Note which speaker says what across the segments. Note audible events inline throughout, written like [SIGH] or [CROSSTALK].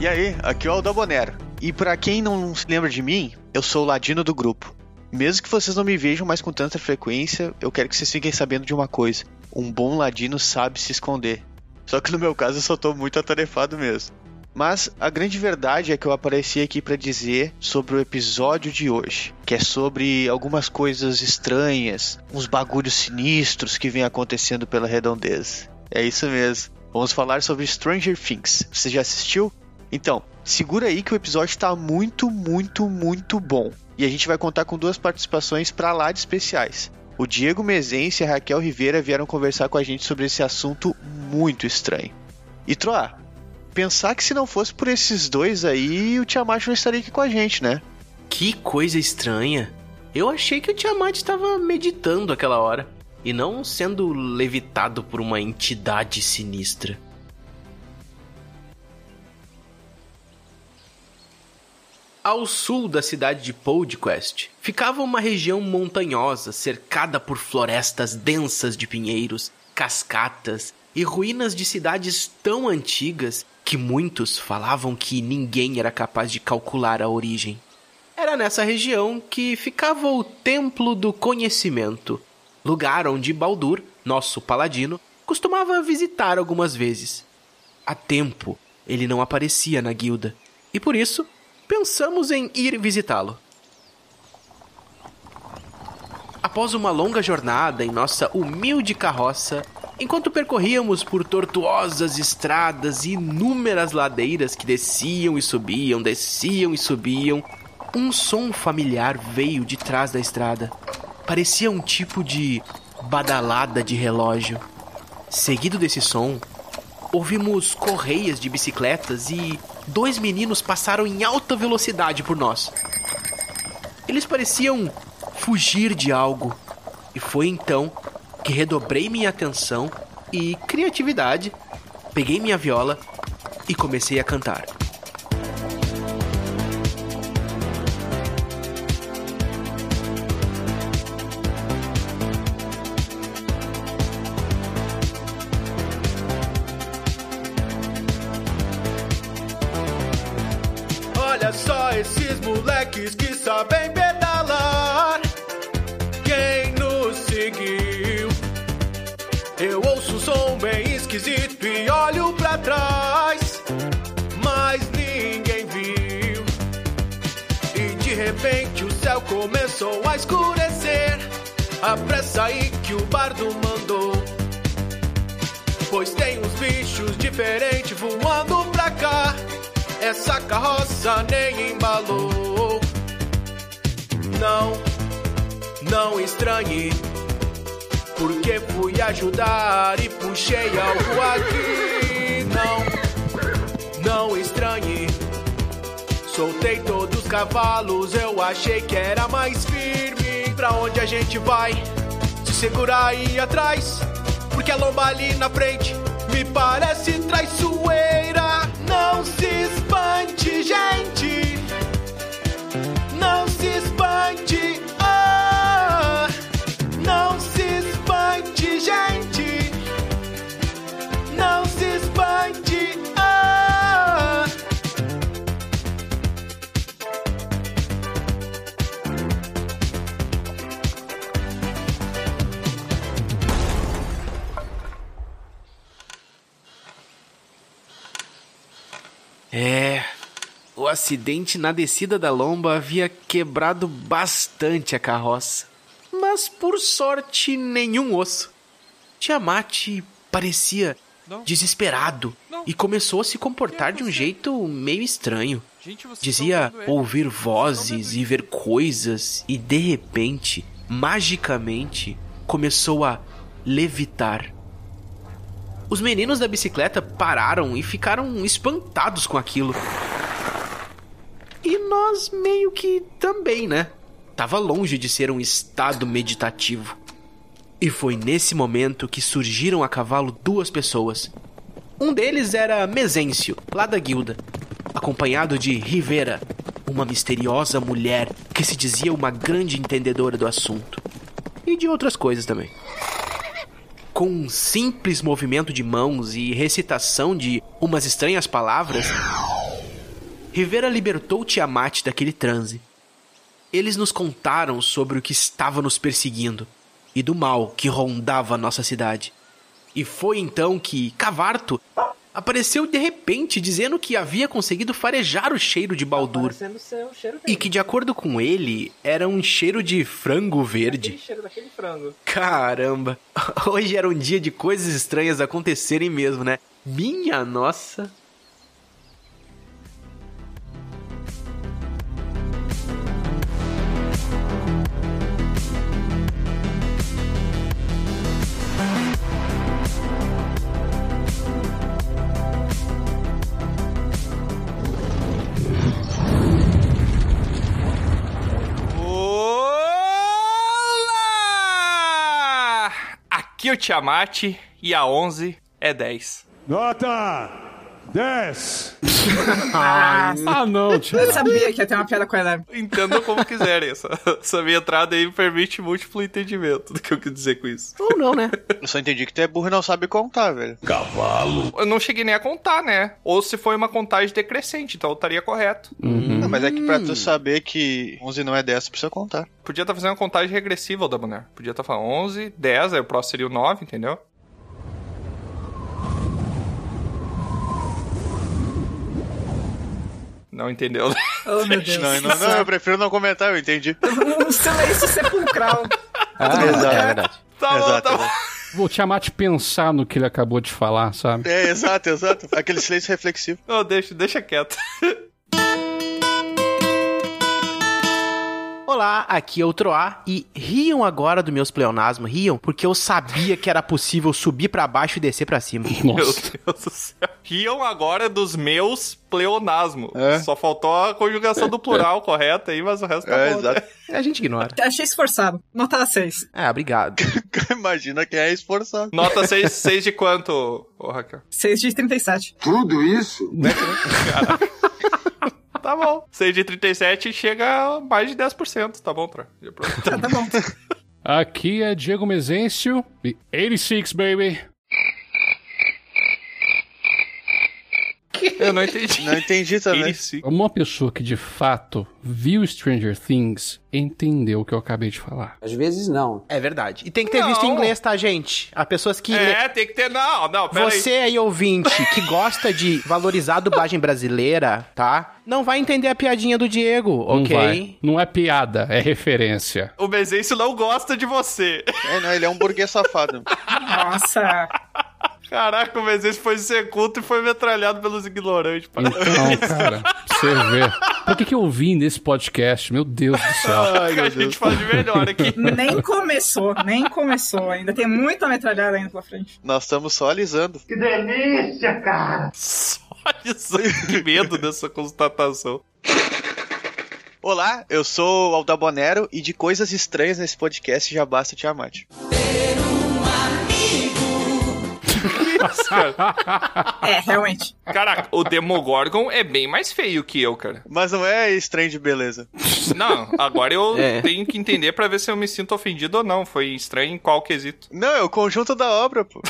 Speaker 1: E aí, aqui é o Dabonero. E pra quem não se lembra de mim, eu sou o ladino do grupo. Mesmo que vocês não me vejam mais com tanta frequência, eu quero que vocês fiquem sabendo de uma coisa: um bom ladino sabe se esconder. Só que no meu caso eu só tô muito atarefado mesmo. Mas a grande verdade é que eu apareci aqui pra dizer sobre o episódio de hoje, que é sobre algumas coisas estranhas, uns bagulhos sinistros que vem acontecendo pela redondeza. É isso mesmo. Vamos falar sobre Stranger Things. Você já assistiu? Então, segura aí que o episódio tá muito, muito, muito bom. E a gente vai contar com duas participações pra lá de especiais. O Diego Mezense e a Raquel Rivera vieram conversar com a gente sobre esse assunto muito estranho. E Troa, pensar que se não fosse por esses dois aí, o Tiamat não estaria aqui com a gente, né?
Speaker 2: Que coisa estranha. Eu achei que o Tiamat estava meditando aquela hora e não sendo levitado por uma entidade sinistra. Ao sul da cidade de Podquest ficava uma região montanhosa cercada por florestas densas de pinheiros, cascatas e ruínas de cidades tão antigas que muitos falavam que ninguém era capaz de calcular a origem. Era nessa região que ficava o Templo do Conhecimento, lugar onde Baldur, nosso paladino, costumava visitar algumas vezes. Há tempo ele não aparecia na guilda, e por isso pensamos em ir visitá-lo. Após uma longa jornada em nossa humilde carroça, enquanto percorríamos por tortuosas estradas e inúmeras ladeiras que desciam e subiam, desciam e subiam, um som familiar veio de trás da estrada. Parecia um tipo de badalada de relógio. Seguido desse som, ouvimos correias de bicicletas e dois meninos passaram em alta velocidade por nós. Eles pareciam fugir de algo. E foi então que redobrei minha atenção e criatividade, peguei minha viola e comecei a cantar.
Speaker 3: Olha só esses moleques que sabem pedalar. Quem nos seguiu? Eu ouço um som bem esquisito e olho pra trás, mas ninguém viu. E de repente o céu começou a escurecer. A pressa aí que o bardo mandou. Pois tem uns bichos diferentes voando pra cá. Essa carroça nem embalou. Não, não estranhe, porque fui ajudar e puxei algo aqui. Não, não estranhe. Soltei todos os cavalos, eu achei que era mais firme. Pra onde a gente vai? Se segurar aí atrás, porque a lomba ali na frente me parece traiçoeira. Não se espante, gente. Não se espante, ah, não se espante, gente. Não se espante, ah.
Speaker 2: É. O acidente na descida da lomba havia quebrado bastante a carroça. Mas por sorte, nenhum osso. Tiamat parecia desesperado e começou a se comportar de um jeito meio estranho. Dizia ouvir vozes e ver coisas e de repente, magicamente, começou a levitar. Os meninos da bicicleta pararam e ficaram espantados com aquilo. E nós meio que também, né? Tava longe de ser um estado meditativo. E foi nesse momento que surgiram a cavalo duas pessoas. Um deles era Mesêncio, lá da guilda, acompanhado de Rivera, uma misteriosa mulher que se dizia uma grande entendedora do assunto. E de outras coisas também. Com um simples movimento de mãos e recitação de umas estranhas palavras, Rivera libertou Tiamat daquele transe. Eles nos contaram sobre o que estava nos perseguindo e do mal que rondava a nossa cidade. E foi então que Cavarto apareceu de repente dizendo que havia conseguido farejar o cheiro de Baldur
Speaker 4: Parecendo ser o Tá cheiro dele.
Speaker 2: e que, de acordo com ele, era um cheiro de frango
Speaker 4: Aquele
Speaker 2: verde.
Speaker 4: cheiro daquele frango.
Speaker 2: Caramba! [LAUGHS] Hoje era um dia de coisas estranhas acontecerem mesmo, né? Minha nossa!
Speaker 5: Olá! Aqui é o Tiamat e a 11 é 10.
Speaker 6: Nota 10!
Speaker 7: Ah, não, tio.
Speaker 4: Eu sabia que ia ter uma piada com a Eleve.
Speaker 5: Entendam como quiserem. Essa, essa minha entrada aí permite múltiplo entendimento do que eu quis dizer com isso.
Speaker 2: Ou não, né?
Speaker 1: Eu só entendi que tu é burro e não sabe contar, velho.
Speaker 5: Eu não cheguei nem a contar, né? Ou se foi uma contagem decrescente, então eu estaria correto.
Speaker 1: Não, mas é que pra
Speaker 7: Hum.
Speaker 1: tu saber que 11 não é 10, tu precisa contar.
Speaker 5: Podia estar fazendo uma contagem regressiva da mulher. Podia estar falando 11, 10, aí o próximo seria o 9, entendeu? Não entendeu, [LAUGHS] né?
Speaker 4: Oh, meu Deus.
Speaker 1: Não, não, não, eu prefiro não comentar, eu entendi.
Speaker 4: Um silêncio sepulcral.
Speaker 7: Ah,
Speaker 1: exato.
Speaker 7: é verdade.
Speaker 5: Tá bom,
Speaker 1: exato,
Speaker 5: tá bom.
Speaker 1: exato.
Speaker 7: Vou te amar de pensar no que ele acabou de falar, sabe?
Speaker 1: É, exato, exato. Aquele silêncio reflexivo.
Speaker 5: Não, deixa, deixa quieto.
Speaker 2: Olá, aqui é o Troá e riam agora dos meus pleonasmos, riam, porque eu sabia que era possível subir pra baixo e descer pra cima.
Speaker 5: Meu
Speaker 7: Nossa.
Speaker 5: Deus do céu. Riam agora dos meus pleonasmo.
Speaker 1: É.
Speaker 5: Só faltou a conjugação do plural correta aí, mas o resto tá
Speaker 1: É,
Speaker 5: bom.
Speaker 1: exato. [LAUGHS]
Speaker 5: né?
Speaker 2: A gente ignora.
Speaker 4: Achei esforçado. Nota 6.
Speaker 2: Ah, obrigado.
Speaker 1: Imagina quem é esforçado.
Speaker 5: Nota 6, 6 de quanto, ô Raquel?
Speaker 4: 6 de 37.
Speaker 5: Tá bom. 6 de 37 chega a mais de 10%, tá bom, Tra? Já pronto.
Speaker 4: Tá, tá bom.
Speaker 7: Aqui é Diego Mezencio e 86, baby.
Speaker 5: Eu não entendi.
Speaker 1: Não é né? entendi também.
Speaker 5: Esse-
Speaker 7: Uma pessoa que de fato viu Stranger Things entendeu o que eu acabei de falar.
Speaker 8: Às vezes não.
Speaker 2: É verdade. E tem que ter
Speaker 5: Não.
Speaker 2: visto em inglês, tá, gente? Há pessoas que.
Speaker 5: É, tem que ter. Não, não, pera
Speaker 2: Você
Speaker 5: aí.
Speaker 2: aí, ouvinte, que gosta de valorizar a dublagem brasileira, tá? Não vai entender a piadinha do Diego, ok?
Speaker 7: Não vai. Não é piada, é referência.
Speaker 5: O Bezencio não gosta de você.
Speaker 1: É, não, ele é um burguês safado.
Speaker 4: Nossa.
Speaker 5: Caraca, o Bezencio foi ser culto e foi metralhado pelos ignorantes, pai.
Speaker 7: Então, cara, pra você ver. Por que, que eu vim nesse podcast? Meu Deus do céu.
Speaker 5: O que a gente faz de melhor aqui. [LAUGHS]
Speaker 4: Nem começou, nem começou ainda. Tem muita metralhada ainda pela frente.
Speaker 1: Nós estamos só alisando.
Speaker 5: Só isso. Que medo dessa constatação.
Speaker 1: Olá, eu sou o Aldabonero e de coisas estranhas nesse podcast já basta Tiamat. [LAUGHS]
Speaker 4: É, realmente.
Speaker 5: Caraca, o Demogorgon é bem mais feio que eu, cara.
Speaker 1: Mas não é estranho de beleza.
Speaker 5: Não, agora eu
Speaker 2: É.
Speaker 5: tenho que entender pra ver se eu me sinto ofendido ou não. Foi estranho em qual quesito.
Speaker 1: Não, é o conjunto da obra, pô.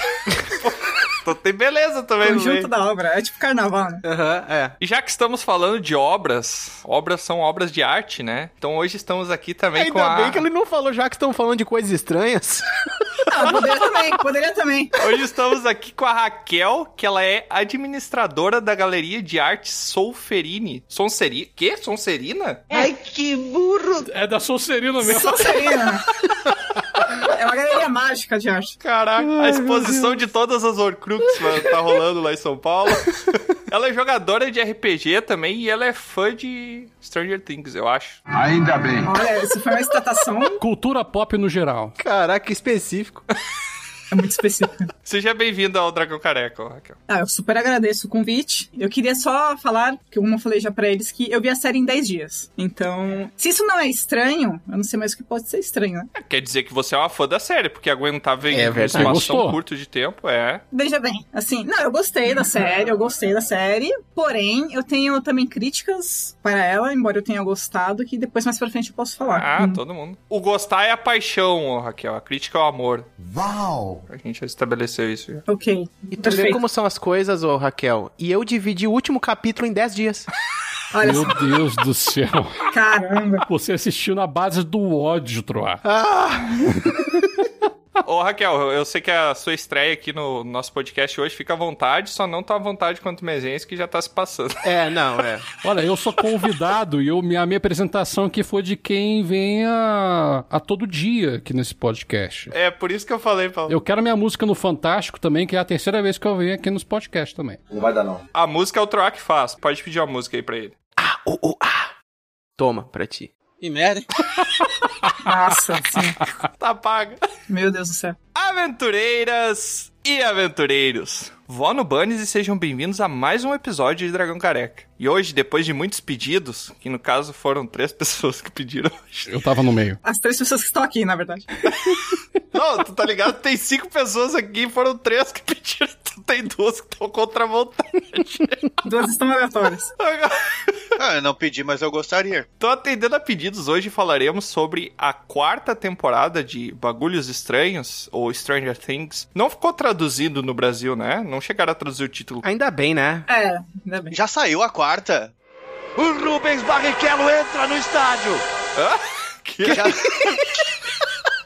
Speaker 5: Então tem beleza também, no meio.
Speaker 4: Conjunto da obra. É tipo carnaval, né?
Speaker 2: Aham, é.
Speaker 5: E já que estamos falando de obras, obras são obras de arte, né? Então hoje estamos aqui também com
Speaker 2: Ainda
Speaker 5: a...
Speaker 2: bem que ele não falou já que estão falando de coisas estranhas.
Speaker 4: Ah, poderia também, poderia também.
Speaker 5: Hoje estamos aqui com a Raquel, que ela é administradora da Galeria de Arte Solferini. Sonseri... Quê? Sonserina?
Speaker 7: É da Sonserina mesmo.
Speaker 4: Sonserina. né? É uma galeria mágica de arte.
Speaker 5: Caraca, a exposição de todas as Horcruxes mano, tá rolando lá em São Paulo. ela é jogadora de RPG também e ela é fã de Stranger Things, eu acho.
Speaker 4: Olha, isso foi uma estatação
Speaker 7: Cultura pop no geral.
Speaker 2: Caraca, que específico.
Speaker 4: é muito específica.
Speaker 5: Seja bem-vinda ao Dragão Careca, ó, Raquel.
Speaker 4: Ah, eu super agradeço o convite. Eu queria só falar, que como eu falei já pra eles, que eu vi a série em 10 dias. Então, se isso não é estranho, eu não sei mais o que pode ser estranho, né?
Speaker 5: Quer dizer que você é uma fã da série, porque aguentava em
Speaker 2: É
Speaker 5: um
Speaker 2: verdade.
Speaker 5: espaço
Speaker 7: Gostou.
Speaker 5: tão curto de tempo, é.
Speaker 4: Veja bem, assim, não, eu gostei da série, eu gostei da série, porém, eu tenho também críticas para ela, embora eu tenha gostado, que depois mais pra frente eu posso falar.
Speaker 5: Ah,
Speaker 4: Hum.
Speaker 5: todo mundo. O gostar é a paixão, ó, Raquel. A crítica é o amor. Uau! A gente já estabeleceu isso. já.
Speaker 4: Ok.
Speaker 2: E tu vê
Speaker 4: Perfeito.
Speaker 2: como são as coisas, ô Raquel. E eu dividi o último capítulo em 10 dias.
Speaker 4: Olha
Speaker 7: Meu
Speaker 4: só,
Speaker 7: Deus do céu.
Speaker 4: caramba.
Speaker 7: Você assistiu na base do ódio, Troar.
Speaker 5: Ô, Raquel, eu- eu sei que a sua estreia aqui no nosso podcast hoje fica à vontade, só não tá à vontade quanto o Mezense, que já tá se passando.
Speaker 2: É, não, é.
Speaker 7: Olha, eu sou convidado e eu, minha- a minha apresentação aqui foi de quem vem a, a todo dia aqui nesse podcast.
Speaker 5: É, por isso que eu falei, Paulo.
Speaker 7: Eu quero minha música no Fantástico também, que é a terceira vez que eu venho aqui nos podcasts também.
Speaker 8: Não vai dar, não.
Speaker 5: A música é o Troá que faz. Pode pedir uma música aí pra ele.
Speaker 2: [LAUGHS] O, o, ah. Toma, pra ti.
Speaker 9: Que merda. hein?
Speaker 4: Nossa, sim.
Speaker 5: Tá paga.
Speaker 4: Meu Deus do céu.
Speaker 5: Aventureiras e aventureiros, vó no Bunnies e sejam bem-vindos a mais um episódio de Dragão Careca. E hoje, depois de muitos pedidos, que no caso foram três [LAUGHS] pessoas que pediram hoje.
Speaker 7: Eu tava no meio.
Speaker 4: As três pessoas que estão aqui, na verdade.
Speaker 5: Não, tu tá ligado? Tem cinco pessoas aqui, foram três que pediram, tu tem duas que estão contra a vontade.
Speaker 4: Duas estão aleatórias.
Speaker 1: Ah, eu não pedi, mas eu gostaria.
Speaker 5: Então, atendendo a pedidos, hoje falaremos sobre a quarta temporada de Bagulhos Estranhos, ou Stranger Things. Não ficou traduzido no Brasil, né? Não chegaram a traduzir
Speaker 2: [LAUGHS]
Speaker 5: o título.
Speaker 2: Ainda bem, né?
Speaker 4: É, ainda bem.
Speaker 1: Já saiu a quarta.
Speaker 3: O Rubens Barrichello entra no estádio.
Speaker 5: Que?
Speaker 1: Já-
Speaker 5: [LAUGHS]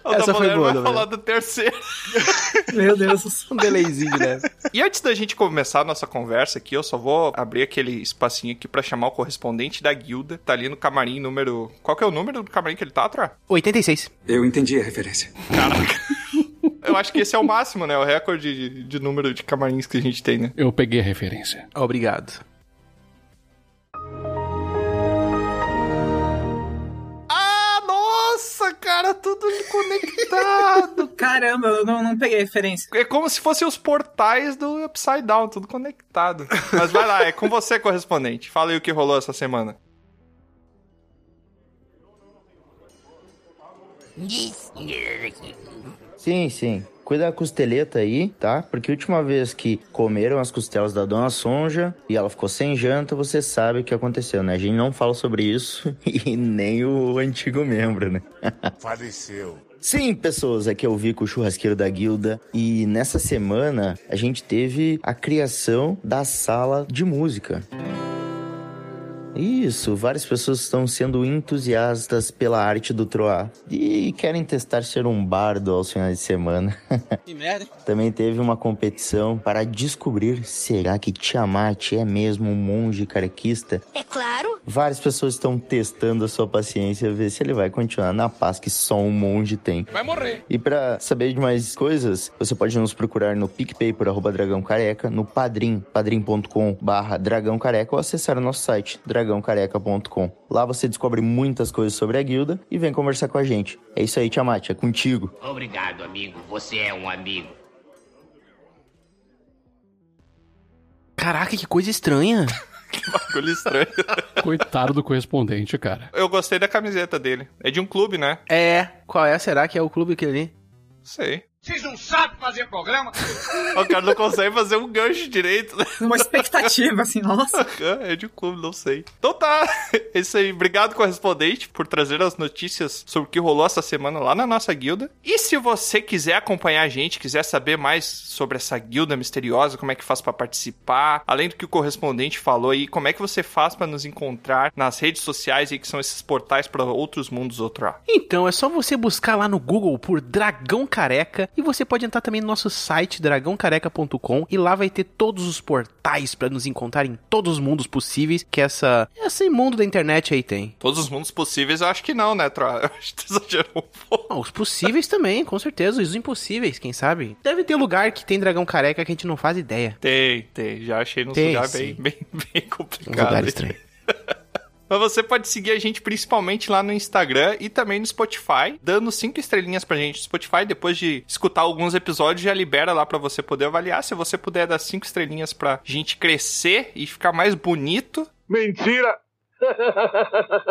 Speaker 5: O
Speaker 2: Essa foi
Speaker 5: Daboleiro
Speaker 2: boa,
Speaker 5: vai
Speaker 2: Daboleiro.
Speaker 5: falar do terceiro. [LAUGHS]
Speaker 4: Meu Deus do céu.
Speaker 2: Um delayzinho, né? [LAUGHS]
Speaker 5: E antes da gente começar a nossa conversa aqui, eu só vou abrir aquele espacinho aqui pra chamar o correspondente da guilda. Tá ali no camarim número. Qual que é o número do camarim que ele tá, Tra?
Speaker 2: 86.
Speaker 8: Eu entendi a referência.
Speaker 5: Eu acho que esse é o máximo, né? O recorde de, de número de camarins que a gente tem, né?
Speaker 7: Eu peguei a referência.
Speaker 2: Obrigado.
Speaker 5: Ah, nossa, cara, tudo conectado.
Speaker 4: Caramba, eu não, não peguei a referência.
Speaker 5: [LAUGHS] é como se fossem os portais do Upside Down, tudo conectado. Mas vai lá, é com você, correspondente. Fala aí o que rolou essa semana.
Speaker 10: Sim, sim. Cuida da costeleta aí, tá? Porque a última vez que comeram as costelas da dona Sonja e ela ficou sem janta, você sabe o que aconteceu, né? A gente não fala sobre isso [LAUGHS] e nem o antigo membro, né? [LAUGHS]
Speaker 6: Faleceu.
Speaker 10: Sim, pessoas, aqui é o Vico, o churrasqueiro da guilda, e nessa semana a gente teve a criação da sala de música. Isso, várias pessoas estão sendo entusiastas pela arte do Troá e querem testar ser um bardo aos finais de semana.
Speaker 9: Que merda. hein?
Speaker 10: Também teve uma competição para descobrir será que Tiamat é mesmo um monge carequista? É claro. Várias pessoas estão testando a sua paciência, ver se ele vai continuar na paz que só um monge tem. Vai morrer. E para saber de mais coisas, você pode nos procurar no PicPay por arroba Dragão Careca, no Padrim, padrim.com barra Dragão Careca ou acessar o nosso site, dragãocareca.com. Lá você descobre muitas coisas sobre a guilda e vem conversar com a gente. É isso aí, Tiamat, é contigo.
Speaker 11: Obrigado, amigo. Você é um amigo.
Speaker 2: Caraca, que coisa estranha.
Speaker 5: Bagulho estranho.
Speaker 7: Coitado do correspondente, cara.
Speaker 5: [LAUGHS] Eu gostei da camiseta dele. É de um clube, né?
Speaker 2: É, qual é? Será que é o clube aquele ali?
Speaker 5: Sei.
Speaker 11: Vocês não sabem fazer programa?
Speaker 5: O cara não consegue fazer um gancho direito, né? [LAUGHS]
Speaker 4: Uma expectativa, assim, nossa.
Speaker 5: É de um clube, não sei. Então tá, [LAUGHS] é isso aí. Obrigado, correspondente, por trazer as notícias sobre o que rolou essa semana lá na nossa guilda. E se você quiser acompanhar a gente, quiser saber mais sobre essa guilda misteriosa, como é que faz pra participar, além do que o correspondente falou aí, como é que você faz pra nos encontrar nas redes sociais aí, que são esses portais pra outros mundos outro A.
Speaker 2: Então, é só você buscar lá no Google por Dragão Careca e você pode entrar também no nosso site dragãocareca.com e lá vai ter todos os portais pra nos encontrar em todos os mundos possíveis que essa esse mundo da internet aí tem.
Speaker 5: Todos os mundos possíveis, eu acho que não, né, Troa? [LAUGHS] Eu acho que tu exagerou um pouco.
Speaker 2: Ah, os possíveis também, com certeza, os impossíveis, quem sabe? Deve ter lugar que tem dragão careca que a gente não faz ideia.
Speaker 5: Tem, tem. Já achei num
Speaker 2: Tem,
Speaker 5: lugar
Speaker 2: sim.
Speaker 5: bem, bem, bem
Speaker 2: Um
Speaker 5: complicado.
Speaker 2: lugar estranho.
Speaker 5: Mas você pode seguir a gente principalmente lá no Instagram e também no Spotify, dando cinco estrelinhas pra gente no Spotify. Depois de escutar alguns episódios, já libera lá pra você poder avaliar. Se você puder dar cinco estrelinhas pra gente crescer e ficar mais bonito.
Speaker 6: Mentira!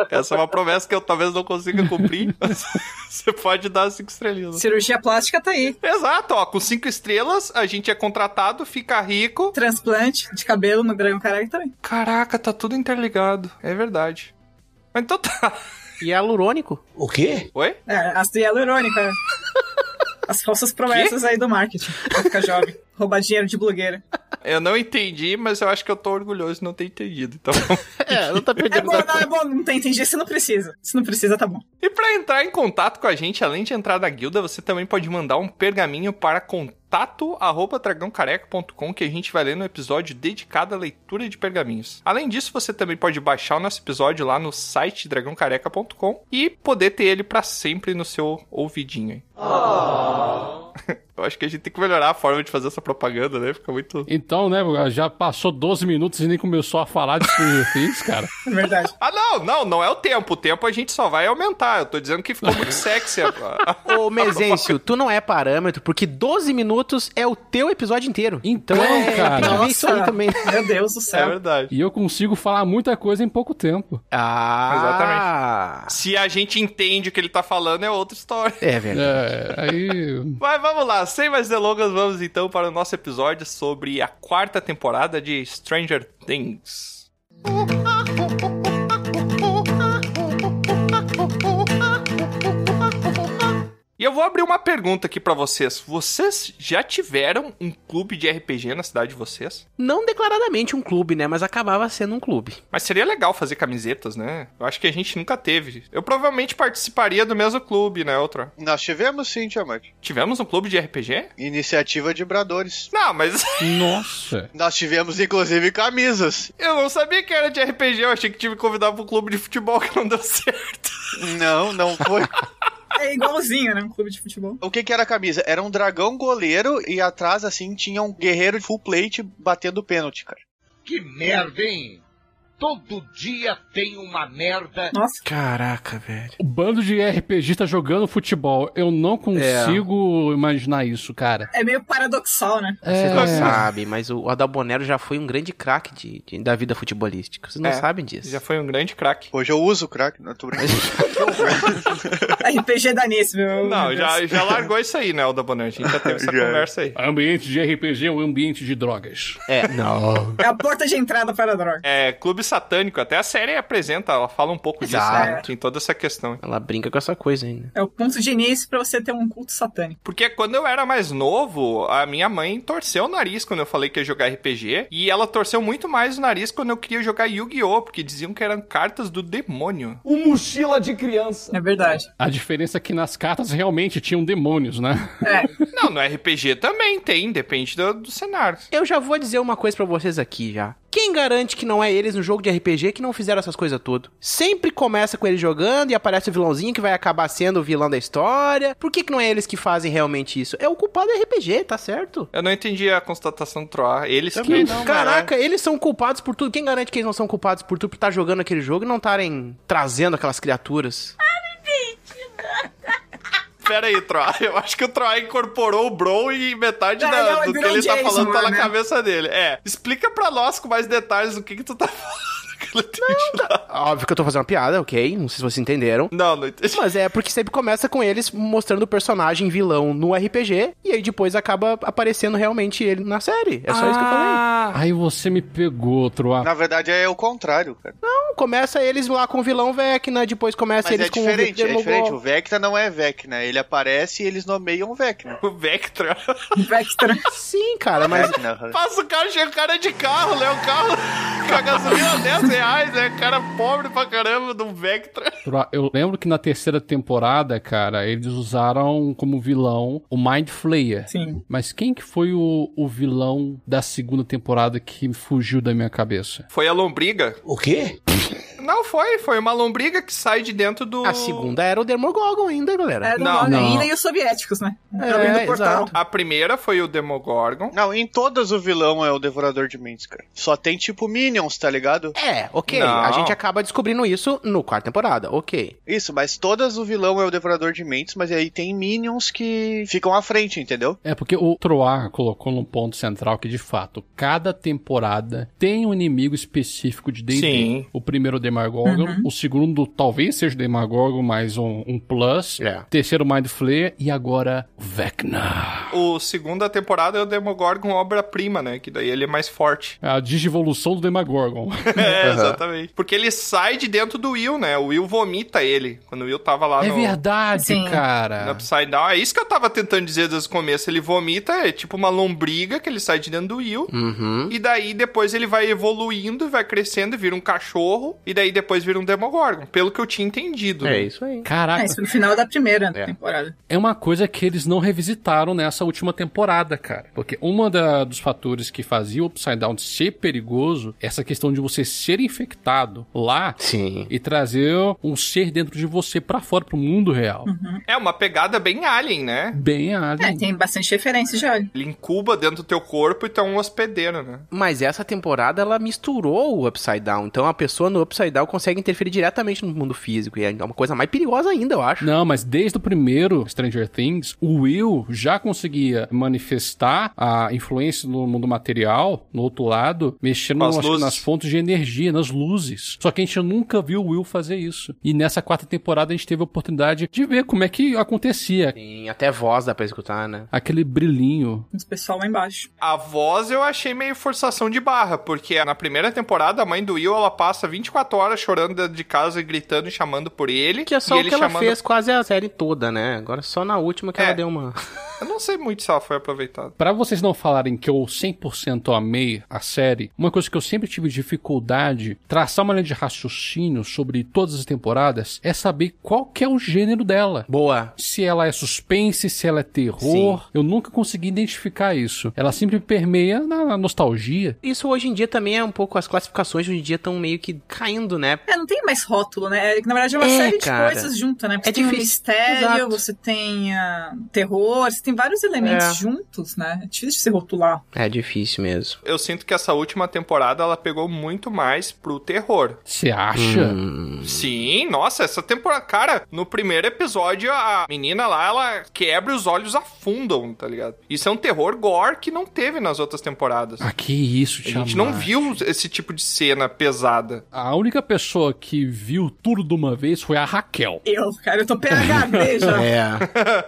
Speaker 5: Essa é uma promessa que eu talvez não consiga cumprir, [LAUGHS] mas você pode dar cinco estrelinhas.
Speaker 4: Cirurgia plástica tá aí.
Speaker 5: Exato, ó. Com cinco estrelas, a gente é contratado, fica rico.
Speaker 4: Transplante de cabelo no Dragão Careca também.
Speaker 5: Caraca, tá tudo interligado. É verdade. Mas então tá. [LAUGHS]
Speaker 2: E alurônico?
Speaker 9: O quê?
Speaker 5: Oi?
Speaker 4: É, ácido hialurônico. é. As falsas promessas aí do marketing. Pra ficar jovem. Roubar dinheiro de blogueira.
Speaker 5: Eu não entendi, mas eu acho que eu tô orgulhoso de não ter entendido. Então,
Speaker 2: É, não tá
Speaker 4: É
Speaker 2: perdendo
Speaker 4: bom, não, é bom, não tem, entendi. Você não precisa. Se não precisa, tá bom.
Speaker 5: E para entrar em contato com a gente, além de entrar na guilda, você também pode mandar um pergaminho para contato@dragãocareca.com que a gente vai ler no episódio dedicado à leitura de pergaminhos. Além disso, você também pode baixar o nosso episódio lá no site dragãocareca.com e poder ter ele para sempre no seu ouvidinho. hein? [LAUGHS] Eu acho que a gente tem que melhorar a forma de fazer essa propaganda, né? Fica muito
Speaker 7: Então, né, já passou 12 minutos e nem começou a falar disso que eu fiz, cara.
Speaker 4: É verdade.
Speaker 5: Ah, não, não, não é o tempo. O tempo a gente só vai aumentar. Eu tô dizendo que ficou muito sexy agora. [LAUGHS]
Speaker 2: Ô, Mezencio, tu não é parâmetro, porque 12 minutos é o teu episódio inteiro.
Speaker 7: Então,
Speaker 2: é,
Speaker 5: Ah,
Speaker 2: Tem que
Speaker 7: cara.
Speaker 2: ver isso aí
Speaker 4: Nossa.
Speaker 2: também.
Speaker 4: Meu Deus do
Speaker 5: É
Speaker 4: céu.
Speaker 5: verdade.
Speaker 7: E eu consigo falar muita coisa em pouco tempo.
Speaker 2: Ah, exatamente.
Speaker 5: Se a gente entende o que ele tá falando, é outra história.
Speaker 2: É, velho.
Speaker 7: É, aí.
Speaker 5: Mas vamos lá, sem mais delongas, vamos então para o nosso episódio sobre a quarta temporada de Stranger Things. E eu vou abrir uma pergunta aqui pra vocês. Vocês já tiveram um clube de RPG na cidade de vocês?
Speaker 2: Não declaradamente um clube, né? Mas acabava sendo um clube.
Speaker 5: Mas seria legal fazer camisetas, né? Eu acho que a gente nunca teve. Eu provavelmente participaria do mesmo clube, né, outra?
Speaker 1: Nós tivemos sim, Tiamat.
Speaker 5: Tivemos um clube de RPG?
Speaker 1: Iniciativa de Bradores.
Speaker 5: Não, mas [LAUGHS]
Speaker 7: Nossa.
Speaker 1: Nós tivemos, inclusive, camisas.
Speaker 5: eu não sabia que era de RPG. Eu achei que tive que convidar pro um clube de futebol que não deu certo.
Speaker 1: Não, não foi.
Speaker 4: É igualzinho, né? Um clube de futebol.
Speaker 1: o que que era a camisa? Era um dragão goleiro e atrás, assim, tinha um guerreiro full plate batendo pênalti, cara.
Speaker 11: Que merda, hein? Todo dia tem uma
Speaker 5: É.
Speaker 11: merda.
Speaker 4: Nossa.
Speaker 2: Caraca, velho.
Speaker 7: O bando de RPGista tá jogando futebol. Eu não consigo imaginar isso, cara.
Speaker 4: É meio paradoxal, né?
Speaker 2: Vocês não
Speaker 7: É.
Speaker 2: sabem, mas o Adalbonero já foi um grande craque de, de- da vida futebolística. Vocês não
Speaker 5: É,
Speaker 2: sabem disso.
Speaker 5: Já foi um grande craque.
Speaker 1: Hoje eu uso o crack, não tô brincando.
Speaker 4: RPG daníssimo. meu
Speaker 5: Não,
Speaker 4: Deus.
Speaker 5: já, já largou isso aí, né, o Bonner? A gente já teve essa
Speaker 1: Já.
Speaker 5: conversa aí.
Speaker 7: Ambiente de RPG é um ambiente de drogas.
Speaker 2: É, [LAUGHS] não.
Speaker 4: É a porta de entrada para a droga.
Speaker 5: É, clube satânico. Até a série apresenta, ela fala um pouco disso, né?
Speaker 4: Exato.
Speaker 5: Tem toda essa questão.
Speaker 2: Ela brinca com essa coisa ainda.
Speaker 4: É o ponto de início pra você ter um culto satânico.
Speaker 5: Porque quando eu era mais novo, a minha mãe torceu o nariz quando eu falei que ia jogar RPG. E ela torceu muito mais o nariz quando eu queria jogar Yu-Gi-Oh! Porque diziam que eram cartas do demônio.
Speaker 3: O mochila de criança.
Speaker 4: É verdade.
Speaker 7: A diferença é que nas cartas realmente tinham demônios, né?
Speaker 4: É.
Speaker 5: Não, no RPG também tem, depende do, do cenário.
Speaker 2: Eu já vou dizer uma coisa pra vocês aqui já. Quem garante que não é eles no jogo de RPG que não fizeram essas coisas tudo? Sempre começa com eles jogando e aparece o vilãozinho que vai acabar sendo o vilão da história. Por que, que não é eles que fazem realmente isso? É o culpado do RPG, tá certo?
Speaker 5: Eu não entendi a constatação do Troar. Eles
Speaker 7: Também
Speaker 5: que...
Speaker 7: não,
Speaker 2: Caraca, eles são culpados por tudo. Quem garante que eles não são culpados por tudo por estar jogando aquele jogo e não estarem trazendo aquelas criaturas?
Speaker 5: Pera aí, Troar. Eu acho que o Troar incorporou o Bro e metade
Speaker 4: É,
Speaker 5: da-
Speaker 4: não,
Speaker 5: do que
Speaker 4: virou
Speaker 5: ele
Speaker 4: o
Speaker 5: tá
Speaker 4: Jason
Speaker 5: falando tá
Speaker 4: lá,
Speaker 5: na
Speaker 4: né?
Speaker 5: cabeça dele. É, explica pra nós com mais detalhes o que que tu tá falando. Que eu não, entendi nada.
Speaker 2: Óbvio que eu tô fazendo uma piada, ok? Não sei se vocês entenderam.
Speaker 5: [LAUGHS] não, não
Speaker 2: [LAUGHS]
Speaker 5: entendi.
Speaker 2: Mas é porque sempre começa com eles mostrando o personagem vilão no RPG e aí depois acaba aparecendo realmente ele na série. É só isso que eu falei.
Speaker 7: Aí você me pegou, Troa.
Speaker 1: Na verdade, é o contrário, cara.
Speaker 2: Então começa eles lá com o vilão Vecna, depois começa
Speaker 1: Mas
Speaker 2: eles
Speaker 1: é
Speaker 2: com
Speaker 1: diferente,
Speaker 2: o
Speaker 1: é diferente. O
Speaker 2: Demogorgon.
Speaker 1: Vecna não é Vecna. Ele aparece e eles nomeiam Vecna.
Speaker 5: O Vectra.
Speaker 4: Vectra.
Speaker 2: Sim, cara,
Speaker 8: É.
Speaker 2: mas
Speaker 1: Vecna.
Speaker 5: Passa o carro, chega o cara de carro, né? O carro [LAUGHS] com a gasolina 10 reais, né? O cara pobre pra caramba do Vectra.
Speaker 7: Troa, Eu lembro que na terceira temporada, cara, eles usaram como vilão o Mind Flayer.
Speaker 4: Sim.
Speaker 7: Mas quem que foi o, o vilão da segunda temporada que fugiu da minha cabeça?
Speaker 5: Foi a lombriga?
Speaker 8: O quê?
Speaker 5: Não foi, foi uma lombriga que sai de dentro do.
Speaker 2: a segunda era o Demogorgon ainda, galera.
Speaker 4: É do
Speaker 5: Não,
Speaker 4: nome
Speaker 7: não.
Speaker 4: ainda e os soviéticos, né?
Speaker 2: É,
Speaker 4: Abrindo o portal.
Speaker 2: exato.
Speaker 5: A primeira foi o Demogorgon.
Speaker 1: Não, em todas o vilão é o Devorador de Mentes, cara. Só tem tipo Minions, tá ligado?
Speaker 2: É, ok.
Speaker 5: Não.
Speaker 2: A gente acaba descobrindo isso no quarta temporada, ok.
Speaker 1: Isso, mas todas o vilão é o Devorador de Mentes, mas aí tem Minions que ficam à frente, entendeu?
Speaker 7: É porque o Troar colocou num ponto central que, de fato, cada temporada tem um inimigo específico de D&D.
Speaker 5: Sim.
Speaker 7: O primeiro é o Demagorgon. O segundo talvez seja o Demagorgon, mais um, um plus.
Speaker 5: É.
Speaker 7: Terceiro, Mind Flayer. E agora, Vecna.
Speaker 5: O segunda temporada é o Demogorgon obra-prima, né? Que daí ele é mais forte. [LAUGHS]
Speaker 7: A digivolução do Demagorgon.
Speaker 5: É, exatamente. Porque ele sai de dentro do Will, né? O Will vomita ele. Quando o Will tava lá
Speaker 7: É
Speaker 5: Tá no...
Speaker 7: verdade, cara.
Speaker 5: no Upside Down. É isso que eu tava tentando dizer desde o começo. Ele vomita, é tipo uma lombriga que ele sai de dentro do Will.
Speaker 2: Uhum.
Speaker 5: E daí depois ele vai evoluindo, vai crescendo, e vira um cachorro. E daí depois vira um Demogorgon. Pelo que eu tinha entendido. né?
Speaker 2: É isso aí.
Speaker 7: Caraca.
Speaker 4: É, isso foi no final da primeira
Speaker 2: É.
Speaker 4: temporada.
Speaker 7: é uma coisa que eles não revisitaram nessa última temporada, cara. Porque um dos fatores que fazia o Upside Down ser perigoso é essa questão de você ser infectado lá
Speaker 2: Sim.
Speaker 7: e trazer um ser dentro de você pra fora, pro mundo real.
Speaker 5: É uma pegada bem alien, né?
Speaker 7: Bem
Speaker 4: Uhum. É,
Speaker 7: alien.
Speaker 4: tem bastante referência já. olha.
Speaker 5: Ele incuba dentro do teu corpo e tu é um hospedeiro, né?
Speaker 2: Mas essa temporada ela misturou o Upside Down. Então a pessoa no Upside Down consegue interferir diretamente no mundo físico. E é uma coisa mais perigosa ainda, eu acho.
Speaker 7: Não, mas desde o primeiro Stranger Things, o Will já conseguia manifestar a influência no mundo material, no outro lado, mexendo
Speaker 5: Com as
Speaker 7: acho que
Speaker 5: luzes.
Speaker 7: nas fontes de energia, nas luzes. Só que a gente nunca viu o Will fazer isso. E nessa quarta temporada a gente teve a oportunidade de ver como é que acontecia.
Speaker 2: Tem até voz dá pra escutar, né?
Speaker 7: Aquele brilhinho.
Speaker 4: Os pessoal lá embaixo.
Speaker 5: A voz eu achei meio forçação de barra, porque na primeira temporada a mãe do Will ela passa 24 horas chorando dentro de casa e gritando e chamando por ele.
Speaker 2: Que é só
Speaker 5: e
Speaker 2: o
Speaker 5: ele
Speaker 2: que ela
Speaker 5: chamando-
Speaker 2: fez quase a série toda, né? Agora só na última que
Speaker 5: É.
Speaker 2: ela deu uma. [LAUGHS]
Speaker 5: Eu não sei muito se ela foi aproveitada.
Speaker 7: Pra vocês não falarem que eu 100% amei a série, uma coisa que eu sempre tive dificuldade traçar uma linha de raciocínio sobre todas as temporadas é saber qual que é o gênero dela.
Speaker 2: Boa.
Speaker 7: se ela é suspense, se ela é terror. Eu nunca consegui identificar isso. Ela sempre permeia na, na nostalgia.
Speaker 2: Isso hoje em dia também é um pouco. As classificações hoje em dia estão meio que caindo, né?
Speaker 4: É, não tem mais rótulo, né? É, Na verdade, é uma
Speaker 2: É,
Speaker 4: série
Speaker 2: cara.
Speaker 4: de coisas junto, né? Porque
Speaker 2: É
Speaker 4: tem o
Speaker 2: difícil.
Speaker 4: mistério,
Speaker 2: Exato.
Speaker 4: você tem ah, terror, você tem vários elementos
Speaker 2: É.
Speaker 4: juntos, né? É difícil de se rotular.
Speaker 2: É difícil mesmo.
Speaker 5: Eu sinto que essa última temporada ela pegou muito mais pro terror.
Speaker 7: Você acha?
Speaker 5: Hum. Sim, nossa, essa temporada. Cara, no primeiro episódio a menina lá ela quebra e os olhos afundam, tá ligado? Isso é um terror gore que não teve nas outras temporadas.
Speaker 7: Ah, que isso,
Speaker 5: A
Speaker 7: Tiamat.
Speaker 5: gente não viu esse tipo de cena pesada.
Speaker 7: A única pessoa que viu tudo de uma vez foi a Raquel.
Speaker 4: Eu, cara, eu tô
Speaker 2: [LAUGHS]
Speaker 4: PHD já.
Speaker 2: É.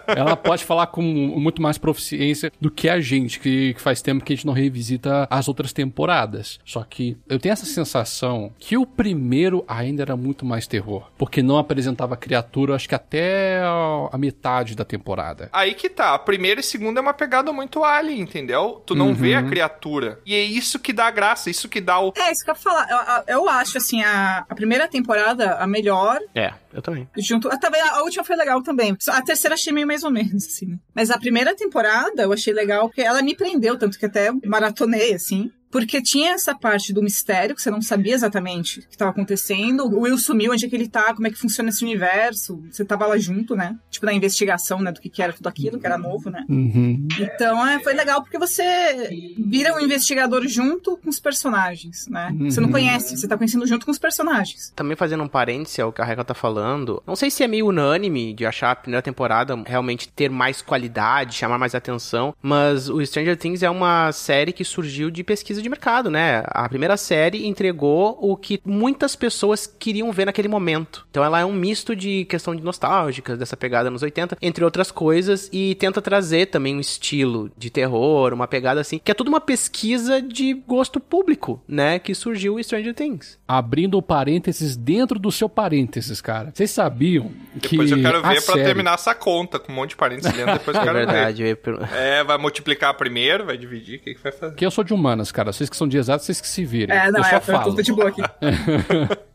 Speaker 7: Ela pode falar com muito mais proficiência do que a gente, que, que faz tempo que a gente não revisita as outras temporadas. Só que eu tenho essa sensação que o primeiro ainda era muito mais terror. Porque não apresentava criatura, acho que até a- a metade da temporada.
Speaker 5: Aí que tá, a primeira e segunda é uma pegada muito alien, entendeu? Tu não vê
Speaker 7: Uhum.
Speaker 5: a criatura. E é isso que dá a graça, isso que dá o.
Speaker 2: Então,
Speaker 4: É, isso que eu ia falar. Eu, eu- eu acho, assim, a, a primeira temporada, a melhor,
Speaker 2: É, eu também.
Speaker 4: junto... ah, Também, a última foi legal também. A terceira achei meio mais ou menos, assim, né? Mas a primeira temporada eu achei legal, porque ela me prendeu, tanto que até maratonei, assim. Porque tinha essa parte do mistério, que você não sabia exatamente o que estava acontecendo. O Will sumiu, onde é que ele tá, como é que funciona esse universo. Você tava lá junto, né? Tipo, na investigação, né, do que, que era tudo aquilo, que era novo, né?
Speaker 7: Uhum.
Speaker 4: Então é, foi legal porque você vira um investigador junto com os personagens, né? Você não
Speaker 7: Uhum.
Speaker 4: conhece, você tá conhecendo junto com os personagens.
Speaker 2: Também fazendo um parêntese ao que a Reca tá falando, não sei se é meio unânime de achar a primeira temporada realmente ter mais qualidade, chamar mais atenção, mas o Stranger Things é uma série que surgiu de pesquisa de mercado, né? A primeira série entregou o que muitas pessoas queriam ver naquele momento. Então ela é um misto de questão de nostálgicas, dessa pegada nos 80, entre outras coisas, e tenta trazer também um estilo de terror, uma pegada assim, que é tudo uma pesquisa de gosto público, né? Que surgiu o Stranger Things.
Speaker 7: abrindo o parênteses dentro do seu parênteses, cara. Vocês sabiam que
Speaker 5: Depois eu quero
Speaker 7: a
Speaker 5: ver pra
Speaker 7: série-
Speaker 5: terminar essa conta, com um monte de parênteses dentro, depois eu
Speaker 2: É
Speaker 5: quero
Speaker 2: verdade. eu ia per-
Speaker 5: ver. É, vai multiplicar primeiro, vai dividir, o que, que vai fazer?
Speaker 7: Que eu sou de humanas, cara. Vocês que são de exatas, vocês que se virem.
Speaker 4: É, não,
Speaker 7: eu
Speaker 4: é,
Speaker 7: só
Speaker 4: eu tô-
Speaker 7: falo.
Speaker 4: tô de boa
Speaker 7: [LAUGHS]
Speaker 4: aqui.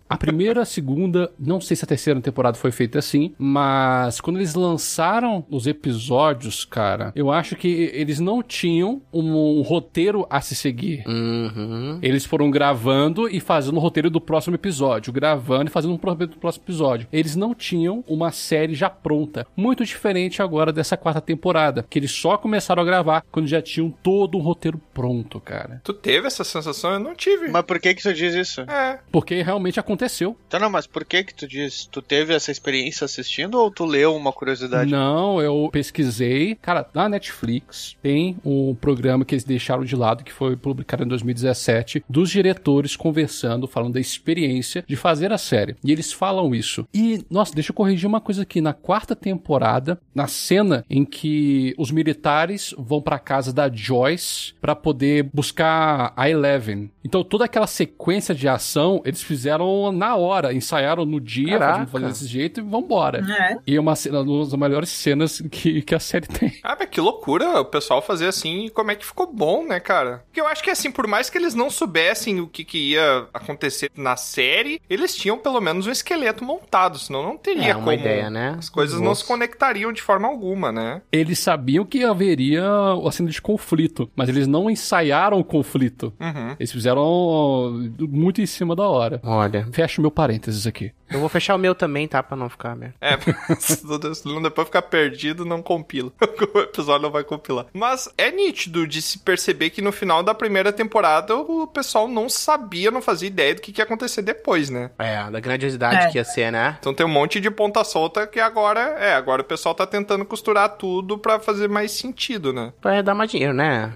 Speaker 7: A primeira, a segunda, não sei se a terceira temporada foi feita assim, mas quando eles lançaram os episódios, cara, eu acho que eles não tinham um, um roteiro a se seguir.
Speaker 2: Uhum.
Speaker 7: Eles foram gravando e fazendo o roteiro do próximo episódio, gravando e fazendo o roteiro do próximo episódio. Eles não tinham uma série já pronta, muito diferente agora dessa quarta temporada, que eles só começaram a gravar quando já tinham todo um roteiro pronto, cara.
Speaker 5: Tu teve essa sensação? Eu não tive.
Speaker 1: Mas por que que tu diz isso?
Speaker 5: É,
Speaker 7: Porque realmente aconteceu.
Speaker 1: Então não, mas por que que tu diz? Tu teve essa experiência assistindo ou tu leu uma curiosidade?
Speaker 7: Não, eu pesquisei. Cara, na Netflix tem um programa que eles deixaram de lado, que foi publicado em 2017, dos diretores conversando, falando da experiência de fazer a série. E eles falam isso. E, nossa, deixa eu corrigir uma coisa aqui. Na quarta temporada, na cena em que os militares vão pra casa da Joyce pra poder buscar a Eleven. Então, toda aquela sequência de ação, eles fizeram na hora, ensaiaram no dia,
Speaker 2: Caraca.
Speaker 7: fazendo fazer desse jeito e vambora.
Speaker 4: É.
Speaker 7: E é uma, cena- uma das melhores cenas que, que a série tem.
Speaker 5: Ah, mas que loucura o pessoal fazer assim e como é que ficou bom, né, cara? Porque eu acho que assim, por mais que eles não soubessem o que, que ia acontecer na série, eles tinham pelo menos um esqueleto montado, senão não teria
Speaker 2: É uma
Speaker 5: como.
Speaker 2: ideia, né?
Speaker 5: As coisas não se conectariam de forma alguma, né?
Speaker 7: Eles sabiam que haveria a cena de conflito, mas eles não ensaiaram o conflito.
Speaker 5: Uhum.
Speaker 7: Eles fizeram uh, muito em cima da hora.
Speaker 2: Olha.
Speaker 7: Fecha o meu parênteses aqui.
Speaker 2: Eu vou fechar o meu também, tá? Pra não ficar merda.
Speaker 5: É, [LAUGHS] senão depois ficar perdido, não compila. [LAUGHS] O episódio não vai compilar. Mas é nítido de se perceber que no final da primeira temporada o pessoal não sabia, não fazia ideia do que que ia acontecer depois, né?
Speaker 2: É, da grandiosidade
Speaker 4: É.
Speaker 2: que ia ser, né?
Speaker 5: Então tem um monte de ponta solta que agora é, agora o pessoal tá tentando costurar tudo pra fazer mais sentido, né?
Speaker 2: Pra dar mais dinheiro, né?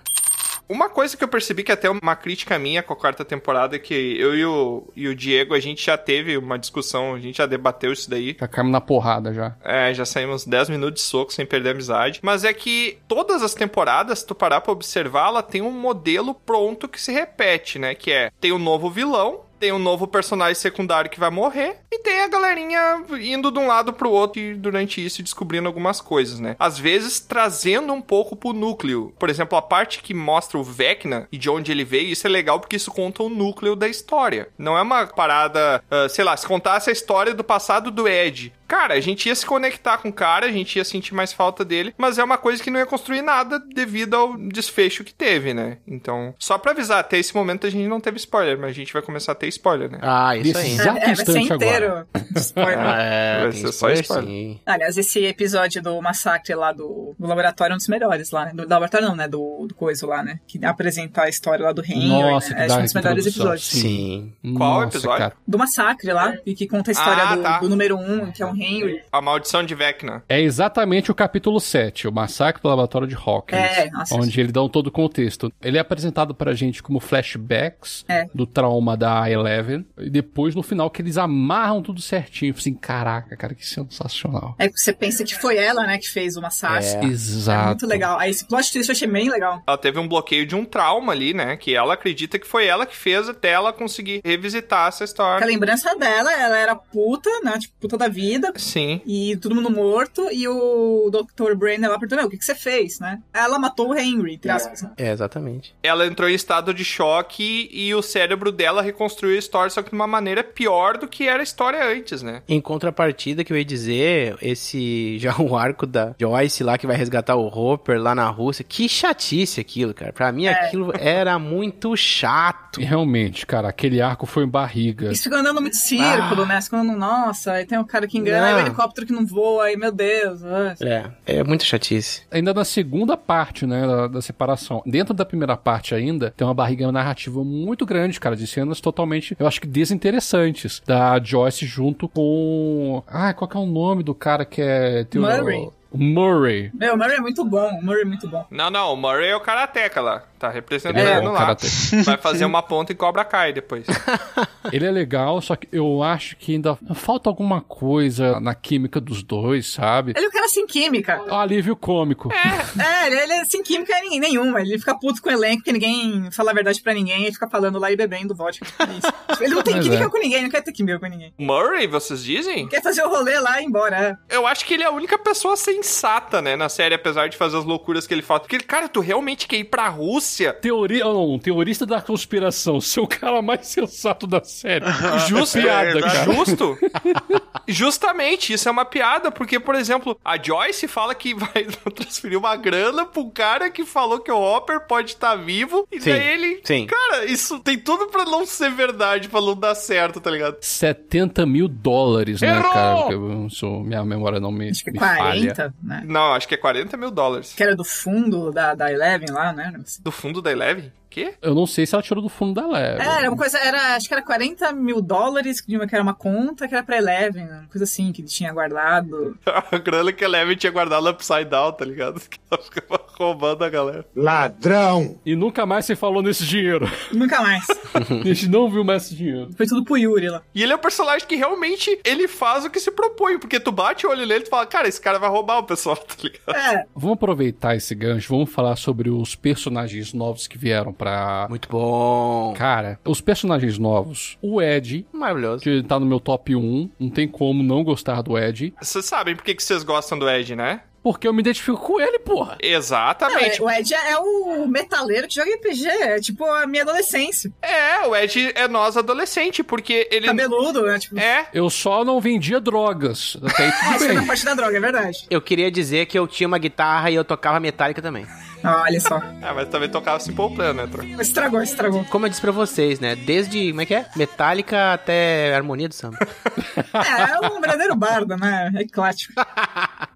Speaker 5: Uma coisa que eu percebi que até uma crítica minha com a quarta temporada é que eu e o, e o Diego a gente já teve uma discussão, a gente já debateu isso daí.
Speaker 7: Já caímos na porrada já.
Speaker 5: É, já saímos 10 minutos de soco sem perder a amizade. Mas é que todas as temporadas, se tu parar pra observar, ela tem um modelo pronto que se repete, né? Que é, tem um novo vilão, tem um novo personagem secundário que vai morrer, e tem a galerinha indo de um lado pro outro e durante isso descobrindo algumas coisas, né? Às vezes trazendo um pouco pro núcleo. Por exemplo, a parte que mostra o Vecna e de onde ele veio, isso é legal porque isso conta o núcleo da história. Não é uma parada, ah, sei lá, se contasse a história do passado do Ed, Cara, a gente ia se conectar com o cara, a gente ia sentir mais falta dele, mas é uma coisa que não ia construir nada devido ao desfecho que teve, né? Então, só pra avisar, até esse momento a gente não teve spoiler, mas a gente vai começar a ter spoiler, né?
Speaker 2: Ah, isso
Speaker 7: Desse
Speaker 2: aí.
Speaker 7: Já
Speaker 4: é, vai ser
Speaker 7: instante agora.
Speaker 4: inteiro. Spoiler.
Speaker 7: [LAUGHS]
Speaker 2: Ah, é, tem
Speaker 5: Vai ser só
Speaker 2: spoiler,
Speaker 5: spoiler.
Speaker 2: sim.
Speaker 4: Aliás, esse episódio do massacre lá do, do laboratório é um dos melhores lá, né? Do laboratório não, né? Do, do coisa lá, né? Que apresenta a história lá do reino.
Speaker 7: Nossa,
Speaker 4: né?
Speaker 7: que
Speaker 4: Acho
Speaker 7: dá
Speaker 4: um dos melhores
Speaker 7: introdução.
Speaker 4: episódios.
Speaker 2: Sim.
Speaker 5: Qual
Speaker 7: Nossa,
Speaker 5: episódio?
Speaker 7: cara.
Speaker 4: Do massacre lá, e que conta a história
Speaker 5: Ah,
Speaker 4: do,
Speaker 5: tá.
Speaker 4: do número um, que é um Henry.
Speaker 5: A maldição de Vecna.
Speaker 7: É exatamente o capítulo 7, o Massacre do Laboratório de Hawkins.
Speaker 4: É, nossa.
Speaker 7: Onde eles dão todo o contexto. Ele é apresentado pra gente como flashbacks
Speaker 4: É.
Speaker 7: do trauma da Eleven. E depois, no final, que eles amarram tudo certinho. Assim, caraca, cara, que sensacional.
Speaker 4: É que você pensa que foi ela, né, que fez o
Speaker 2: É.
Speaker 4: massacre.
Speaker 7: Exato.
Speaker 4: Muito legal. Aí esse plot twist eu achei bem legal.
Speaker 5: Ela teve um bloqueio de um trauma ali, né? Que ela acredita que foi ela que fez até ela conseguir revisitar essa
Speaker 4: Porque
Speaker 5: história.
Speaker 4: A lembrança dela, ela era puta, né? Tipo, puta da vida.
Speaker 5: Sim.
Speaker 4: E todo mundo morto. E o Dr. Brenner lá perguntou, meu, o que, que você fez, né? Ela matou o Henry, entre aspas. né?
Speaker 2: É, exatamente.
Speaker 5: Ela entrou em estado de choque e o cérebro dela reconstruiu a história, só que de uma maneira pior do que era a história antes, né?
Speaker 2: Em contrapartida, que eu ia dizer, esse já [LAUGHS] o arco da Joyce lá que vai resgatar o Hopper lá na Rússia. Que chatice aquilo, cara. Pra
Speaker 5: É.
Speaker 2: mim, aquilo era muito chato.
Speaker 7: E Realmente, cara, aquele arco foi em barriga.
Speaker 4: Isso fica andando muito círculo,
Speaker 2: Ah.
Speaker 4: né? Você Fica andando, nossa, aí tem um cara que engana, aí o
Speaker 2: Não.
Speaker 4: helicóptero que não voa, aí, meu Deus. ah.
Speaker 2: É, é muito chatice.
Speaker 7: Ainda na segunda parte, né, da, da separação. Dentro da primeira parte ainda, tem uma barriga narrativa muito grande, cara, de cenas totalmente, eu acho que desinteressantes. Da Joyce junto com... Ah, qual que é o nome do cara que é... tem o-
Speaker 4: Murray.
Speaker 7: Murray.
Speaker 4: Meu, o Murray é muito bom, o Murray é muito bom.
Speaker 5: Não, não, o Murray é o Karateka lá. Tá representando
Speaker 7: Ele é bom
Speaker 5: lá.
Speaker 7: karatê.
Speaker 5: Vai fazer uma ponta e cobra cai depois.
Speaker 7: Ele é legal, só que eu acho que ainda falta alguma coisa na química dos dois, sabe?
Speaker 4: Ele é um cara sem química.
Speaker 7: Um alívio cômico.
Speaker 4: É, ele, ele é sem química ninguém, nenhuma. Ele fica puto com o elenco, que ninguém fala a verdade pra ninguém, ele fica falando lá e bebendo vodka. É isso. Ele não tem
Speaker 7: Mas
Speaker 4: química
Speaker 7: é.
Speaker 4: com ninguém, não quer ter química com ninguém.
Speaker 5: Murray, vocês dizem?
Speaker 4: Quer fazer o rolê lá e ir embora.
Speaker 5: Eu acho que ele é a única pessoa sensata, né, na série, apesar de fazer as loucuras que ele faz. Porque, cara, tu realmente quer ir pra Rússia?
Speaker 7: Teoria, não, um teorista da conspiração, [LAUGHS] ser o cara mais sensato da [LAUGHS] série. Justo,
Speaker 1: é
Speaker 7: piada,
Speaker 1: verdade.
Speaker 7: cara.
Speaker 5: [LAUGHS] Justo? Justamente, isso é uma piada, porque, por exemplo, a Joyce fala que vai [LAUGHS] transferir uma grana pro cara que falou que o Hopper pode estar vivo, e
Speaker 2: Sim,
Speaker 5: daí ele...
Speaker 2: sim.
Speaker 5: Cara, isso tem tudo pra não ser verdade, pra não dar certo, tá ligado?
Speaker 7: 70 mil dólares, né,
Speaker 5: Errou!
Speaker 7: cara? Porque eu sou- minha memória não me,
Speaker 4: Acho que
Speaker 7: me falha.
Speaker 4: 40, né?
Speaker 5: Não, acho que é 40 mil dólares.
Speaker 4: Que era do fundo da, da Eleven lá, né?
Speaker 5: Do fundo da Eleven? Quê?
Speaker 7: Eu não sei se ela tirou do fundo da leve.
Speaker 4: É, era uma coisa, era, acho que era 40 mil dólares, que era uma conta que era pra Eleven, né? uma coisa assim, que ele tinha guardado.
Speaker 5: [LAUGHS] A grana que a Eleven tinha guardado no Upside Down, tá ligado? [LAUGHS] Que ela ficava roubando a galera.
Speaker 7: Ladrão! E nunca mais se falou nesse [LAUGHS] dinheiro.
Speaker 4: Nunca [LAUGHS] mais.
Speaker 7: a gente não viu mais esse dinheiro.
Speaker 4: Foi tudo pro Yuri [LAUGHS] lá.
Speaker 5: E ele é um personagem que realmente ele faz o que se propõe, porque tu bate o olho nele e tu fala, cara, esse cara vai roubar o pessoal, [LAUGHS] tá ligado?
Speaker 4: É.
Speaker 7: Vamos aproveitar esse gancho, vamos falar sobre os personagens novos que vieram pra.
Speaker 2: Muito bom!
Speaker 7: Cara, os personagens novos. O Ed.
Speaker 2: Maravilhoso.
Speaker 7: Que tá no meu top 1. Não tem como não gostar do Ed.
Speaker 5: Vocês sabem por que que vocês gostam do Ed, né?
Speaker 7: Porque eu me identifico com ele, porra.
Speaker 4: Não, é-
Speaker 5: Exatamente.
Speaker 4: o Ed é o metaleiro que joga RPG, é tipo a minha adolescência.
Speaker 5: É, o Ed é nós adolescente, porque ele.
Speaker 4: Cabeludo, né? Tipo,
Speaker 5: É,
Speaker 7: Eu só não vendia drogas. Até aí
Speaker 4: Ah,
Speaker 7: tudo
Speaker 4: isso é na
Speaker 7: bem.
Speaker 4: parte da droga, é verdade.
Speaker 2: Eu queria dizer que eu tinha uma guitarra e eu tocava metálica também.
Speaker 4: Ah, olha só.
Speaker 5: Ah, mas também tocava se poupando, né, Tro?
Speaker 4: Estragou, [LAUGHS] estragou.
Speaker 2: Como eu disse pra vocês, né? Desde, como é que é? Metálica até harmonia do samba.
Speaker 4: É, é um verdadeiro bardo, né? É clássico.
Speaker 2: [LAUGHS]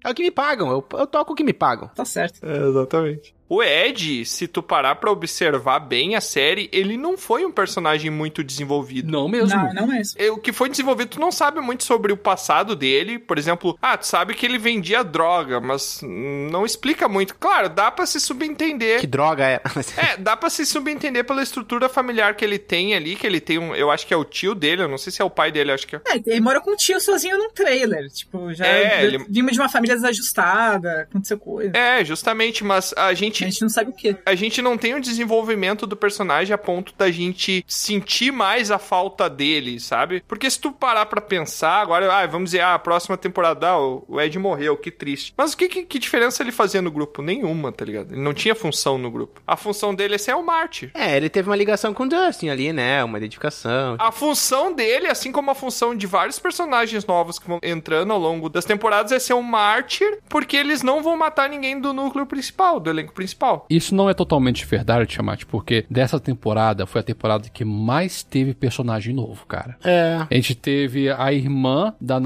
Speaker 2: É o que me pagam, eu, eu toco o que me pagam.
Speaker 4: Tá certo.
Speaker 5: exatamente. O Ed, se tu parar pra observar bem a série, ele não foi um personagem muito desenvolvido.
Speaker 7: Não mesmo.
Speaker 4: [LAUGHS] Não, não é isso.
Speaker 5: É, O que foi desenvolvido, tu não sabe muito sobre o passado dele. Por exemplo, ah, tu sabe que ele vendia droga, mas hum, não explica muito. Claro, dá pra se subentender.
Speaker 2: Que droga [LAUGHS] é.
Speaker 5: É, dá pra se subentender pela estrutura familiar que ele tem ali, que ele tem um. Eu acho que é o tio dele, eu não sei se é o pai dele, eu acho que é.
Speaker 4: É, ele mora com o tio sozinho num trailer. Tipo, já
Speaker 5: É, ele-
Speaker 4: vimos de uma família desajustada, aconteceu coisa.
Speaker 5: É, justamente, mas a gente
Speaker 4: A gente não sabe o quê.
Speaker 5: a gente não tem o desenvolvimento do personagem a ponto da gente sentir mais a falta dele, sabe? Porque se tu parar pra pensar, agora, ah, vamos dizer, ah, a próxima temporada, ah, o Ed morreu, que triste. Mas o que, que, que diferença ele fazia no grupo? Nenhuma, tá ligado? Ele não tinha função no grupo. A função dele é ser o mártir.
Speaker 2: É, ele teve uma ligação com o Dustin ali, né? Uma identificação.
Speaker 5: A função dele, assim como a função de vários personagens novos que vão entrando ao longo das temporadas, é ser um mártir, porque eles não vão matar ninguém do núcleo principal, do elenco principal.
Speaker 7: Isso não é totalmente verdade, Tiamat, porque dessa temporada foi a temporada que mais teve personagem novo, cara.
Speaker 2: É.
Speaker 7: A gente teve a irmã da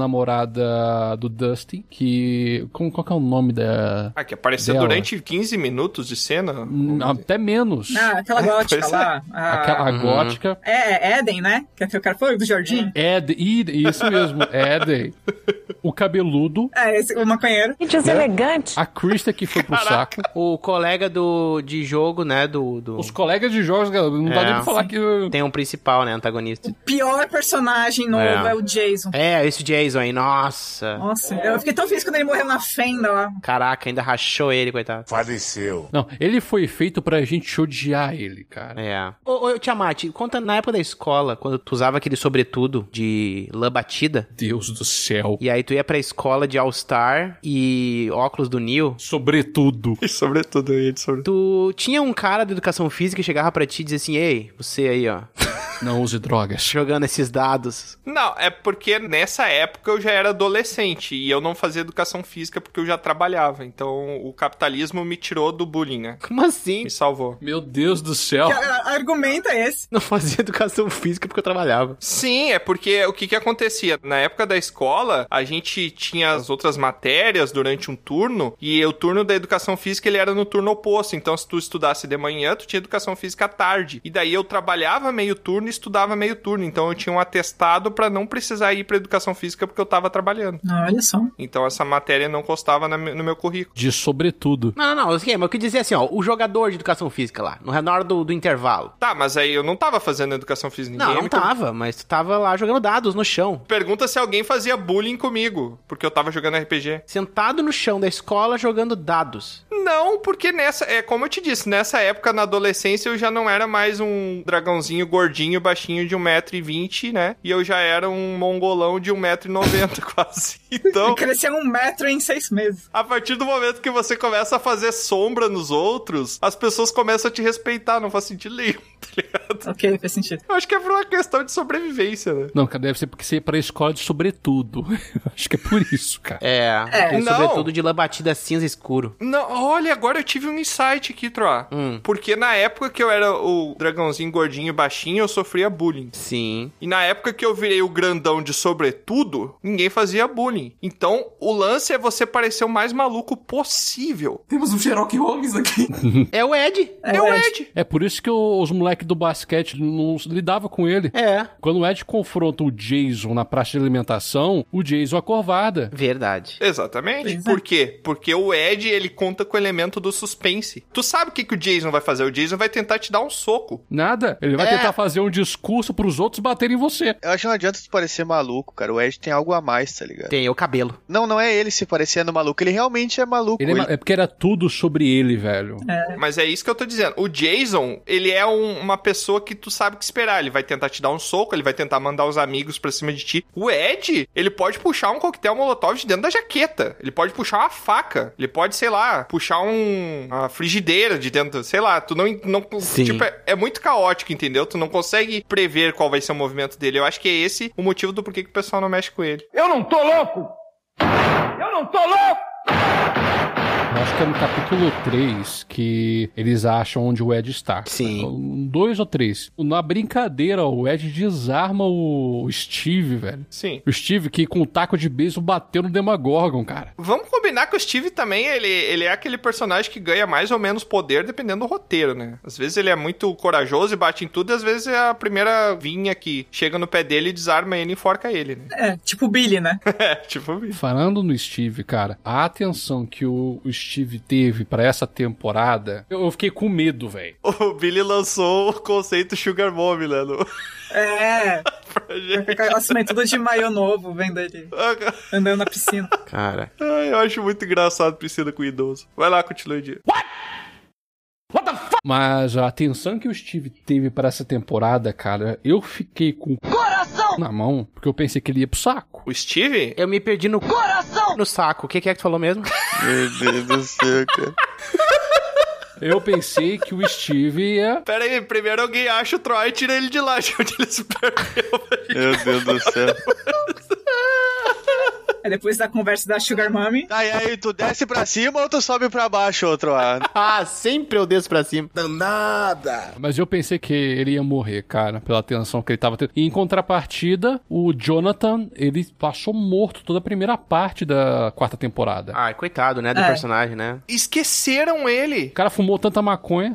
Speaker 7: namorada do Dustin, que. Como, qual que é o nome da.
Speaker 5: Ah, que apareceu
Speaker 7: Dela.
Speaker 5: durante 15 minutos de cena.
Speaker 7: Hum, Até menos.
Speaker 4: Ah,
Speaker 5: [LAUGHS]
Speaker 4: aquela gótica
Speaker 5: Pois é.
Speaker 4: lá. a-
Speaker 7: Aquela
Speaker 2: Uhum.
Speaker 7: gótica.
Speaker 4: É, Eden, né? Que até o cara foi do Jardim.
Speaker 7: Ed, Id- isso mesmo, Eden. O cabeludo.
Speaker 4: É, esse, o maconheiro.
Speaker 7: A Krista que foi pro saco.
Speaker 2: O colega do, de jogo, né? Do, do-
Speaker 7: Os colegas de jogos, galera, não dá
Speaker 2: É.
Speaker 7: nem pra falar que.
Speaker 2: Tem um principal, né? Antagonista.
Speaker 4: Pior personagem novo
Speaker 2: É.
Speaker 4: é, o Jason.
Speaker 2: É, esse Jason aí, nossa.
Speaker 4: Nossa, eu fiquei tão feliz quando ele morreu na fenda lá.
Speaker 2: Caraca, ainda rachou ele, coitado.
Speaker 6: Faleceu.
Speaker 7: Não, ele foi feito pra gente odiar ele, cara.
Speaker 2: É. Ô, ô, Tiamat, conta na época da escola, quando tu usava aquele sobretudo de lã batida,
Speaker 7: Deus do céu.
Speaker 2: e aí tu ia pra escola de All-Star e óculos do Neil.
Speaker 7: Sobretudo.
Speaker 5: E sobretudo ele, sobretudo.
Speaker 2: Tu tinha um cara da educação física que chegava pra ti e dizia assim: Ei, você aí, ó, tá
Speaker 7: Não use drogas.
Speaker 2: jogando esses dados. [LAUGHS]
Speaker 5: Não, é porque nessa época eu já era adolescente e eu não fazia educação física porque eu já trabalhava. Então o capitalismo me tirou do bullying, né?
Speaker 2: Como assim?
Speaker 5: Me salvou.
Speaker 7: Meu Deus do céu.
Speaker 4: Que a- a- argumento é esse?
Speaker 2: Não fazia [LAUGHS] educação física porque eu trabalhava.
Speaker 5: Sim, é porque o que que acontecia? Na época da escola, a gente tinha as outras matérias durante um turno e o turno da educação física ele era no turno oposto. Então se tu estudasse de manhã, tu tinha educação física à tarde. E daí eu trabalhava meio turno e estudava meio turno. Então eu tinha um atestado pra não precisar ir pra educação física porque eu tava trabalhando.
Speaker 4: Não, olha só.
Speaker 5: Então essa matéria não constava na me- no meu currículo.
Speaker 7: De sobretudo.
Speaker 2: Não, não, não, assim, mas eu quis dizer assim, ó, o jogador de educação física lá, no- na hora do, do intervalo.
Speaker 5: Tá, mas aí eu não tava fazendo educação física.
Speaker 2: Não,
Speaker 5: ninguém
Speaker 2: não
Speaker 5: me
Speaker 2: tava, mas tu tava lá jogando dados no chão.
Speaker 5: Pergunta se alguém fazia bullying comigo, porque eu tava jogando RPG.
Speaker 2: Sentado no chão da escola jogando dados.
Speaker 5: Não, porque nessa. É como eu te disse, nessa época, na adolescência, eu já não era mais um dragãozinho gordinho, baixinho de 1,20m, né? E eu já era um mongolão de 1,90m [LAUGHS] quase. Então.
Speaker 4: Ele cresceu um metro em seis meses.
Speaker 5: A partir do momento que você começa a fazer sombra nos outros, as pessoas começam a te respeitar, não faz sentido nenhum. ligado?
Speaker 4: Ok, faz sentido.
Speaker 5: Eu acho que é por uma questão de sobrevivência, né?
Speaker 7: Não, cara, deve ser porque você ia pra escola de sobretudo. [LAUGHS] Acho que é por isso, cara.
Speaker 2: É,
Speaker 5: É.
Speaker 2: e
Speaker 5: Não.
Speaker 2: sobretudo de labatida cinza escuro.
Speaker 5: Não, olha, agora eu tive um insight aqui, Troa.
Speaker 4: Hum.
Speaker 5: Porque na época que eu era o dragãozinho gordinho e baixinho, eu sofria bullying.
Speaker 2: Sim.
Speaker 5: E na época que eu virei o grandão de sobretudo, ninguém fazia bullying. Então, o lance é você parecer o mais maluco possível.
Speaker 8: Temos um Sherlock Holmes aqui.
Speaker 2: É o Ed.
Speaker 5: É o Ed.
Speaker 7: É por isso que o- os moleques do basquete não se lidava com ele.
Speaker 2: É.
Speaker 7: Quando o Ed confronta o Jason na praça de alimentação, o Jason acorvada.
Speaker 2: Verdade.
Speaker 5: Exatamente.
Speaker 4: Pois é.
Speaker 5: Por quê? Porque o Ed, ele conta com o elemento do suspense. Tu sabe o que, que o Jason vai fazer? O Jason vai tentar te dar um soco.
Speaker 7: Nada. Ele vai
Speaker 2: É.
Speaker 7: tentar fazer um discurso pros outros baterem em você.
Speaker 1: Eu acho que não adianta tu parecer maluco, cara. O Ed tem algo a mais, tá ligado?
Speaker 2: Tem o cabelo.
Speaker 1: Não, não é ele se parecendo maluco. Ele realmente é maluco.
Speaker 7: Ele é, ma- é porque era tudo sobre ele, velho.
Speaker 5: Mas é isso que eu tô dizendo. O Jason, ele é um- uma pessoa que tu sabe o que esperar. Ele vai tentar te dar um soco, ele vai tentar mandar os amigos pra cima de ti. O Ed, ele pode puxar um coquetel molotov de dentro da jaqueta. Ele pode puxar uma faca. Ele pode, sei lá, puxar um, uma frigideira de dentro. Sei lá, tu não. não
Speaker 2: Sim.
Speaker 5: Tipo, é, é muito caótico, entendeu? Tu não consegue prever qual vai ser o movimento dele. Eu acho que é esse o motivo do porquê que o pessoal não mexe com ele.
Speaker 6: Eu não tô louco! Eu não tô louco!
Speaker 7: Eu acho que é no capítulo 3 que eles acham onde o Ed está.
Speaker 2: Sim.
Speaker 7: Um, Dois ou três. Na brincadeira, o Ed desarma o o Steve, velho.
Speaker 5: Sim.
Speaker 7: O Steve que com o taco de beijo bateu no Demagorgon, cara.
Speaker 5: Vamos combinar que o Steve também, ele, ele é aquele personagem que ganha mais ou menos poder dependendo do roteiro, né? Às vezes ele é muito corajoso e bate em tudo, e às vezes é a primeira vinha que chega no pé dele e desarma ele e enforca ele, né?
Speaker 4: É, tipo o Billy, né?
Speaker 5: [LAUGHS] É, tipo isso.
Speaker 7: Falando no Steve, cara, a atenção que o o Steve teve pra essa temporada, eu eu fiquei com medo, velho.
Speaker 5: O Billy lançou o conceito Sugar Mommy, né? No... [LAUGHS]
Speaker 4: É,
Speaker 5: pra gente.
Speaker 4: ela se tudo de maio novo, vendo ele andando na piscina.
Speaker 2: Cara.
Speaker 5: Ai, eu acho muito engraçado piscina com idoso. Vai lá, continua o dia.
Speaker 7: Mas a atenção que o Steve teve pra essa temporada, cara, eu fiquei com o coração na mão, porque eu pensei que ele ia pro saco.
Speaker 5: O Steve?
Speaker 2: Eu me perdi no coração! No saco. O que, que é que tu falou mesmo?
Speaker 1: Meu Deus do céu, cara.
Speaker 7: Eu pensei que o Steve ia
Speaker 5: Pera aí, primeiro alguém acha o Troy e tira ele de lá, [LAUGHS] de onde ele se perdeu.
Speaker 1: Meu Deus do céu.
Speaker 4: Aí É depois da conversa da Sugar Mommy,
Speaker 1: Aí, Tá, aí, tu desce pra cima ou tu sobe pra baixo, outro A?
Speaker 2: ah, sempre eu desço pra cima.
Speaker 11: Danada!
Speaker 7: Mas eu pensei que ele ia morrer, cara, pela tensão que ele tava tendo. E em contrapartida, o Jonathan, ele passou morto toda a primeira parte da quarta temporada.
Speaker 2: Ai, coitado, né? Do
Speaker 4: É.
Speaker 2: personagem, né?
Speaker 5: Esqueceram ele.
Speaker 7: O cara fumou tanta
Speaker 5: [LAUGHS]
Speaker 7: maconha.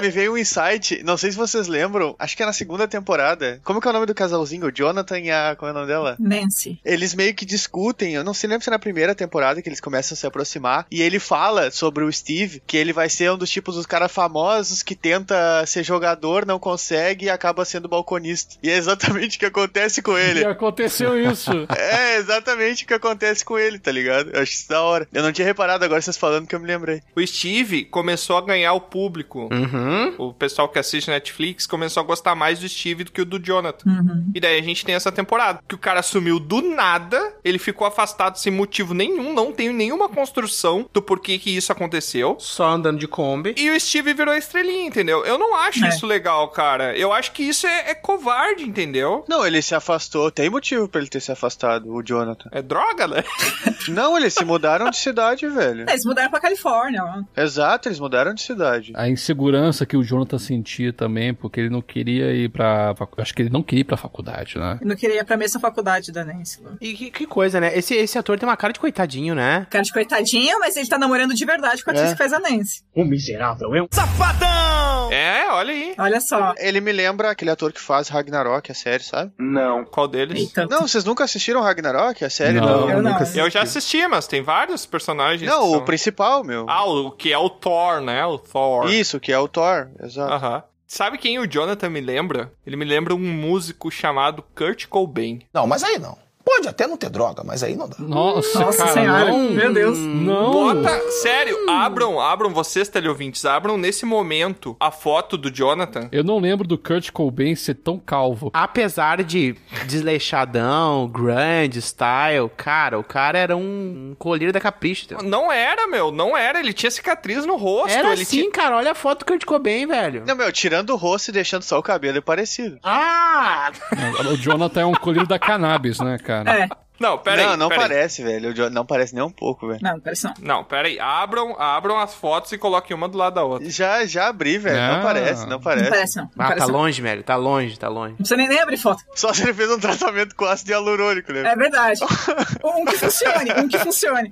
Speaker 1: Me veio um insight, não sei se vocês lembram, acho que é na segunda temporada. Como que é o nome do casalzinho? O Jonathan e a. Como é o nome dela?
Speaker 4: Nancy.
Speaker 1: Eles meio que discutem, eu não sei nem se é na primeira temporada que eles começam a se aproximar, e ele fala sobre o Steve, que ele vai ser um dos tipos dos caras famosos que tenta ser jogador, não consegue e acaba sendo balconista. E é exatamente o que acontece com
Speaker 7: E [LAUGHS]
Speaker 1: ele.
Speaker 7: aconteceu
Speaker 5: [LAUGHS]
Speaker 7: isso.
Speaker 1: É exatamente o que acontece com ele, tá ligado? Eu acho isso da hora. Eu não tinha reparado agora vocês falando que eu me lembrei.
Speaker 5: O Steve começou a ganhar o público.
Speaker 2: Uhum.
Speaker 5: O pessoal que assiste Netflix começou a gostar mais do Steve do que o do Jonathan.
Speaker 4: Uhum.
Speaker 5: E daí a gente tem essa temporada. Que o cara sumiu do nada, ele ficou afastado sem motivo nenhum, não tem nenhuma construção do porquê que isso aconteceu.
Speaker 2: Só andando de Kombi.
Speaker 5: E o Steve virou estrelinha, entendeu? Eu não acho
Speaker 4: É.
Speaker 5: isso legal, cara. Eu acho que isso é, é covarde, entendeu?
Speaker 1: Não, ele se afastou. Tem motivo pra ele ter se afastado, o Jonathan.
Speaker 5: É droga, né?
Speaker 1: Não, eles se mudaram de cidade, velho.
Speaker 4: É, eles mudaram pra Califórnia, ó.
Speaker 1: Exato, eles mudaram de cidade.
Speaker 7: A insegurança que o Jonathan sentia também, porque ele não queria ir pra. facu- Acho que ele não queria ir pra faculdade, né?
Speaker 4: Eu não queria ir pra mesma faculdade da Nancy. lá.
Speaker 2: E que, que coisa, né? Esse, esse ator tem uma cara de coitadinho, né?
Speaker 4: Cara de coitadinho, mas ele tá namorando de verdade com a atriz
Speaker 1: É.
Speaker 4: que faz a Nancy.
Speaker 5: É, olha aí.
Speaker 4: Olha só.
Speaker 1: Ele me lembra aquele ator que faz Ragnarok, a série, sabe?
Speaker 8: Não.
Speaker 5: Qual deles?
Speaker 4: Eita.
Speaker 1: Não, vocês nunca assistiram Ragnarok, a série?
Speaker 7: Não.
Speaker 4: eu não.
Speaker 5: Eu já assisti, mas tem vários personagens.
Speaker 1: Não,
Speaker 5: que
Speaker 1: o
Speaker 5: são-
Speaker 1: principal, meu.
Speaker 5: Ah, o que é o Thor, né? O Thor. Ah.
Speaker 1: Isso, que é o Thor, exato.
Speaker 5: Aham. Sabe quem o Jonathan me lembra? Ele me lembra um músico chamado Kurt Cobain.
Speaker 11: Não, mas aí não.
Speaker 12: Pode até não ter droga, mas aí não dá.
Speaker 7: Nossa,
Speaker 5: Nossa cara, Senhora, não.
Speaker 4: meu Deus.
Speaker 7: Não.
Speaker 5: Bota, sério, abram, abram vocês, teleouvintes, abram nesse momento a foto do Jonathan.
Speaker 7: Eu não lembro do Kurt Cobain ser tão calvo.
Speaker 2: Apesar de desleixadão, grande, style, cara, o cara era um colírio da capricha.
Speaker 5: Não era, meu, não era. Ele tinha cicatriz no rosto.
Speaker 2: Era assim?
Speaker 5: ele
Speaker 2: sim, cara. Olha a foto do Kurt Cobain, velho.
Speaker 1: Não, meu, tirando o rosto e deixando só o cabelo é parecido.
Speaker 2: Ah!
Speaker 7: O Jonathan é um colírio da cannabis, né, cara?
Speaker 4: É.
Speaker 5: Não, pera
Speaker 1: Não,
Speaker 5: aí,
Speaker 1: não
Speaker 5: pera aí.
Speaker 1: parece, velho. O Jon- Não parece nem um pouco, velho.
Speaker 4: Não, parece não.
Speaker 5: Não, pera aí. Abram, abram as fotos e coloquem uma do lado da outra.
Speaker 1: Já, já abri, velho.
Speaker 7: Ah.
Speaker 1: Não parece, não
Speaker 4: Não
Speaker 1: parece.
Speaker 4: parece não. Não,
Speaker 2: Ah,
Speaker 4: parece, um
Speaker 2: tá
Speaker 4: não. não
Speaker 2: longe, velho. Tá longe, tá longe.
Speaker 4: precisa nem, nem abrir foto.
Speaker 1: Só se ele fez um tratamento com ácido hialurônico, né? [LAUGHS]
Speaker 4: É verdade. um que funcione, um que funcione.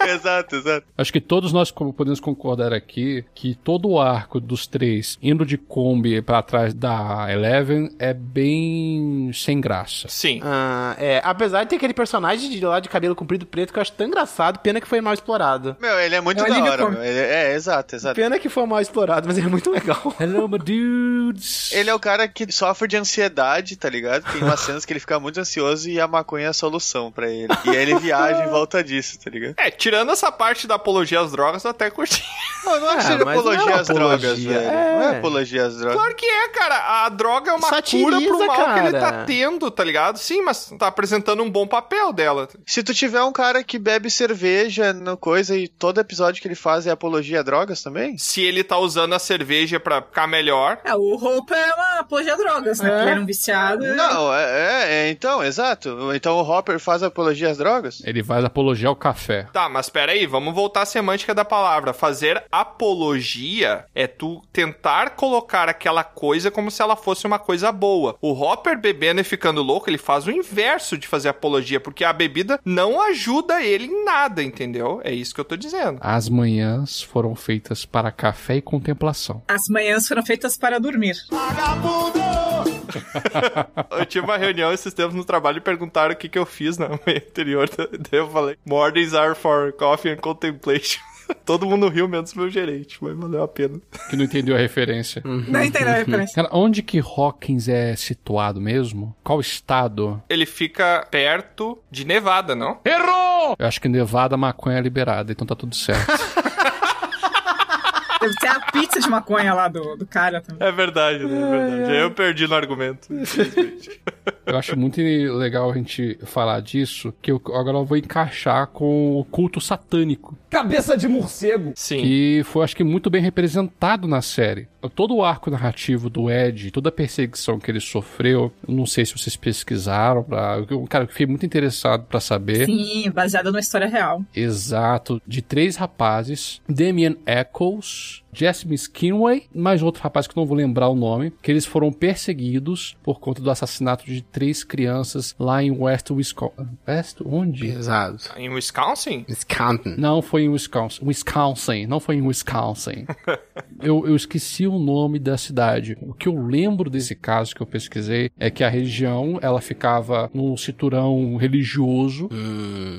Speaker 4: É.
Speaker 1: [LAUGHS] exato, exato.
Speaker 7: Acho que todos nós co- podemos concordar aqui que todo o arco dos três indo de Kombi pra trás da Eleven é bem sem graça.
Speaker 5: Sim.
Speaker 2: Ah, é, apesar de ter aquele personagem de lá de cabelo comprido preto que eu acho tão engraçado, pena que foi mal explorado.
Speaker 1: Meu, ele é muito
Speaker 4: É o
Speaker 1: da
Speaker 4: alívio
Speaker 1: hora,
Speaker 4: cômico.
Speaker 1: meu. Ele é, é, exato, exato.
Speaker 2: Pena que foi mal explorado, mas ele é muito legal.
Speaker 7: Hello, my dudes!
Speaker 1: Ele é o cara que sofre de ansiedade, tá ligado? Tem
Speaker 7: [LAUGHS]
Speaker 1: umas cenas que ele fica muito ansioso e a maconha é a solução pra ele. E aí ele viaja em volta disso, tá ligado?
Speaker 5: É, tirando essa parte da apologia às drogas, eu até curti.
Speaker 1: [LAUGHS] Não, eu não acho que
Speaker 2: Ah,
Speaker 1: seja
Speaker 2: mas não é
Speaker 1: apologia
Speaker 2: uma
Speaker 1: às drogas,
Speaker 2: apologia,
Speaker 1: velho.
Speaker 2: é.
Speaker 1: Não é apologia às drogas.
Speaker 5: Claro que é, cara. A droga é uma
Speaker 2: Satiriza,
Speaker 5: cura pro mal que ele
Speaker 2: cara.
Speaker 5: tá tendo, tá ligado? Sim, mas tá apresentando um bom papel dela.
Speaker 1: Se tu tiver um cara que bebe cerveja no coisa e todo episódio que ele faz é apologia a drogas também?
Speaker 5: Se ele tá usando a cerveja pra ficar melhor.
Speaker 4: É, o Hope é uma apologia a drogas, né? Porque era um viciado.
Speaker 1: Não, é, é- é, então, exato. Então o Hopper faz apologia às drogas?
Speaker 7: Ele faz apologia ao café.
Speaker 5: Tá, mas peraí, vamos voltar à semântica da palavra. Fazer apologia é tu tentar colocar aquela coisa como se ela fosse uma coisa boa. O Hopper bebendo e ficando louco, ele faz o inverso de fazer apologia, porque a bebida não ajuda ele em nada, entendeu? É isso que eu tô dizendo.
Speaker 7: As manhãs foram feitas para café e contemplação.
Speaker 4: As manhãs foram feitas para dormir.
Speaker 5: [LAUGHS] Eu tive uma reunião esses tempos no trabalho e perguntaram o que, que eu fiz na manhã anterior. [LAUGHS] Daí eu falei: Mornings are for coffee and contemplation. [LAUGHS] Todo mundo riu, menos meu gerente, mas valeu a pena.
Speaker 7: Que não entendeu a referência.
Speaker 1: Hum.
Speaker 4: Não entendeu a referência.
Speaker 7: Cara, onde que Hawkins é situado mesmo? Qual estado?
Speaker 5: Ele fica perto de Nevada, não?
Speaker 7: Eu acho que em Nevada a maconha é liberada, então tá tudo certo.
Speaker 4: Deve ter a pizza de maconha lá do, do cara também.
Speaker 5: É verdade, né? É verdade. Eu perdi no argumento.
Speaker 7: Eu acho muito legal a gente falar disso, que eu agora eu vou encaixar com o culto satânico.
Speaker 3: Cabeça de morcego.
Speaker 5: Sim.
Speaker 7: E foi, acho que, muito bem representado na série. Todo o arco narrativo do Ed, toda a perseguição que ele sofreu, eu não sei se vocês pesquisaram, pra... eu- cara, eu fiquei muito interessado pra saber.
Speaker 4: Sim, baseada numa história real.
Speaker 7: Exato, de três rapazes, Damien Eccles, Jesse Skinway, mais outro rapaz que eu não vou lembrar o nome, que eles foram perseguidos por conta do assassinato de três crianças lá em West Wisconsin. West? Onde?
Speaker 2: Pesado.
Speaker 5: Em Wisconsin?
Speaker 2: Wisconsin.
Speaker 7: Não foi em Wisconsin. Wisconsin, não foi em Wisconsin. eu, eu esqueci o nome da cidade. O que eu lembro desse caso que eu pesquisei é que a região ela ficava num cinturão religioso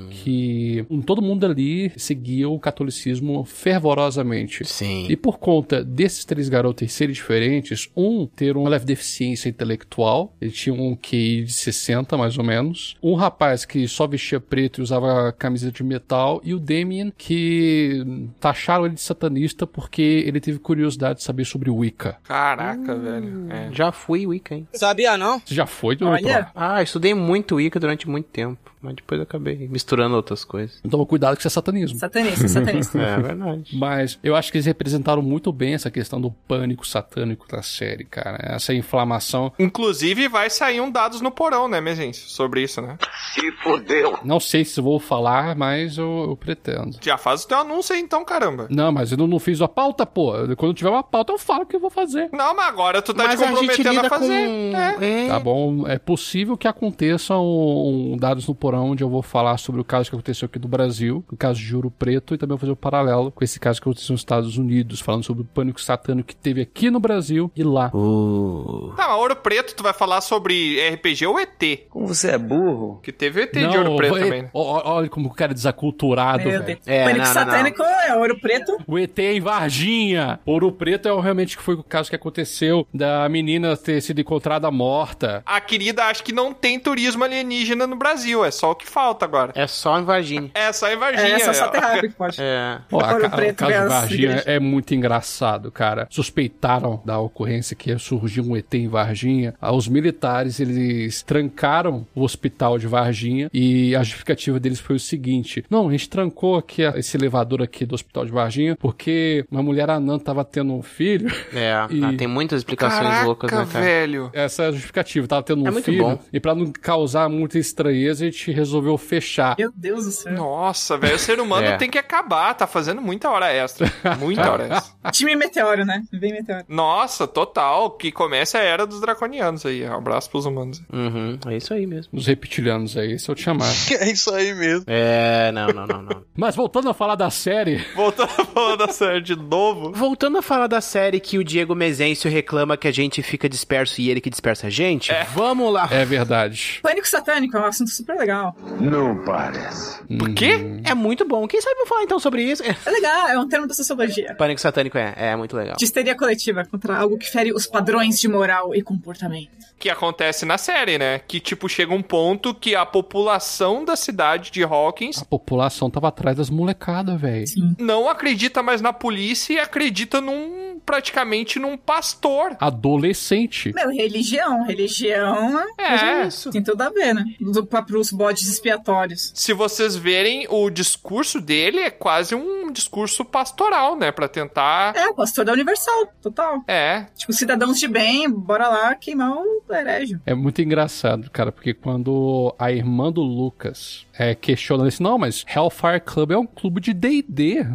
Speaker 7: que todo mundo ali seguia o catolicismo fervorosamente.
Speaker 2: Sim.
Speaker 7: E por conta desses três garotos serem diferentes, um ter uma leve deficiência intelectual, ele tinha um QI de 60 mais ou menos, um rapaz que só vestia preto e usava camisa de metal, e o Damien que taxaram ele de satanista porque ele teve curiosidade de saber sobre Wicca.
Speaker 5: Caraca, velho. É.
Speaker 2: Já fui Wicca, hein?
Speaker 9: Sabia não?
Speaker 7: Você já foi do
Speaker 4: Olha.
Speaker 2: Ah, estudei muito Wicca durante muito tempo, mas depois eu acabei misturando outras coisas.
Speaker 7: Então cuidado que isso é satanismo.
Speaker 4: Satanista, satanista.
Speaker 2: É verdade.
Speaker 7: Mas eu acho que eles representaram muito bem essa questão do pânico satânico da série, cara. Essa inflamação.
Speaker 5: Inclusive, vai sair um Dados no Porão, né, minha gente? Sobre isso, né?
Speaker 11: Se fudeu.
Speaker 7: Não sei se vou falar, mas eu, eu pretendo.
Speaker 5: Já faz o teu anúncio aí, então, caramba.
Speaker 7: Não, mas eu não, não fiz a pauta, pô. Quando tiver uma pauta, eu falo o que eu vou fazer.
Speaker 5: Não, mas agora tu tá
Speaker 2: mas
Speaker 5: te
Speaker 2: a gente
Speaker 5: comprometendo
Speaker 2: lida
Speaker 5: a fazer.
Speaker 2: com...
Speaker 5: É.
Speaker 2: É.
Speaker 7: Tá bom? É possível que aconteçam um, um dados no Porão, onde eu vou falar sobre o caso que aconteceu aqui do Brasil, o caso de Ouro Preto, e também vou fazer o um paralelo com esse caso que aconteceu nos Estados Unidos, falando sobre o pânico satânico que teve aqui no Brasil e lá.
Speaker 5: Uh. Tá, Ouro Preto, tu vai falar sobre RPG ou ET?
Speaker 7: Como você é burro?
Speaker 5: Que teve ET de Ouro Preto
Speaker 7: o-
Speaker 5: também. né?
Speaker 7: o- Olha como o cara é desaculturado,
Speaker 4: Meu
Speaker 7: velho.
Speaker 4: Deus. Pânico satânico é ouro preto.
Speaker 7: O ET em Varginha. Ouro Preto é o- realmente que foi o caso que aconteceu da menina ter sido encontrada morta.
Speaker 5: A querida, acho que não tem turismo alienígena no Brasil. É só o que falta agora.
Speaker 2: É só em Varginha.
Speaker 5: É só em Varginha.
Speaker 4: É, só só terráqueo
Speaker 2: [LAUGHS]
Speaker 4: que pode.
Speaker 2: É.
Speaker 7: Pô, a
Speaker 4: Ouro
Speaker 7: ca-
Speaker 4: Preto
Speaker 7: o caso de
Speaker 4: versus
Speaker 7: Varginha
Speaker 2: assim,
Speaker 4: igreja.
Speaker 7: é muito engraçado, cara. Suspeitaram da ocorrência que ia surgir um ET em Varginha. Ah, Os militares, eles trancaram o hospital de Varginha e a justificativa deles foi o seguinte. Não, a gente trancou aqui a- esse elevador aqui do hospital de Varginha porque uma mulher anã tava tendo um filho. [LAUGHS]
Speaker 2: É, ah, tem muitas explicações
Speaker 7: Caraca,
Speaker 2: loucas, né, cara?
Speaker 5: velho.
Speaker 7: Essa é a justificativa. Tava tendo um
Speaker 2: É muito
Speaker 7: filho.
Speaker 2: bom.
Speaker 7: E pra não causar muita estranheza, a gente resolveu fechar.
Speaker 4: Meu Deus do céu.
Speaker 5: Nossa, velho, o ser humano
Speaker 7: É.
Speaker 5: tem que acabar, tá fazendo muita hora extra. Muita hora extra.
Speaker 4: Time meteoro, né? Vem meteoro.
Speaker 5: Nossa, total, que comece a era dos draconianos aí. Um abraço pros humanos.
Speaker 2: Uhum, é isso aí mesmo.
Speaker 7: Os reptilianos aí, se eu te chamar.
Speaker 1: [LAUGHS] É isso aí mesmo.
Speaker 2: É, não, não, não, não.
Speaker 7: Mas voltando a falar da série.
Speaker 5: Voltando a falar da série de novo.
Speaker 2: Voltando a falar da série que o Diego Mezencio reclama que a gente fica disperso e ele que dispersa a gente, vamos lá.
Speaker 7: É verdade.
Speaker 4: Pânico satânico é um assunto super legal.
Speaker 2: Não parece. Por quê? É muito bom. Quem sabe eu vou falar então sobre isso?
Speaker 4: É legal, é um termo da sociologia.
Speaker 2: Pânico satânico é, é muito legal.
Speaker 4: De histeria coletiva contra algo que fere os padrões de moral e comportamento.
Speaker 5: Que acontece na série, né? Que, tipo, chega um ponto que a população da cidade de Hawkins
Speaker 7: A população tava atrás das molecadas, velho.
Speaker 5: não acredita mais na polícia e acredita num. praticamente num pastor.
Speaker 7: Adolescente.
Speaker 4: Meu, religião, religião. né?
Speaker 5: É.
Speaker 4: Mas Tem tudo a ver, né? Do, pra, pros bodes expiatórios.
Speaker 5: Se vocês verem, o discurso dele é quase um discurso pastoral, né? Pra tentar.
Speaker 4: É, o pastor da Universal, total.
Speaker 5: É.
Speaker 4: Tipo, cidadãos de bem, bora lá queimar o herege.
Speaker 7: É muito engraçado, cara, porque quando a irmã do Lucas é, questiona isso, não, mas Hellfire Club é um clube de D&D.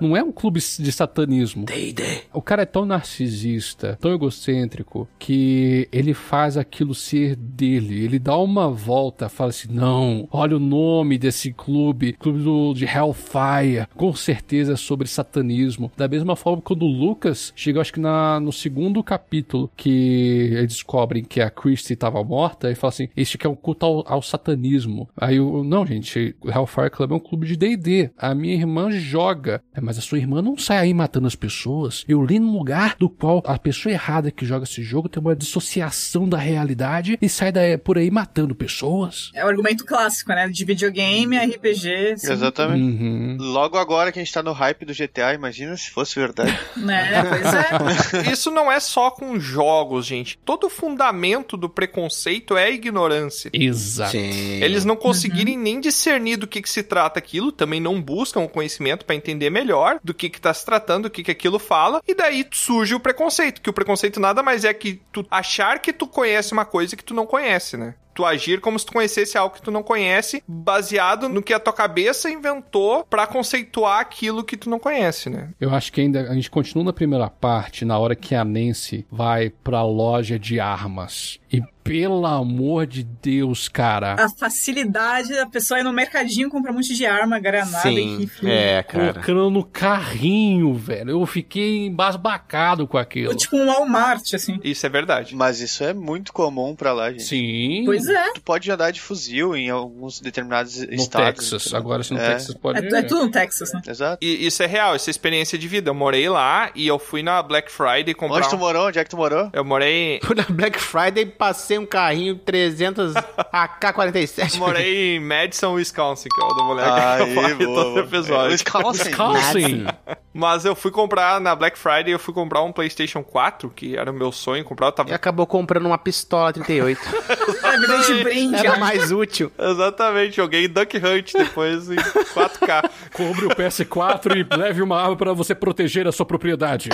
Speaker 7: Não é um clube de satanismo. D&D. O cara é tão narcisista, tão egocêntrico, que ele faz aquilo ser dele. Ele dá uma volta, fala assim, não, olha o nome desse clube, clube do- de Hellfire, com certeza é sobre satanismo. Da mesma forma, quando o Lucas chega, acho que na, no segundo capítulo, que eles descobrem que a Christie estava morta, e fala assim, este aqui é um culto ao, ao satanismo. Aí eu, não, gente, o Hellfire Club é um clube de D&D. A minha irmã joga. É, mas a sua irmã não sai aí matando as pessoas. Eu li num lugar do qual a pessoa errada que joga esse jogo tem uma dissociação da realidade e sai da, por aí matando pessoas.
Speaker 4: É o argumento clássico, né? De videogame, RPG. assim,
Speaker 1: Exatamente.
Speaker 7: Uhum.
Speaker 1: Logo agora que a gente tá no hype do GTA, imagina se fosse [LAUGHS] verdade.
Speaker 4: Né? Pois é.
Speaker 13: [LAUGHS]
Speaker 5: Isso não é só com jogos, gente. Todo o fundamento do preconceito é a ignorância.
Speaker 7: Exato.
Speaker 5: Eles não conseguirem nem discernir do que, que se trata aquilo, também não buscam o conhecimento pra entender melhor do que, que tá se tratando, do que, que aquilo fala, e daí surge o preconceito, que o preconceito nada mais é que tu achar que tu conhece uma coisa que tu não conhece, né? Tu agir como se tu conhecesse algo que tu não conhece, baseado no que a tua cabeça inventou pra conceituar aquilo que tu não conhece, né?
Speaker 7: Eu acho que ainda a gente continua na primeira parte, na hora que a Nancy vai pra loja de armas. E pelo amor de Deus, cara.
Speaker 4: a facilidade da pessoa ir no mercadinho comprar um monte de arma, granada e rifle.
Speaker 13: é.
Speaker 2: é,
Speaker 7: Colocando no carrinho, velho. Eu fiquei embasbacado com aquilo.
Speaker 4: Tipo um Walmart, assim.
Speaker 5: Isso é verdade.
Speaker 1: Mas isso é muito comum pra lá, gente.
Speaker 7: Sim.
Speaker 4: Pois é.
Speaker 1: Tu pode andar de fuzil em alguns determinados
Speaker 7: No
Speaker 1: estados.
Speaker 7: Texas.
Speaker 1: entendeu?
Speaker 7: Agora, se no
Speaker 1: É.
Speaker 7: Texas pode...
Speaker 4: É, é tudo no Texas, né?
Speaker 1: Exato.
Speaker 5: E isso é real, isso é experiência de vida. Eu morei lá e eu fui na Black Friday comprar.
Speaker 1: Onde tu
Speaker 5: um-
Speaker 1: morou? Onde é que tu morou?
Speaker 5: Eu morei.
Speaker 2: Fui na Black Friday passei um carrinho 300
Speaker 1: [LAUGHS]
Speaker 2: AK-47.
Speaker 5: Morei em Madison, Wisconsin, que é o do moleque
Speaker 1: Aí,
Speaker 5: que eu falei
Speaker 1: boa,
Speaker 5: todo
Speaker 1: boa. É, assim,
Speaker 5: episódio.
Speaker 1: Wisconsin. Wisconsin.
Speaker 5: Mas eu fui comprar na Black Friday, eu fui comprar um PlayStation 4, que era o meu sonho comprar. Eu tava
Speaker 2: E
Speaker 1: É.
Speaker 2: acabou comprando uma pistola 38.
Speaker 4: É, virou de brinde.
Speaker 2: Era
Speaker 4: né?
Speaker 2: mais útil.
Speaker 5: [LAUGHS] Exatamente, joguei Duck Hunt depois em 4K.
Speaker 1: [LAUGHS]
Speaker 4: [LAUGHS]
Speaker 7: Cobre o PS4 e leve uma arma pra você proteger a sua propriedade.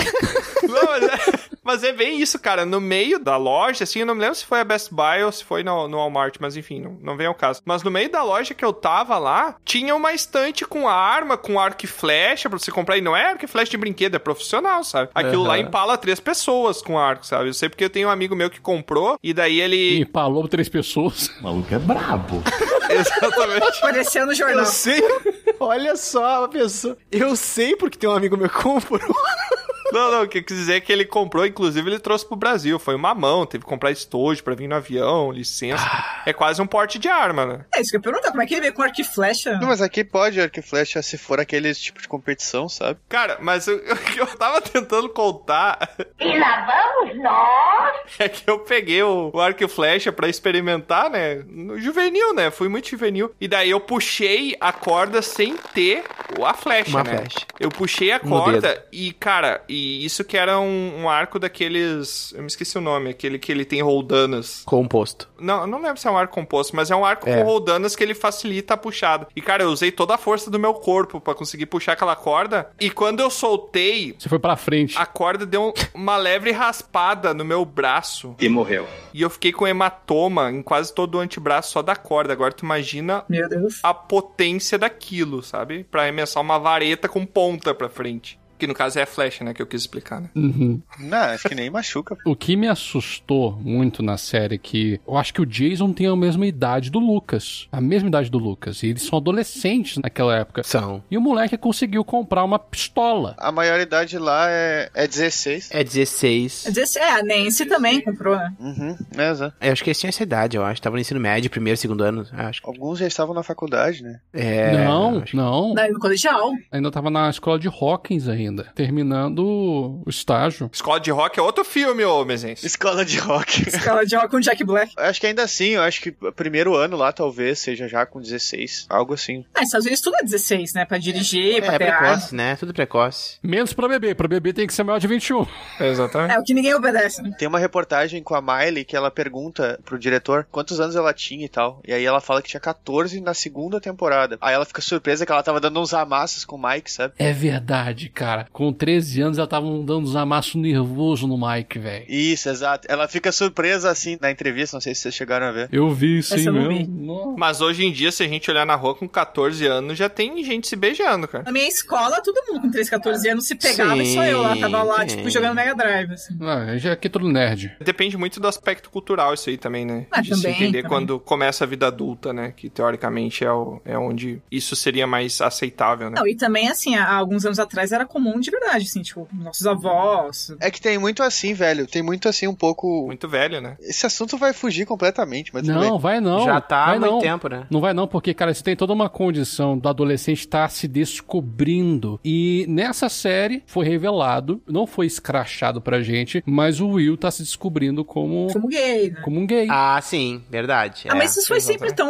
Speaker 5: Não, mas, é, [LAUGHS] mas é bem isso, cara. No meio da loja, assim, eu não me lembro se foi a Best Buy ou se foi no, no Walmart, mas enfim, não, não vem ao caso. Mas no meio da loja que eu tava lá, tinha uma estante com arma, com arco e flecha pra você comprar. E não é arco e flecha de brinquedo, é profissional, sabe? Aquilo lá
Speaker 7: Aham.
Speaker 5: empala três pessoas com arco, sabe? Eu sei porque eu tenho um amigo meu que comprou e daí ele.
Speaker 7: Empalou três pessoas.
Speaker 5: O maluco é brabo. [LAUGHS] Exatamente.
Speaker 4: Apareceu no jornal.
Speaker 13: Eu sei. Olha só, a pessoa. Eu sei porque tem um amigo meu que comprou.
Speaker 5: Não, não, o que eu quis dizer é que ele comprou, inclusive ele trouxe pro Brasil. Foi uma mão, teve que comprar estojo pra vir no avião, licença. É quase um porte de arma, né?
Speaker 4: É isso que eu ia perguntar, como é que ele veio com arco e flecha?
Speaker 1: Não, mas aqui pode arco e flecha se for aquele tipo de competição, sabe?
Speaker 5: Cara, mas o [LAUGHS] o que eu tava tentando contar
Speaker 6: E lá vamos nós!
Speaker 5: é que eu peguei o, o arco e flecha pra experimentar, né? No juvenil, né? Fui muito juvenil. E daí eu puxei a corda sem ter o- a flecha,
Speaker 13: Uma
Speaker 5: né?
Speaker 13: flecha.
Speaker 5: Eu puxei a
Speaker 13: No
Speaker 5: corda
Speaker 13: dedo.
Speaker 5: e, cara, e isso que era um, um arco daqueles. Eu me esqueci o nome, aquele que ele tem roldanas.
Speaker 13: Composto.
Speaker 5: Não, eu não lembro se é um arco composto, mas é um arco
Speaker 13: É.
Speaker 5: com roldanas que ele facilita a puxada. E, cara, eu usei toda a força do meu corpo pra conseguir puxar aquela corda. E quando eu soltei,
Speaker 7: Você foi pra frente.
Speaker 5: a corda deu uma leve raspada no meu braço.
Speaker 8: E morreu.
Speaker 5: E eu fiquei com hematoma em quase todo o antebraço só da corda. Agora tu imagina a potência daquilo, sabe? Pra arremessar uma vareta com ponta pra frente. Que no caso é a flecha, né? Que eu quis explicar, né?
Speaker 7: Uhum.
Speaker 1: Não, acho que nem machuca.
Speaker 7: O que me assustou muito na série é que eu acho que o Jason tem a mesma idade do Lucas. A mesma idade do Lucas. E eles são adolescentes naquela época.
Speaker 13: São.
Speaker 7: E o moleque conseguiu comprar uma pistola.
Speaker 1: A maioridade lá é, é 16.
Speaker 13: É 16.
Speaker 4: É, desse- é, a Nancy também comprou, né?
Speaker 1: Uhum, é, exato.
Speaker 13: Eu acho que eles tinham essa idade, eu acho. Tava no ensino médio, primeiro, segundo ano, acho.
Speaker 1: Alguns já estavam na faculdade, né?
Speaker 13: É.
Speaker 7: não, não.
Speaker 4: Daí no colegial.
Speaker 7: Ainda tava na escola de Hawkins ainda. Terminando o estágio.
Speaker 5: Escola de Rock é outro filme, ô, Mezense.
Speaker 1: Escola de [LAUGHS] rock.
Speaker 4: Escola de rock com Jack Black.
Speaker 1: Acho que ainda assim, eu acho que o primeiro ano lá talvez seja já com 16, algo assim.
Speaker 4: Ah, nos Estados Unidos tudo é 16, né? Pra dirigir, pra
Speaker 13: É
Speaker 4: ter arma.
Speaker 13: precoce, né? Tudo precoce.
Speaker 7: Menos pra beber. Pra beber tem que ser maior de 21.
Speaker 5: Exatamente.
Speaker 4: É o que ninguém obedece, né?
Speaker 1: Tem uma reportagem com a Miley que ela pergunta pro diretor quantos anos ela tinha e tal. E aí ela fala que tinha 14 na segunda temporada. Aí ela fica surpresa que ela tava dando uns amassos com o Mike, sabe?
Speaker 7: É verdade, cara. Com 13 anos, ela tava dando uns amassos nervoso no Mike, velho.
Speaker 1: Isso, exato. Ela fica surpresa assim na entrevista, não sei se vocês chegaram a ver.
Speaker 7: Eu vi isso aí
Speaker 4: Essa eu não
Speaker 7: mesmo.
Speaker 5: Mas hoje em dia, se a gente olhar na rua com 14 anos, já tem gente se beijando, cara.
Speaker 4: Na minha escola, todo mundo com 3, 14 anos se pegava e só eu lá, tava lá,
Speaker 5: Sim,
Speaker 4: tipo,
Speaker 5: sim.
Speaker 4: jogando Mega Drive, assim.
Speaker 7: Ah, já é aqui tudo nerd.
Speaker 5: Depende muito do aspecto cultural isso aí também, né?
Speaker 4: Ah,
Speaker 5: de se
Speaker 4: também,
Speaker 5: entender
Speaker 4: também.
Speaker 5: quando começa a vida adulta, né? Que teoricamente é, o- é onde isso seria mais aceitável, né?
Speaker 4: Não, e também, assim, há alguns anos atrás era comum de verdade, assim, tipo, nossos avós.
Speaker 1: É que tem muito assim, velho. Tem muito assim, um pouco.
Speaker 5: Muito velho, né?
Speaker 1: Esse assunto vai fugir completamente, mas tudo
Speaker 7: Não,
Speaker 1: bem.
Speaker 7: vai não.
Speaker 13: Já tá há
Speaker 7: vai
Speaker 13: muito
Speaker 7: não.
Speaker 13: tempo, né?
Speaker 7: Não vai não, porque, cara, você tem toda uma condição do adolescente estar se descobrindo. E nessa série foi revelado, não foi escrachado pra gente, mas o Will tá se descobrindo como,
Speaker 4: Como gay, né?
Speaker 7: como um gay.
Speaker 13: Ah, sim, verdade.
Speaker 4: ah,
Speaker 13: é.
Speaker 4: mas isso foi sempre tão.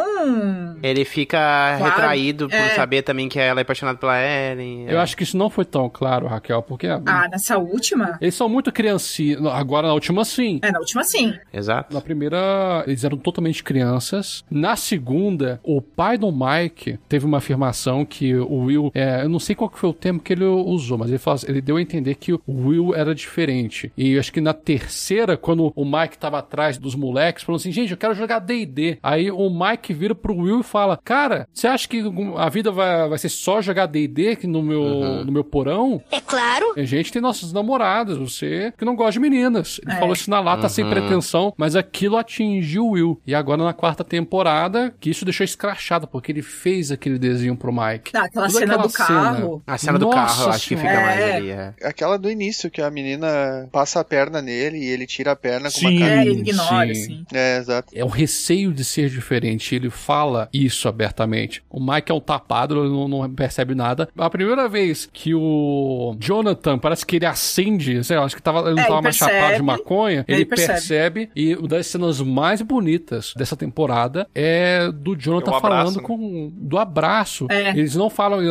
Speaker 13: Ele fica
Speaker 4: Claro,
Speaker 13: retraído por
Speaker 4: é.
Speaker 13: saber também que ela é apaixonada pela Ellen. é.
Speaker 2: É.
Speaker 7: Eu acho que isso não foi tão claro, Raquel, porque
Speaker 4: Ah, nessa última?
Speaker 7: eles são muito criancinhos. Agora, na última, sim.
Speaker 4: É, na última sim.
Speaker 13: Exato.
Speaker 7: Na primeira, eles eram totalmente crianças. Na segunda, o pai do Mike teve uma afirmação que o Will, é, eu não sei qual que foi o termo que ele usou, mas ele, fala assim- ele deu a entender que o Will era diferente. E eu acho que na terceira, quando o Mike tava atrás dos moleques, falou assim: gente, eu quero jogar DD. Aí o Mike vira pro Will e fala: cara, você acha que a vida vai, vai ser só jogar DD aqui no meu, no meu porão?
Speaker 6: É claro!
Speaker 7: A gente tem nossas namoradas, você que não gosta de meninas. Ele
Speaker 6: É.
Speaker 7: falou isso na lata
Speaker 13: Uhum.
Speaker 7: sem pretensão, mas aquilo atingiu o Will. E agora na quarta temporada, que isso deixou escrachado, porque ele fez aquele desenho pro Mike.
Speaker 4: Ah, aquela
Speaker 7: Toda
Speaker 4: cena
Speaker 7: aquela
Speaker 4: do carro.
Speaker 13: A cena do
Speaker 7: Nossa
Speaker 13: carro, eu acho que fica
Speaker 4: Senhora.
Speaker 13: mais
Speaker 4: É.
Speaker 13: ali. É.
Speaker 1: Aquela do início, que a menina passa a perna nele e ele tira a perna com
Speaker 7: Sim,
Speaker 1: uma cara.
Speaker 4: É, ele ignora,
Speaker 7: sim.
Speaker 4: assim.
Speaker 1: É, exato.
Speaker 7: É o receio de ser diferente. Ele fala isso abertamente. O Mike é um tapado, ele não, não percebe nada. A primeira vez que o Jonathan parece que ele acende, sei lá, acho que tava, ele não
Speaker 4: É,
Speaker 7: tava
Speaker 4: ele
Speaker 7: mais
Speaker 4: percebe.
Speaker 7: chapado de maconha.
Speaker 4: Ele
Speaker 7: Ele,
Speaker 4: percebe.
Speaker 7: percebe. E uma das cenas mais bonitas dessa temporada é do Jonathan
Speaker 5: É o abraço,
Speaker 7: falando
Speaker 5: né?
Speaker 7: com do abraço.
Speaker 4: É.
Speaker 7: Eles não falam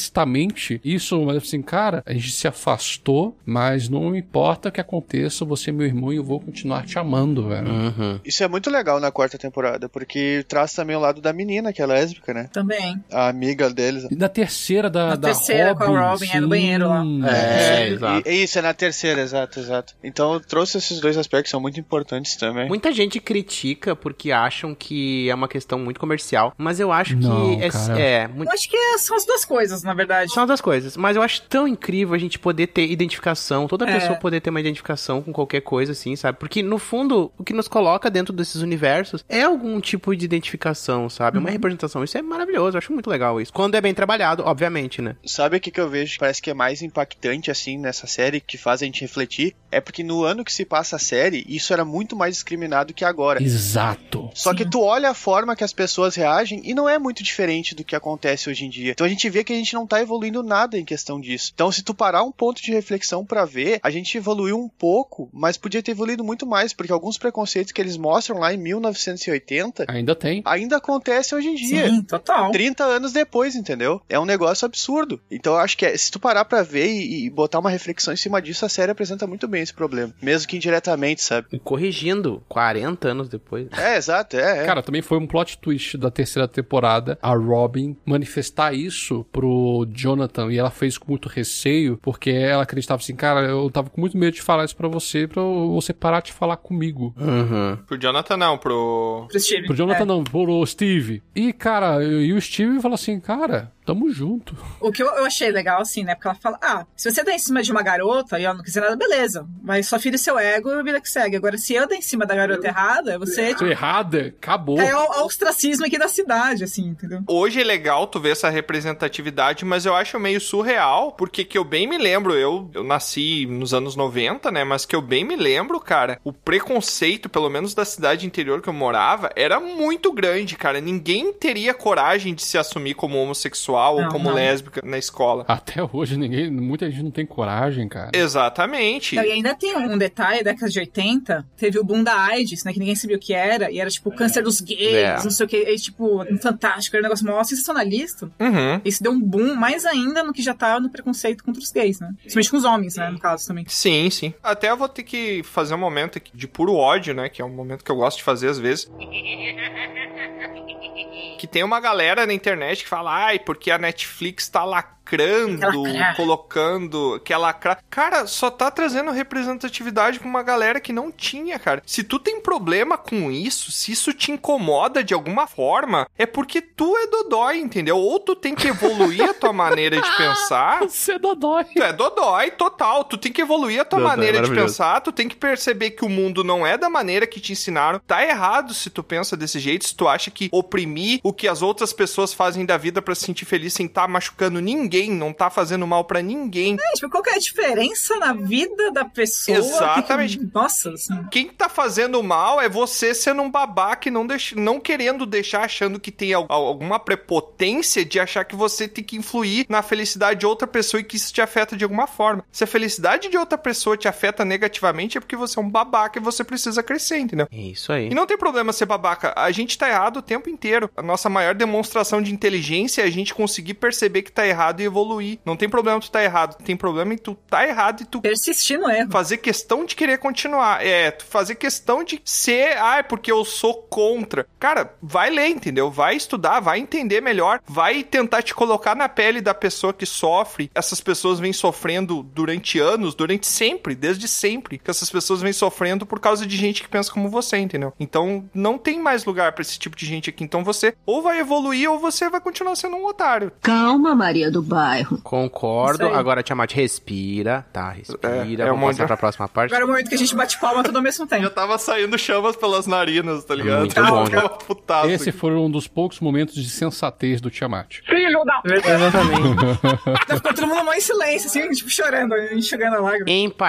Speaker 7: explicitamente isso, mas assim, cara, a gente se afastou, mas não importa o que aconteça, você é meu irmão e eu vou continuar te amando, velho.
Speaker 13: Uhum.
Speaker 1: Isso é muito legal na quarta temporada, porque traz também o lado da menina, que é lésbica, né?
Speaker 4: Também.
Speaker 1: A amiga deles.
Speaker 7: E na terceira da,
Speaker 4: Na
Speaker 7: da
Speaker 4: terceira, com
Speaker 7: Robin,
Speaker 4: a Robin, é no
Speaker 7: sim,
Speaker 4: banheiro lá.
Speaker 1: É, exato. Isso, é na terceira, exato, exato. Então eu trouxe esses dois aspectos que são muito importantes também.
Speaker 2: Muita gente critica porque acham que é uma questão muito comercial, mas eu acho
Speaker 7: Não,
Speaker 2: que é,
Speaker 7: cara.
Speaker 2: é muito.
Speaker 4: Eu acho que é- são as duas coisas, na verdade.
Speaker 2: São as duas coisas, mas eu acho tão incrível a gente poder ter identificação, toda
Speaker 4: É.
Speaker 2: pessoa poder ter uma identificação com qualquer coisa, assim, sabe? Porque, no fundo, o que nos coloca dentro desses universos é algum tipo de identificação, sabe?
Speaker 4: Uhum.
Speaker 2: Uma representação. Isso é maravilhoso, eu acho muito legal isso. Quando é bem trabalhado, obviamente, né?
Speaker 1: Sabe o que, que eu vejo? que Parece que é mais impactante, assim, nessa série, que faz a gente refletir. É porque no ano que se passa a série, isso era muito mais discriminado que agora.
Speaker 7: Exato.
Speaker 1: Só que tu olha a forma que as pessoas reagem e não é muito diferente do que acontece hoje em dia. Então a gente vê que a gente não tá evoluindo nada em questão disso. Então se tu parar um ponto de reflexão pra ver, a gente evoluiu um pouco, mas podia ter evoluído muito mais, porque alguns preconceitos que eles mostram lá em 1980
Speaker 7: ainda tem.
Speaker 1: Ainda acontece hoje em
Speaker 7: é
Speaker 1: dia.
Speaker 4: Sim, total.
Speaker 1: 30 anos depois, entendeu? É um negócio absurdo. Então eu acho que é- se tu parar pra ver e, e botar uma reflexão em cima disso, a série apresenta muito bem esse problema, mesmo que indiretamente, sabe?
Speaker 2: Corrigindo, 40 anos depois.
Speaker 1: É, exato, é. é.
Speaker 7: Cara, também foi um plot twist da terceira temporada a Robin manifestar isso pro Jonathan e ela fez com muito receio porque ela acreditava assim, cara, eu tava com muito medo de falar isso pra você, pra você parar de falar comigo.
Speaker 4: Uhum.
Speaker 5: Pro Jonathan não, pro...
Speaker 4: Pro Steve.
Speaker 7: Pro Jonathan não, pro Steve. E, cara, eu- e o Steve falou assim, cara, tamo
Speaker 4: [LAUGHS]
Speaker 7: junto.
Speaker 4: O que eu, eu achei legal, assim, né? Porque ela fala: ah, se você dá em cima de uma garota e ela não quiser nada, beleza. Mas só filho seu ego e vida que segue. Agora, se eu der em cima da garota errada, você. tipo,
Speaker 7: Tô errada, acabou.
Speaker 4: É o o ostracismo aqui da cidade, assim, entendeu?
Speaker 5: Hoje é legal tu ver essa representatividade, mas eu acho meio surreal, porque que eu bem me lembro, eu, eu nasci nos anos 90, né? Mas que eu bem me lembro, cara, o preconceito, pelo menos da cidade interior que eu morava, era muito grande, cara. Ninguém teria coragem de se assumir como homossexual ou
Speaker 4: Não,
Speaker 5: como
Speaker 4: não.
Speaker 5: lésbica na escola.
Speaker 7: Até hoje ninguém, muita gente não tem coragem, cara.
Speaker 5: Exatamente.
Speaker 4: Não, e ainda tem um detalhe, década de 80, teve o boom da AIDS, né? Que ninguém sabia o que era, e era tipo câncer dos gays,
Speaker 5: É.
Speaker 4: não sei o que, e, tipo, fantástico, era um negócio mó sensacionalista.
Speaker 5: Uhum.
Speaker 4: Isso deu um boom mais ainda no que já tá no preconceito contra os gays, né? Principalmente com os homens, né? No caso também.
Speaker 5: Sim, sim. Até eu vou ter que fazer um momento aqui de puro ódio, né? Que é um momento que eu gosto de fazer
Speaker 4: [LAUGHS]
Speaker 5: às vezes. Que tem uma galera na internet que fala, ai, porque a Netflix tá lacrando,
Speaker 4: Lacrar.
Speaker 5: colocando que é lacrar. Cara, só tá trazendo representatividade pra uma galera que não tinha, cara. Se tu tem problema com isso, se isso te incomoda de alguma forma, é porque tu é dodói, entendeu? Ou tu tem que evoluir a tua maneira
Speaker 4: [LAUGHS]
Speaker 5: de pensar,
Speaker 7: Você é dodói.
Speaker 5: Tu é dodói, total. Tu tem que evoluir a tua
Speaker 2: Dodói, é
Speaker 5: maneira de
Speaker 2: maravilhoso.
Speaker 5: pensar, tu tem que perceber que o mundo não é da maneira que te ensinaram. Tá errado se tu pensa desse jeito, se tu acha que oprimir o que as outras pessoas fazem da vida pra se sentir feliz sem tá machucando ninguém, não tá fazendo mal pra ninguém.
Speaker 4: É, tipo, qual que é a diferença na vida da pessoa?
Speaker 5: Exatamente.
Speaker 4: Que- Nossa, assim.
Speaker 5: Quem tá fazendo mal é você sendo um babaca e não, deix... não querendo deixar, achando que tem al- alguma prepotência de achar que você tem que influir na felicidade de outra pessoa e que isso te afeta de alguma forma. Se a felicidade de outra pessoa te afeta negativamente, é porque você é um babaca e você precisa crescer, entendeu?
Speaker 2: É isso aí.
Speaker 5: E não tem problema ser babaca, a gente tá errado o tempo inteiro. A nossa maior demonstração de inteligência é a gente conseguir perceber que tá errado e evoluir. Não tem problema tu tá errado, tem problema em tu tá errado e tu
Speaker 4: Persistir no erro.
Speaker 5: fazer questão de querer continuar. É, tu fazer questão de ser, ah, é porque eu sou contra. Cara, vai ler, entendeu? Vai estudar, vai entender melhor, vai tentar te colocar na pele da pessoa que sofre. Essas pessoas vêm sofrendo durante anos, durante sempre, desde sempre, que essas pessoas vêm sofrendo por causa de gente que pensa como você, entendeu? Então, não tem mais lugar pra esse tipo de gente aqui. Então, você ou vai evoluir ou você vai continuar sendo um otário.
Speaker 14: Calma, Maria do Bairro.
Speaker 2: Concordo.
Speaker 4: Isso aí.
Speaker 2: Agora, Tiamat, respira, tá? Respira.
Speaker 5: é
Speaker 2: Vamos
Speaker 5: um monte-
Speaker 2: passar pra próxima parte.
Speaker 4: Agora é o momento que a gente bate palma tudo ao mesmo tempo.
Speaker 5: Tava saindo chamas pelas narinas, tá ligado?
Speaker 2: Muito bom, né?
Speaker 5: Tava putaço
Speaker 7: Esse foi um dos poucos momentos de sensatez do Tiamat.
Speaker 4: Filho da...
Speaker 2: Exatamente.
Speaker 4: Então Ficou todo mundo mó em silêncio, assim, tipo, chorando, enxugando a lágrima.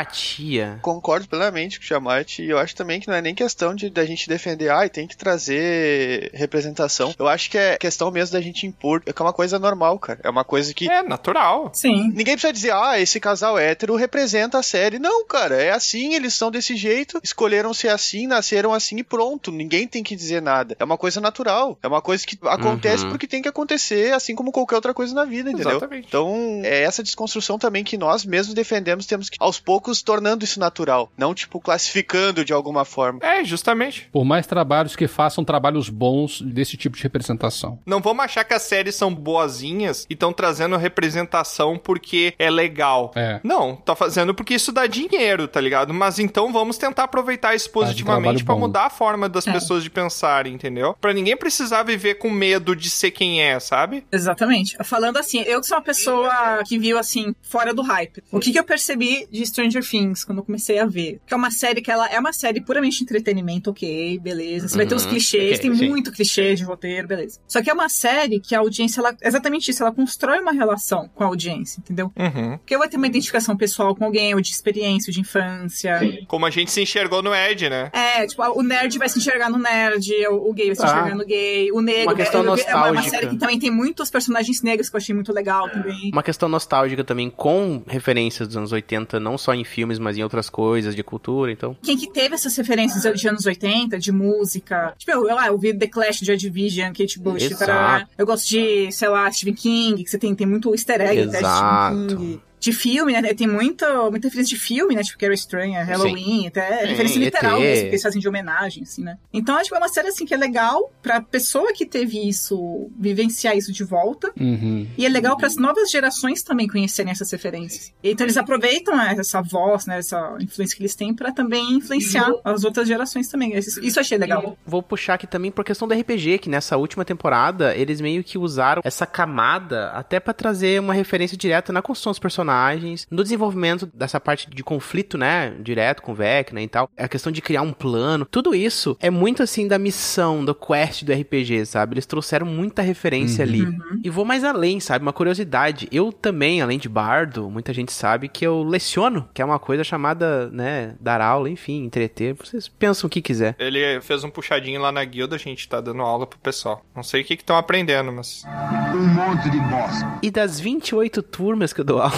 Speaker 2: Empatia.
Speaker 1: Concordo plenamente com o Tiamat e eu acho também que não é nem questão de da gente defender, ai, tem que trazer representação. Eu acho que é questão mesmo da gente impor, que é uma coisa normal, cara. É uma coisa que
Speaker 5: É natural.
Speaker 4: Sim.
Speaker 1: Ninguém precisa dizer, ah, esse casal hétero representa a série. Não, cara, é assim, eles são desse jeito, escolheram ser assim, nasceram assim e pronto. Ninguém tem que dizer nada. É uma coisa natural. É uma coisa que acontece
Speaker 2: Uhum.
Speaker 1: porque tem que acontecer, assim como qualquer outra coisa na vida, entendeu?
Speaker 5: Exatamente.
Speaker 1: Então, é essa desconstrução também que nós mesmos defendemos, temos que, aos poucos, tornando isso natural. Não, tipo, classificando de alguma forma.
Speaker 5: É, justamente.
Speaker 7: Por mais trabalhos que façam trabalhos bons desse tipo de representação.
Speaker 5: Não vamos achar que as séries são boazinhas e estão trazendo representação porque é legal.
Speaker 7: É.
Speaker 5: Não, tá fazendo porque isso dá dinheiro, tá ligado? Mas então vamos tentar aproveitar isso positivamente
Speaker 7: Tá, trabalho
Speaker 5: pra
Speaker 7: bom.
Speaker 5: mudar a forma das pessoas de pensarem, entendeu? Pra ninguém precisar viver com medo de ser quem é, sabe?
Speaker 4: Exatamente. Falando assim, eu que sou uma pessoa que viu assim, fora do hype. O que, que eu percebi de Stranger Things quando eu comecei a ver? Que é uma série que ela é uma série puramente entretenimento, ok, beleza. Você vai ter os
Speaker 2: Uhum,
Speaker 4: clichês,
Speaker 2: ok,
Speaker 4: tem
Speaker 2: sim.
Speaker 4: muito clichê de roteiro, beleza. Só que é uma série que a audiência, ela, é exatamente isso, ela constrói uma relação com a audiência, entendeu?
Speaker 5: Uhum.
Speaker 4: Porque vai ter uma identificação pessoal com alguém, ou de experiência, ou de infância.
Speaker 5: Como a gente se enxergou no Ed, né?
Speaker 4: É, tipo, o nerd vai se enxergar no nerd, o o gay vai se
Speaker 5: Ah.
Speaker 4: enxergar no gay, o negro.
Speaker 2: Tá. Uma questão
Speaker 4: é, é uma- é uma
Speaker 2: nostálgica.
Speaker 4: série que também tem muitos personagens negros que eu achei muito legal também.
Speaker 2: Uma questão nostálgica também, com referências dos anos 80, não só em filmes, mas em outras coisas de cultura, então.
Speaker 4: Quem que teve essas referências de anos 80, de música? Tipo, eu, eu, ah, eu vi The Clash, Joy Division, Kate Bush,
Speaker 2: Exato.
Speaker 4: tarará. Eu gosto de, sei lá, Stephen King, que você tem, tem muito easter egg até de Stephen
Speaker 2: Exato.
Speaker 4: King. De filme, né? Tem muita, muita referência de filme, né? Tipo, Carrie Estranha, Halloween, até
Speaker 2: Sim,
Speaker 4: referência literal
Speaker 2: ET.
Speaker 4: mesmo, porque eles fazem de homenagem, assim, né? Então, acho que é uma série, assim, que é legal pra pessoa que teve isso, vivenciar isso de volta.
Speaker 7: Uhum.
Speaker 4: E é legal para as novas gerações também conhecerem essas referências. Então eles aproveitam essa voz, né, essa influência que eles têm para também influenciar as outras gerações também. Isso, isso eu achei legal.
Speaker 2: Vou puxar aqui também por questão do RPG, que nessa última temporada eles meio que usaram essa camada até pra trazer uma referência direta na construção dos personagens, no desenvolvimento dessa parte de conflito, né? Direto com o Vecna e tal. A questão de criar um plano. Tudo isso é muito assim da missão, do quest do RPG, sabe? Eles trouxeram muita referência
Speaker 7: Uhum.
Speaker 2: ali.
Speaker 7: Uhum.
Speaker 2: E vou mais além, sabe? Uma curiosidade. Eu também, além de bardo, muita gente sabe que eu leciono, que é uma coisa chamada, né? Dar aula, enfim, entreter. Vocês pensam o que quiser.
Speaker 5: Ele fez um puxadinho lá na guilda, a gente tá dando aula pro pessoal. Não sei o que estão aprendendo, mas. Um monte de bosta.
Speaker 2: E das 28 turmas que eu dou aula.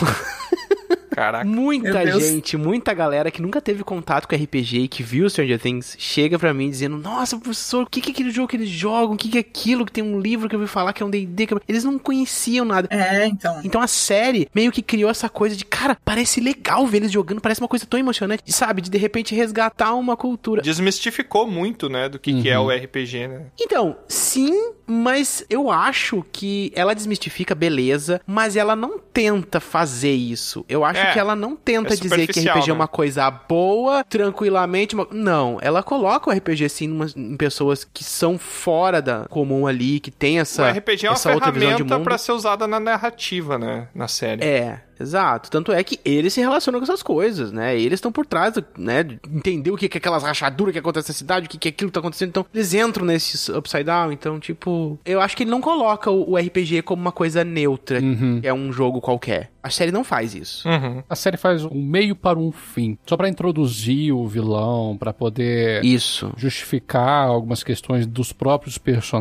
Speaker 2: [LAUGHS]
Speaker 5: Caraca.
Speaker 2: Muita
Speaker 5: Meu Deus.
Speaker 2: gente, muita galera que nunca teve contato com RPG e que viu Stranger Things chega pra mim dizendo: Nossa, professor, o que, que é aquele jogo que eles jogam? O que, que é aquilo que tem um livro que eu ouvi falar que é um DD? que é-" Eles não conheciam nada.
Speaker 4: É, então.
Speaker 2: Então a série meio que criou essa coisa de: Cara, parece legal ver eles jogando, parece uma coisa tão emocionante, sabe? De de repente resgatar uma cultura.
Speaker 5: Desmistificou muito, né, do que, que
Speaker 7: Uhum.
Speaker 5: é o RPG, né?
Speaker 2: Então, sim, mas eu acho que ela desmistifica, beleza, mas ela não tenta fazer isso. Eu acho
Speaker 5: É,
Speaker 2: que ela não tenta
Speaker 5: é
Speaker 2: dizer que
Speaker 5: superficial,
Speaker 2: RPG é
Speaker 5: né?
Speaker 2: uma coisa boa, tranquilamente. uma- Não, ela coloca o RPG sim numas- em pessoas que são fora da comum ali, que tem essa,
Speaker 5: o RPG é uma
Speaker 2: Tá. essa outra visão de
Speaker 5: ferramenta
Speaker 2: mundo.
Speaker 5: pra ser usada na narrativa, né? Na série.
Speaker 2: É, exato. Tanto é que eles se relacionam com essas coisas, né? Eles estão por trás, do- né? de Entender o que que é aquelas rachaduras que acontecem na cidade, o que que é aquilo que tá acontecendo. Então, eles entram nesse upside down. Então, tipo, eu acho que ele não coloca o o RPG como uma coisa neutra, que é um jogo qualquer. A série não faz isso.
Speaker 7: uhum.
Speaker 5: Uhum.
Speaker 7: A série faz um meio para um fim, só pra introduzir o vilão, pra poder
Speaker 2: Isso.
Speaker 7: justificar algumas questões dos próprios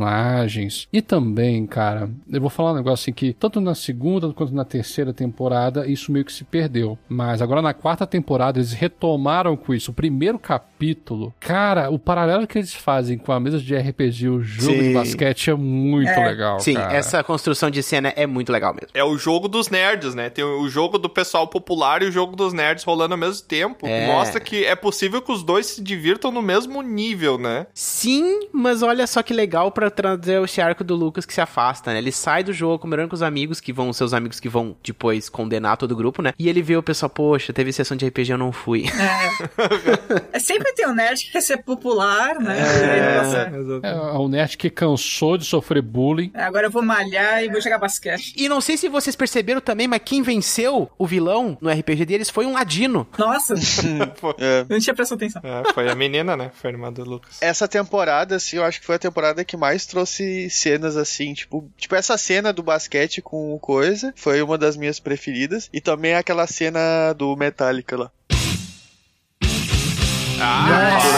Speaker 7: personagens. E também, cara, eu vou falar um negócio assim que tanto na segunda quanto na terceira temporada isso meio que se perdeu, mas agora na quarta temporada eles retomaram com isso. O primeiro capítulo, cara, o paralelo que eles fazem com a mesa de RPG, o jogo
Speaker 2: Sim.
Speaker 7: de basquete é muito
Speaker 2: É.
Speaker 7: legal,
Speaker 2: Sim,
Speaker 7: cara.
Speaker 2: essa construção de cena é muito legal mesmo.
Speaker 5: É o jogo dos nerds, né? Tem o jogo do pessoal popular e o jogo dos nerds rolando ao mesmo tempo.
Speaker 2: É.
Speaker 5: Mostra que é possível que os dois se divirtam no mesmo nível, né?
Speaker 2: Sim, mas olha só que legal pra trazer esse arco do Lucas que se afasta, né? Ele sai do jogo comemorando com os amigos que vão, seus amigos que vão depois condenar todo o grupo, né? E ele vê o pessoal, poxa, teve sessão de RPG, eu não fui.
Speaker 4: É sempre tem o nerd que quer ser popular, né? E aí, nossa,
Speaker 7: É, é um nerd que cansou de sofrer bullying.
Speaker 4: Agora eu vou malhar e vou jogar basquete.
Speaker 2: [LAUGHS] E não sei se vocês perceberam também, mas quem venceu o vilão no RPG deles foi um ladino.
Speaker 4: Nossa!
Speaker 1: É.
Speaker 4: Eu não tinha prestado atenção.
Speaker 5: É, foi a menina, né? Foi a irmã do Lucas.
Speaker 1: Essa temporada, assim, eu acho que foi a temporada que mais trouxe cenas assim, tipo, tipo essa cena do basquete com o coisa, foi uma das minhas preferidas, e também aquela cena do Metallica lá.
Speaker 5: Ah,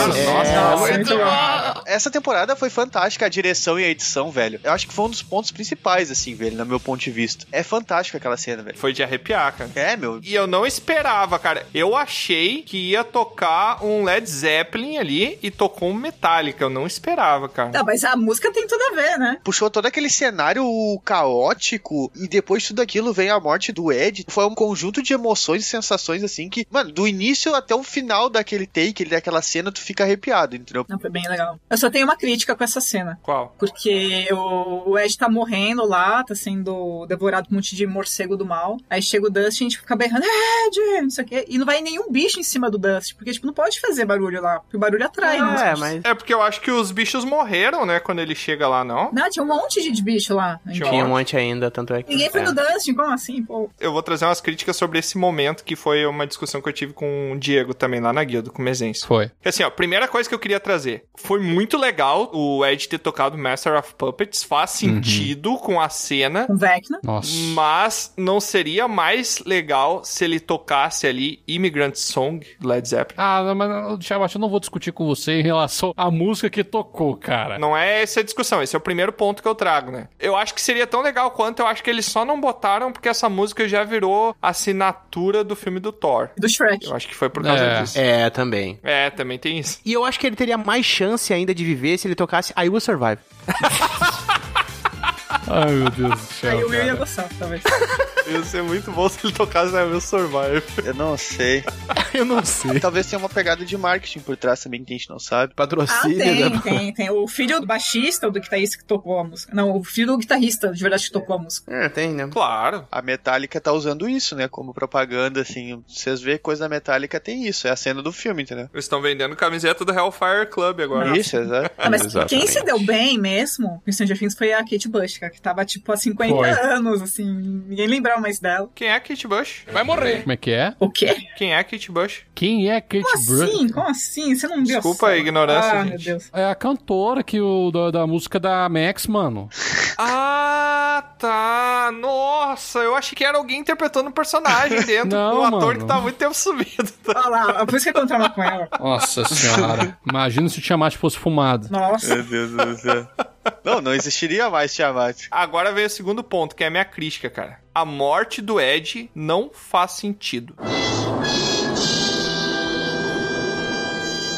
Speaker 5: nossa, nossa, muito bom.
Speaker 1: Essa temporada foi fantástica, a direção e a edição, velho. Eu acho que foi um dos pontos principais, assim, velho, no meu ponto de vista. É fantástica aquela cena, velho.
Speaker 5: Foi de arrepiar, cara.
Speaker 1: É, meu.
Speaker 5: E eu não esperava, cara. Eu achei que ia tocar um Led Zeppelin ali e tocou um Metallica. Eu não esperava, cara.
Speaker 4: Tá, mas a música tem tudo a ver, né?
Speaker 1: Puxou todo aquele cenário caótico e depois de tudo aquilo vem a morte do Ed. Foi um conjunto de emoções e sensações assim que, mano, do início até o final daquele take, daquela cena, tu fica arrepiado, entendeu?
Speaker 4: Não, foi bem legal. Eu só tenho uma crítica com essa cena.
Speaker 5: Qual?
Speaker 4: Porque o, o Ed tá morrendo lá, tá sendo devorado por um monte de morcego do mal. Aí chega o Dustin e fica berrando, Ed, não sei o quê. E não vai nenhum bicho em cima do Dustin, porque, tipo, não pode fazer barulho lá, porque o barulho atrai, né, os
Speaker 5: é,
Speaker 4: bichos.
Speaker 5: é porque eu acho que os bichos morreram, né? Quando ele chega lá, não?
Speaker 4: Não, tinha um monte de bicho lá. então.
Speaker 15: Tinha um monte ainda, tanto é que.
Speaker 4: Ninguém foi
Speaker 15: é.
Speaker 4: no Dustin, como assim, pô?
Speaker 5: Eu vou trazer umas críticas sobre esse momento, que foi uma discussão que eu tive com o Diego também, lá na guilda, com o Mezense.
Speaker 7: Foi.
Speaker 5: Assim, ó, primeira coisa que eu queria trazer. Foi muito legal o Ed ter tocado Master of Puppets, faz sentido com a cena.
Speaker 4: Com Vecna.
Speaker 7: Nossa.
Speaker 5: Mas não seria mais legal se ele tocasse ali Immigrant Song, do Led Zeppelin?
Speaker 7: Ah, não, mas, Shabat, eu não vou discutir com você em relação à música que tocou, cara.
Speaker 5: Não é essa a discussão, esse é o primeiro ponto que eu trago, né? Eu acho que seria tão legal quanto eu acho que eles só não botaram porque essa música já virou assinatura do filme do Thor.
Speaker 4: Do Shrek.
Speaker 5: Eu acho que foi por causa
Speaker 15: é.
Speaker 5: disso.
Speaker 15: É, também.
Speaker 5: É, também tem isso.
Speaker 15: E eu acho que ele teria mais chance ainda de viver se ele tocasse I Will
Speaker 2: [LAUGHS]
Speaker 15: Survive.
Speaker 7: Ai, meu Deus do
Speaker 4: Aí
Speaker 15: é
Speaker 7: céu.
Speaker 4: o Will ia
Speaker 7: cara.
Speaker 4: gostar, talvez.
Speaker 5: Ia ser muito bom se ele tocasse na meu Survive.
Speaker 1: Eu não sei.
Speaker 15: eu não sei.
Speaker 1: [LAUGHS] Talvez tenha uma pegada de marketing por trás também que a gente não sabe.
Speaker 4: Ah,
Speaker 15: Patrocínio,
Speaker 4: tem,
Speaker 15: né?
Speaker 4: tem, tem. O filho do baixista ou do guitarrista que tocou a música. Não, o filho do guitarrista, de verdade, que tocou a música.
Speaker 15: É, tem, né?
Speaker 5: Claro.
Speaker 1: A Metallica tá usando isso, né? Como propaganda, assim. Vocês vê coisa da Metallica, tem isso. É a cena do filme, entendeu?
Speaker 5: Eles estão vendendo camiseta do Hellfire Club agora.
Speaker 1: Isso, exato.
Speaker 4: Ah, mas
Speaker 15: Exatamente.
Speaker 4: quem se deu bem mesmo no Stranger Things foi a Kate Bush, cara, que tava, tipo, há 50
Speaker 7: Foi.
Speaker 4: anos, assim, ninguém lembrava mais dela.
Speaker 5: Quem é a Kate Bush?
Speaker 7: Vai morrer. Como é que é?
Speaker 4: O quê?
Speaker 5: Quem é a Kate Bush?
Speaker 7: Quem é Kate
Speaker 4: Como
Speaker 7: Bush?
Speaker 4: assim? Como assim? Você não viu a
Speaker 5: Desculpa a
Speaker 4: cena?
Speaker 5: ignorância,
Speaker 4: Ah,
Speaker 5: gente.
Speaker 4: meu Deus.
Speaker 7: É a cantora que o, da, da música da Max, mano.
Speaker 5: Ah, tá. Nossa, eu achei que era alguém interpretando o personagem [LAUGHS] dentro.
Speaker 7: Não,
Speaker 5: um ator
Speaker 7: mano.
Speaker 5: que tá há muito tempo sumido.
Speaker 4: Olha lá, é por isso que eu encontrava com ela. [LAUGHS]
Speaker 7: Nossa senhora. Imagina se o Tiamat fosse fumado.
Speaker 4: Nossa.
Speaker 5: [LAUGHS]
Speaker 1: Meu Deus do céu. Não, não existiria mais Tiamat.
Speaker 5: Agora vem o segundo ponto, que é a minha crítica, cara. A morte do Ed não faz sentido.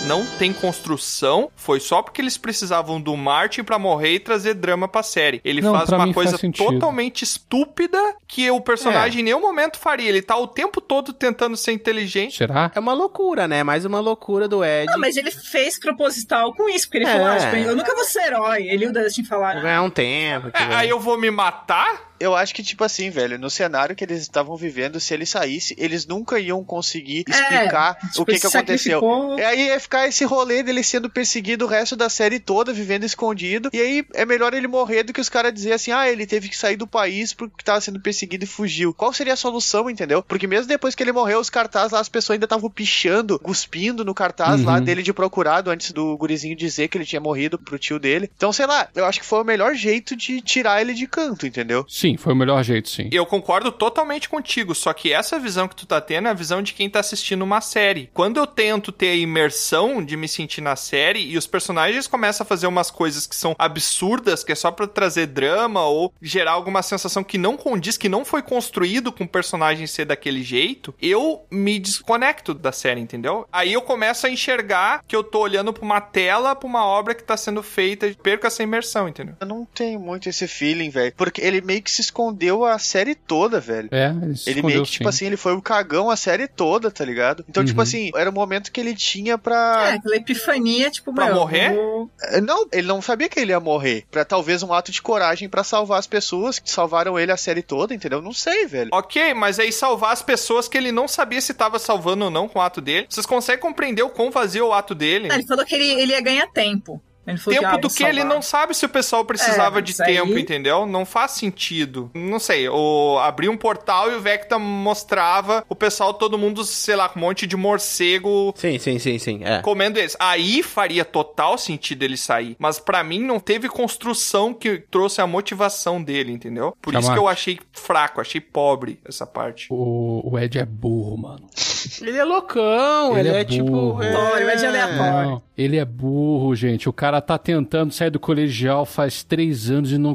Speaker 5: Não tem construção, foi só porque eles precisavam do Martin pra morrer e trazer drama pra série. Ele
Speaker 7: Não,
Speaker 5: faz
Speaker 7: pra
Speaker 5: uma
Speaker 7: mim faz
Speaker 5: coisa
Speaker 7: sentido.
Speaker 5: totalmente estúpida que o personagem em nenhum momento faria. Ele tá o tempo todo tentando ser inteligente.
Speaker 7: Será?
Speaker 15: É uma loucura, né? Mais uma loucura do Ed.
Speaker 4: Não, mas ele fez proposital com isso, porque ele
Speaker 15: É.
Speaker 4: falou, ah, tipo, eu nunca vou ser herói. Ele e o Dustin falaram.
Speaker 15: Ganhar um tempo. que
Speaker 5: É,
Speaker 2: né?
Speaker 15: vai-
Speaker 5: aí eu vou me matar?
Speaker 1: Eu acho que, tipo assim, velho, no cenário que eles estavam vivendo, se ele saísse, eles nunca iam conseguir explicar
Speaker 4: tipo,
Speaker 1: o que,
Speaker 4: ele
Speaker 1: que aconteceu.
Speaker 4: sacrificou.
Speaker 5: É,
Speaker 1: E aí ia ficar esse rolê dele sendo perseguido o resto da série toda, vivendo escondido. E aí é melhor ele morrer do que os caras dizer assim: ah, ele teve que sair do país porque tava sendo perseguido e fugiu. Qual seria a solução, entendeu? Porque mesmo depois que ele morreu, os cartazes lá, as pessoas ainda estavam pichando, cuspindo no cartaz lá
Speaker 7: Uhum.
Speaker 1: dele de procurado antes do gurizinho dizer que ele tinha morrido pro tio dele. Então, sei lá, eu acho que foi o melhor jeito de tirar ele de canto, entendeu?
Speaker 7: Sim, foi o melhor jeito, sim.
Speaker 5: Eu concordo totalmente contigo, só que essa visão que tu tá tendo é a visão de quem tá assistindo uma série. Quando eu tento ter a imersão de me sentir na série e os personagens começam a fazer umas coisas que são absurdas, que é só pra trazer drama ou gerar alguma sensação que não condiz, que não foi construído com o personagem ser daquele jeito, eu me desconecto da série, entendeu? Aí eu começo a enxergar que eu tô olhando pra uma tela, pra uma obra que tá sendo feita, e perco essa imersão, entendeu?
Speaker 1: Eu não tenho muito esse feeling, velho. Porque ele meio que se escondeu a série toda, velho.
Speaker 7: É, ele se
Speaker 1: Ele
Speaker 7: escondeu,
Speaker 1: meio que, tipo
Speaker 7: sim.
Speaker 1: assim, ele foi o cagão a série toda, tá ligado? Então, tipo
Speaker 7: Uhum.
Speaker 1: assim, era o momento que ele tinha pra.
Speaker 4: É, aquela epifania, tipo,
Speaker 5: Pra
Speaker 4: meu,
Speaker 5: morrer?
Speaker 4: eu-
Speaker 1: Eh, Não, ele não sabia que ele ia morrer. Pra talvez um ato de coragem pra salvar as pessoas que salvaram ele a série toda, entendeu? Não sei, velho.
Speaker 5: Ok, mas aí salvar as pessoas que ele não sabia se tava salvando ou não com o ato dele. Vocês conseguem compreender o quão vazio é o ato dele?
Speaker 4: Ah, ele falou que ele, ele ia ganhar tempo. Ele falou
Speaker 5: Tempo
Speaker 4: que, ah,
Speaker 5: do
Speaker 4: vou
Speaker 5: que ele
Speaker 4: salvar.
Speaker 5: não sabe se o pessoal precisava
Speaker 4: É,
Speaker 5: de
Speaker 4: mas aí-
Speaker 5: tempo, entendeu? Não faz sentido. Não sei, ou abri um portal e o Vecta mostrava o pessoal, todo mundo, sei lá, com um monte de morcego
Speaker 15: Sim, sim, sim, sim. É.
Speaker 5: comendo eles. Aí faria total sentido ele sair. Mas pra mim não teve construção que trouxe a motivação dele, entendeu? Por isso
Speaker 7: Chamate.
Speaker 5: que eu achei fraco, achei pobre essa parte.
Speaker 7: O, o Ed é burro, mano.
Speaker 15: Ele é loucão, ele,
Speaker 7: Ele é
Speaker 15: é, tipo.
Speaker 7: burro.
Speaker 4: Olha, o Ed é aleatório.
Speaker 7: Não, ele é burro, gente. O cara tá tentando sair do colegial faz três anos e não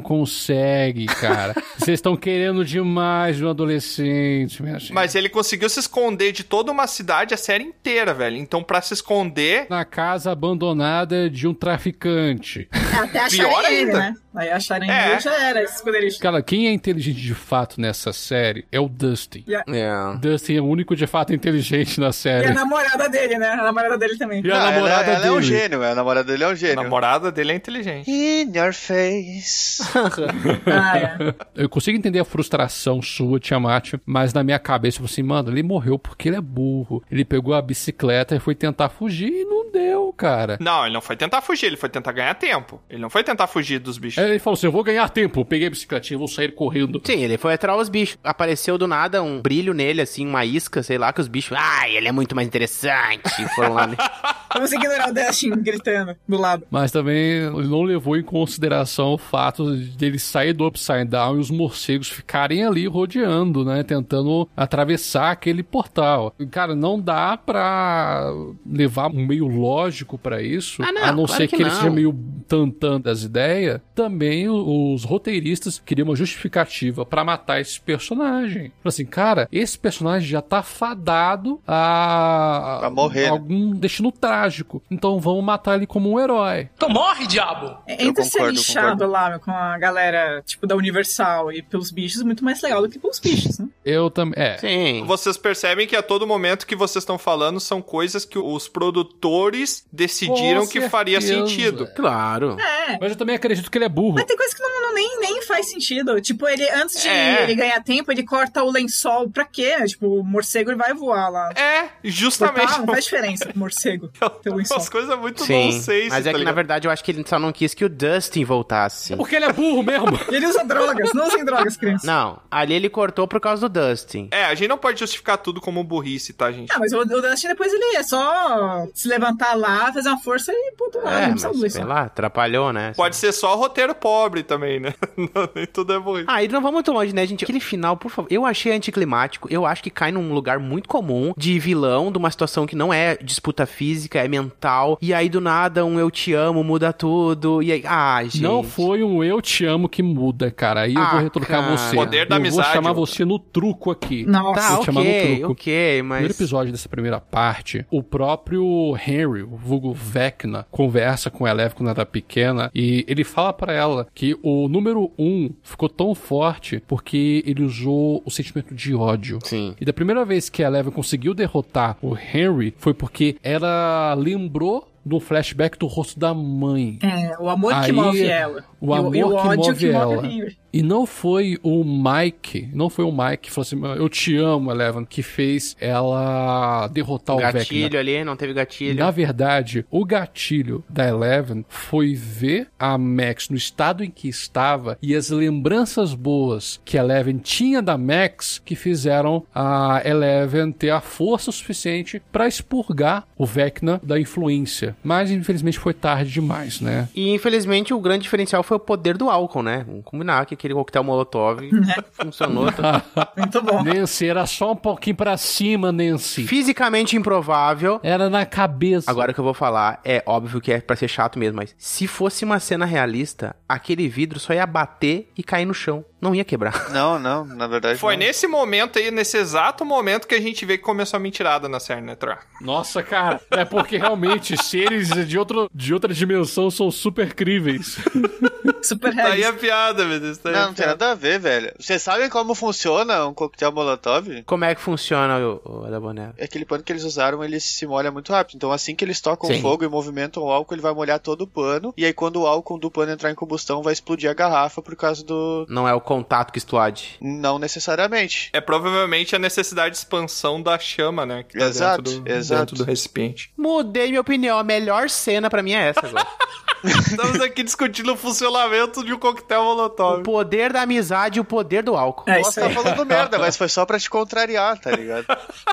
Speaker 1: [LAUGHS]
Speaker 7: consegue, cara. Vocês estão querendo demais de um adolescente, minha gente.
Speaker 5: Mas ele conseguiu se esconder de toda uma cidade a série inteira, velho. Então, pra se esconder.
Speaker 7: Na casa abandonada de um traficante.
Speaker 4: até acharem
Speaker 5: Pior
Speaker 4: ele,
Speaker 5: ainda. É.
Speaker 4: né? Aí acharem ele já era esse esconderijo.
Speaker 7: Cara, quem é inteligente de fato nessa série é o Dustin.
Speaker 4: Yeah.
Speaker 7: Dustin é o único de fato inteligente na
Speaker 4: E
Speaker 7: série.
Speaker 4: a namorada dele, né? A namorada dele também.
Speaker 7: [LAUGHS] E a Não, namorada
Speaker 1: Ela, ela é um
Speaker 7: dele.
Speaker 1: gênio, a namorada dele é um gênio. A
Speaker 5: namorada dele é inteligente.
Speaker 1: In your
Speaker 7: [LAUGHS]
Speaker 1: face.
Speaker 7: [LAUGHS]
Speaker 4: Ah, é.
Speaker 7: Eu consigo entender a frustração sua, Tiamat, mas na minha cabeça, eu falo assim, mano, ele morreu porque ele é burro. Ele pegou a bicicleta e foi tentar fugir e não deu, cara.
Speaker 5: Não, ele não foi tentar fugir, ele foi tentar ganhar tempo. Ele não foi tentar fugir dos bichos.
Speaker 7: Aí ele falou assim, eu vou ganhar tempo, eu peguei a bicicletinha, vou sair correndo.
Speaker 2: Sim, ele foi atrás os bichos. Apareceu do nada um brilho nele, assim, uma isca, sei lá, que os bichos. Ai, ele é muito mais interessante. [LAUGHS] E Foram lá nele.
Speaker 4: Vamos ignorar o Dustin gritando do lado.
Speaker 7: Mas também ele não levou em consideração o fato dele sair do Upside Down e os morcegos ficarem ali rodeando, né? Tentando atravessar aquele portal. E, Cara, não dá pra levar um meio lógico pra isso,
Speaker 2: Ah, não,
Speaker 7: a não
Speaker 2: claro
Speaker 7: ser que,
Speaker 2: que
Speaker 7: ele
Speaker 2: não.
Speaker 7: seja meio tantã das ideias. Também o- os roteiristas queriam uma justificativa pra matar esse personagem. Falaram assim, cara, esse personagem já tá fadado a. a
Speaker 1: morrer, né?
Speaker 7: Algum destino trágico. Então vamos matar ele como um herói.
Speaker 4: Então morre, diabo! Entre ser
Speaker 7: concordo,
Speaker 4: É, lixado
Speaker 7: concordo.
Speaker 4: lá com a galera, tipo, da Universal e pelos bichos, muito mais legal do que pelos bichos, né?
Speaker 7: Eu também. É.
Speaker 5: Vocês percebem que a todo momento que vocês estão falando são coisas que os produtores decidiram
Speaker 7: Com
Speaker 5: que faria
Speaker 7: certeza.
Speaker 5: sentido.
Speaker 2: Claro.
Speaker 4: É.
Speaker 7: Mas eu também acredito que ele é burro.
Speaker 4: Mas
Speaker 2: tá-
Speaker 4: tem coisa que não, não- nem, nem faz sentido. Tipo, ele antes de
Speaker 5: É.
Speaker 4: ele ganhar tempo, ele corta o lençol pra quê? Tipo, o morcego ele vai voar lá.
Speaker 5: É, justamente.
Speaker 4: Não faz diferença pro morcego. Tá, ter um o lençol.
Speaker 5: Umas coisas muito
Speaker 2: Sim.
Speaker 5: nonsense,
Speaker 2: mas é
Speaker 5: tá
Speaker 2: que, na
Speaker 5: ligado?
Speaker 2: verdade, eu acho que ele só não quis que o Dustin voltasse.
Speaker 7: Porque ele é burro mesmo.
Speaker 4: Ele usa drogas, não usem drogas, crianças.
Speaker 2: Não, ali ele cortou por causa do Dustin.
Speaker 5: É, a gente não pode justificar tudo como burrice, tá, gente?
Speaker 4: Ah, mas o, o Dustin depois ele é só se levantar lá, fazer uma força e ponto lá. Ah, não
Speaker 2: É,
Speaker 4: precisa do
Speaker 2: mas, sei
Speaker 4: lençol.
Speaker 2: lá, atrapalhou, né?
Speaker 5: Pode ser só roteiro pobre também, né? [LAUGHS] Não, nem tudo é burrice.
Speaker 2: Ah, e não vamos muito longe, né, gente? Aquele final, por favor. Eu achei anticlimático. Eu acho que cai num lugar muito comum de vilão, de uma situação que não é disputa física, é mental. E aí, do nada, um eu te amo muda tudo. E aí, ah, [LAUGHS] gente.
Speaker 7: Não foi um eu te amo que muda, cara. Aí eu
Speaker 2: Ah,
Speaker 7: vou retrucar
Speaker 2: cara.
Speaker 7: você.
Speaker 2: Poder da
Speaker 7: eu
Speaker 2: amizade,
Speaker 7: vou chamar
Speaker 2: outra.
Speaker 7: você no truco aqui.
Speaker 2: Nossa. Tá,
Speaker 7: vou te chamar no
Speaker 2: ok,
Speaker 7: truco.
Speaker 2: ok, mas-
Speaker 7: No primeiro episódio dessa primeira parte, o próprio Henry, o vulgo Vecna, conversa com a Elev quando ela era pequena e ele fala pra ela que o número um ficou tão forte porque ele usou o sentimento de ódio.
Speaker 2: Sim.
Speaker 7: E da primeira vez que a Eleven conseguiu derrotar o Henry foi porque ela lembrou do flashback do rosto da mãe.
Speaker 4: É, o amor que
Speaker 7: Aí,
Speaker 4: move ela.
Speaker 7: O
Speaker 4: E
Speaker 7: amor
Speaker 4: e o
Speaker 7: que,
Speaker 4: ódio
Speaker 7: move
Speaker 4: que
Speaker 7: ela.
Speaker 4: move o Henry.
Speaker 7: E não foi o Mike, não foi o Mike que falou assim, eu te amo, Eleven, que fez ela derrotar o Vecna.
Speaker 2: Gatilho ali, não teve gatilho.
Speaker 7: Na verdade, o gatilho da Eleven foi ver a Max no estado em que estava e as lembranças boas que a Eleven tinha da Max que fizeram a Eleven ter a força suficiente para expurgar o Vecna da influência. Mas infelizmente foi tarde demais, né?
Speaker 2: E infelizmente o grande diferencial foi o poder do álcool, né? Vamos combinar que aquele coquetel molotov funcionou.
Speaker 4: Muito bom.
Speaker 7: Nancy, era só um pouquinho pra cima, Nancy.
Speaker 2: Fisicamente improvável.
Speaker 7: Era na cabeça.
Speaker 2: Agora o que eu vou falar é óbvio que é pra ser chato mesmo, mas se fosse uma cena realista, aquele vidro só ia bater e cair no chão. Não ia quebrar. [LAUGHS]
Speaker 1: Não, não, na verdade.
Speaker 5: Foi
Speaker 1: não.
Speaker 5: nesse momento aí, nesse exato momento que a gente vê que começou a mentirada na série, né, Tra?
Speaker 7: Nossa, cara, é porque realmente seres de, outro, de outra dimensão são super críveis.
Speaker 4: Super
Speaker 5: Tá aí a piada, meu Deus.
Speaker 7: né?
Speaker 5: Tá aí
Speaker 1: É, Não,
Speaker 5: a
Speaker 1: não tem
Speaker 5: piada.
Speaker 1: nada a ver, velho. Vocês sabem como funciona um coquetel molotov?
Speaker 2: Como é que funciona o, o Adabonero?
Speaker 1: É aquele pano que eles usaram, ele se molha muito rápido. Então, assim que eles tocam
Speaker 2: Sim.
Speaker 1: fogo e movimentam o álcool, ele vai molhar todo o pano. E aí, quando o álcool do pano entrar em combustão, vai explodir a garrafa por causa do.
Speaker 2: Não é o contato que explode.
Speaker 1: Não necessariamente.
Speaker 5: É provavelmente a necessidade de expansão da chama, né? que tá
Speaker 1: Exato,
Speaker 5: dentro do,
Speaker 1: exato.
Speaker 5: Dentro do recipiente.
Speaker 2: Mudei minha opinião. A melhor cena pra mim é essa agora. [LAUGHS]
Speaker 5: Estamos aqui discutindo o funcionamento de um coquetel molotov.
Speaker 2: o poder da amizade e o poder do álcool.
Speaker 4: É
Speaker 1: Nossa, tá falando merda, mas foi só pra te contrariar, tá ligado?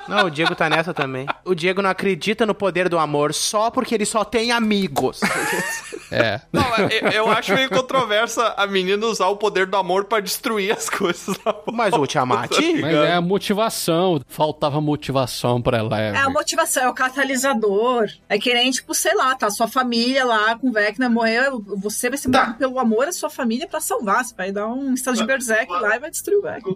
Speaker 2: Não, o Diego tá nessa também. O Diego não acredita no poder do amor só porque ele só tem [LAUGHS] amigos.
Speaker 7: É.
Speaker 5: Não, mas eu, eu acho meio controversa a menina usar o poder do amor pra destruir as coisas. na volta,
Speaker 2: Mas o Tiamat?
Speaker 5: tá ligado?
Speaker 7: Mas é a motivação. Faltava motivação pra ela.
Speaker 4: É a motivação, é o catalisador. É que nem, tipo, sei lá, tá sua família lá com o Vecna morreu, você vai ser
Speaker 7: Tá.
Speaker 4: morto pelo amor à sua família pra salvar. Você vai dar um estado de berserk lá e vai destruir o Vecna.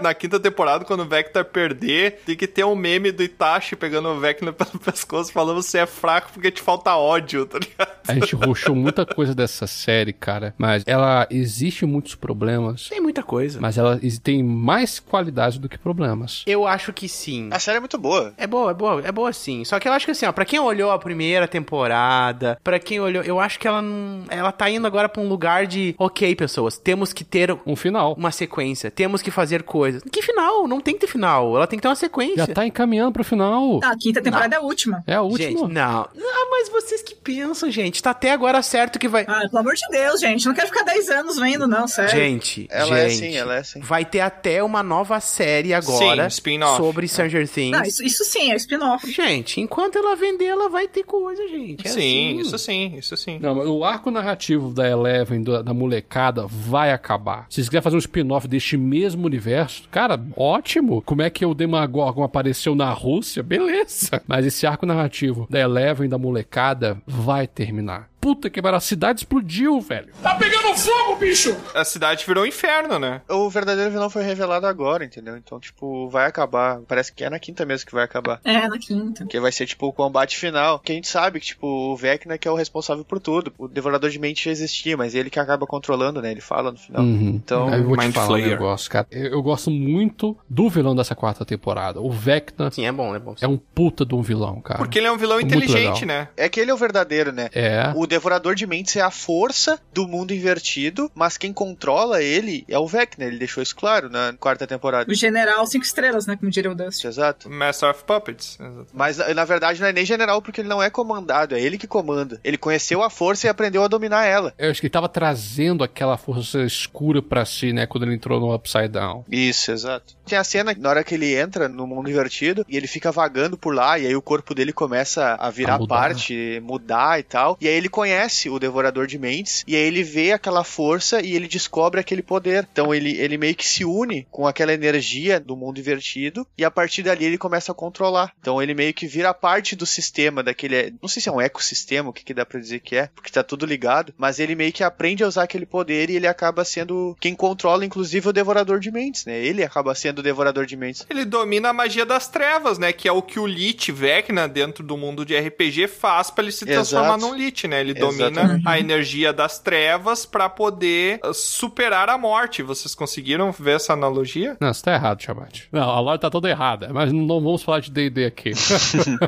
Speaker 5: Na quinta temporada, quando o Vector perder, tem que ter um [LAUGHS] meme do Itachi pegando o Vecna pelo pescoço falando você é fraco porque te falta ódio, tá ligado?
Speaker 7: A gente roxou muita coisa dessa série, cara. Mas ela existe muitos problemas.
Speaker 15: Tem muita coisa.
Speaker 7: Mas ela exi- tem mais qualidade do que problemas.
Speaker 15: Eu acho que sim.
Speaker 1: A série é muito boa.
Speaker 15: É boa, é boa, é boa sim. Só que eu acho que assim, ó, pra quem olhou a primeira temporada, pra quem olhou, eu acho que ela não. Ela tá indo agora pra um lugar de. Ok, pessoas, temos que ter.
Speaker 7: Um final.
Speaker 15: Uma sequência. Temos que fazer coisas. Que final? Não tem que ter final. Ela tem que ter uma sequência.
Speaker 7: Já tá encaminhando pro final.
Speaker 4: Ah, a quinta temporada é a última.
Speaker 7: É a
Speaker 15: Gente,
Speaker 7: última.
Speaker 15: não. Ah, mas vocês que pensam, gente. Tá até agora certo que vai.
Speaker 4: Ah, pelo amor de Deus, gente. Não quero ficar 10 anos vendo, não, sério.
Speaker 15: Gente,
Speaker 1: Ela é
Speaker 15: gente,
Speaker 1: assim, ela é assim.
Speaker 15: Vai ter até uma nova série
Speaker 5: Sim, É.
Speaker 15: agora
Speaker 5: spin-off.
Speaker 15: sobre Stranger Things.
Speaker 4: Não, isso, isso sim, é spin-off.
Speaker 15: Gente, enquanto ela vender, ela vai ter coisa, gente. É
Speaker 5: sim,
Speaker 15: assim.
Speaker 5: isso sim, isso sim.
Speaker 7: Não, mas o arco narrativo da Eleven, do- da molecada, vai acabar. Se vocês quiserem fazer um spin-off deste mesmo universo, cara, ótimo. Como é que o Demagorgon apareceu na Rússia? Beleza. Mas esse arco narrativo da Eleven, da molecada, vai terminar. Puta que pariu, a cidade explodiu, velho.
Speaker 5: Tá pegando fogo, bicho! A cidade virou um inferno, né?
Speaker 1: O verdadeiro vilão foi revelado agora, entendeu? Então, tipo, vai acabar. Parece que é na quinta mesmo que vai acabar.
Speaker 4: É, na quinta.
Speaker 1: Que vai ser, tipo, o combate final. Que a gente sabe que, tipo, o Vecna que é o responsável por tudo. O Devorador de Mente já existia, mas ele que acaba controlando, né? Ele fala no final. Então,
Speaker 7: Uhum. Aí eu vou te
Speaker 5: Mind
Speaker 7: falar um
Speaker 5: Flayer.
Speaker 7: negócio, cara. Eu, eu gosto muito do vilão dessa quarta temporada. O Vecna
Speaker 15: Sim, é bom, é bom.
Speaker 7: é um puta de um vilão, cara.
Speaker 5: Porque ele é um vilão
Speaker 7: Muito
Speaker 5: inteligente,
Speaker 7: legal.
Speaker 5: né?
Speaker 1: É que ele é o verdadeiro, né?
Speaker 7: É.
Speaker 1: O Devorador de Mentes é a força do mundo invertido, mas quem controla ele é o Vecna. Ele deixou isso claro na quarta temporada.
Speaker 4: O general cinco estrelas, né? Como diria o Dust.
Speaker 1: Exato.
Speaker 5: Master of Puppets. Exato.
Speaker 1: Mas na na verdade não é nem general porque ele não é comandado, é ele que comanda. Ele conheceu a força e aprendeu a dominar ela.
Speaker 7: Eu acho que ele tava trazendo aquela força escura pra si, né? Quando ele entrou no Upside Down.
Speaker 1: Isso, exato. Tem a cena na hora que ele entra no mundo invertido e ele fica vagando por lá, e aí o corpo dele começa a
Speaker 7: A
Speaker 1: virar
Speaker 7: mudar. né?
Speaker 1: parte, mudar e tal. E aí ele conhece o Devorador de Mentes, e aí ele vê aquela força e ele descobre aquele poder. Então ele, ele meio que se une com aquela energia do mundo invertido, e a partir dali ele começa a controlar. Então ele meio que vira parte do sistema, daquele. Não sei se é um ecossistema, o que, que dá pra dizer que é, porque tá tudo ligado, mas ele meio que aprende a usar aquele poder e ele acaba sendo quem controla, inclusive, o Devorador de Mentes, né? Ele acaba sendo o Devorador de Mentes.
Speaker 5: Ele domina a magia das trevas, né? Que é o que o Lich Vecna, dentro do mundo de RPG, faz pra ele se transformar
Speaker 1: Exato.
Speaker 5: num Lich, né? Ele domina
Speaker 1: Exatamente.
Speaker 5: a energia das trevas pra poder uh, superar a morte. Vocês conseguiram ver essa
Speaker 1: [LAUGHS]
Speaker 5: analogia?
Speaker 7: Não, você tá errado, Chabat. Não, a lore tá toda errada, mas não vamos falar de D&D [LAUGHS] aqui.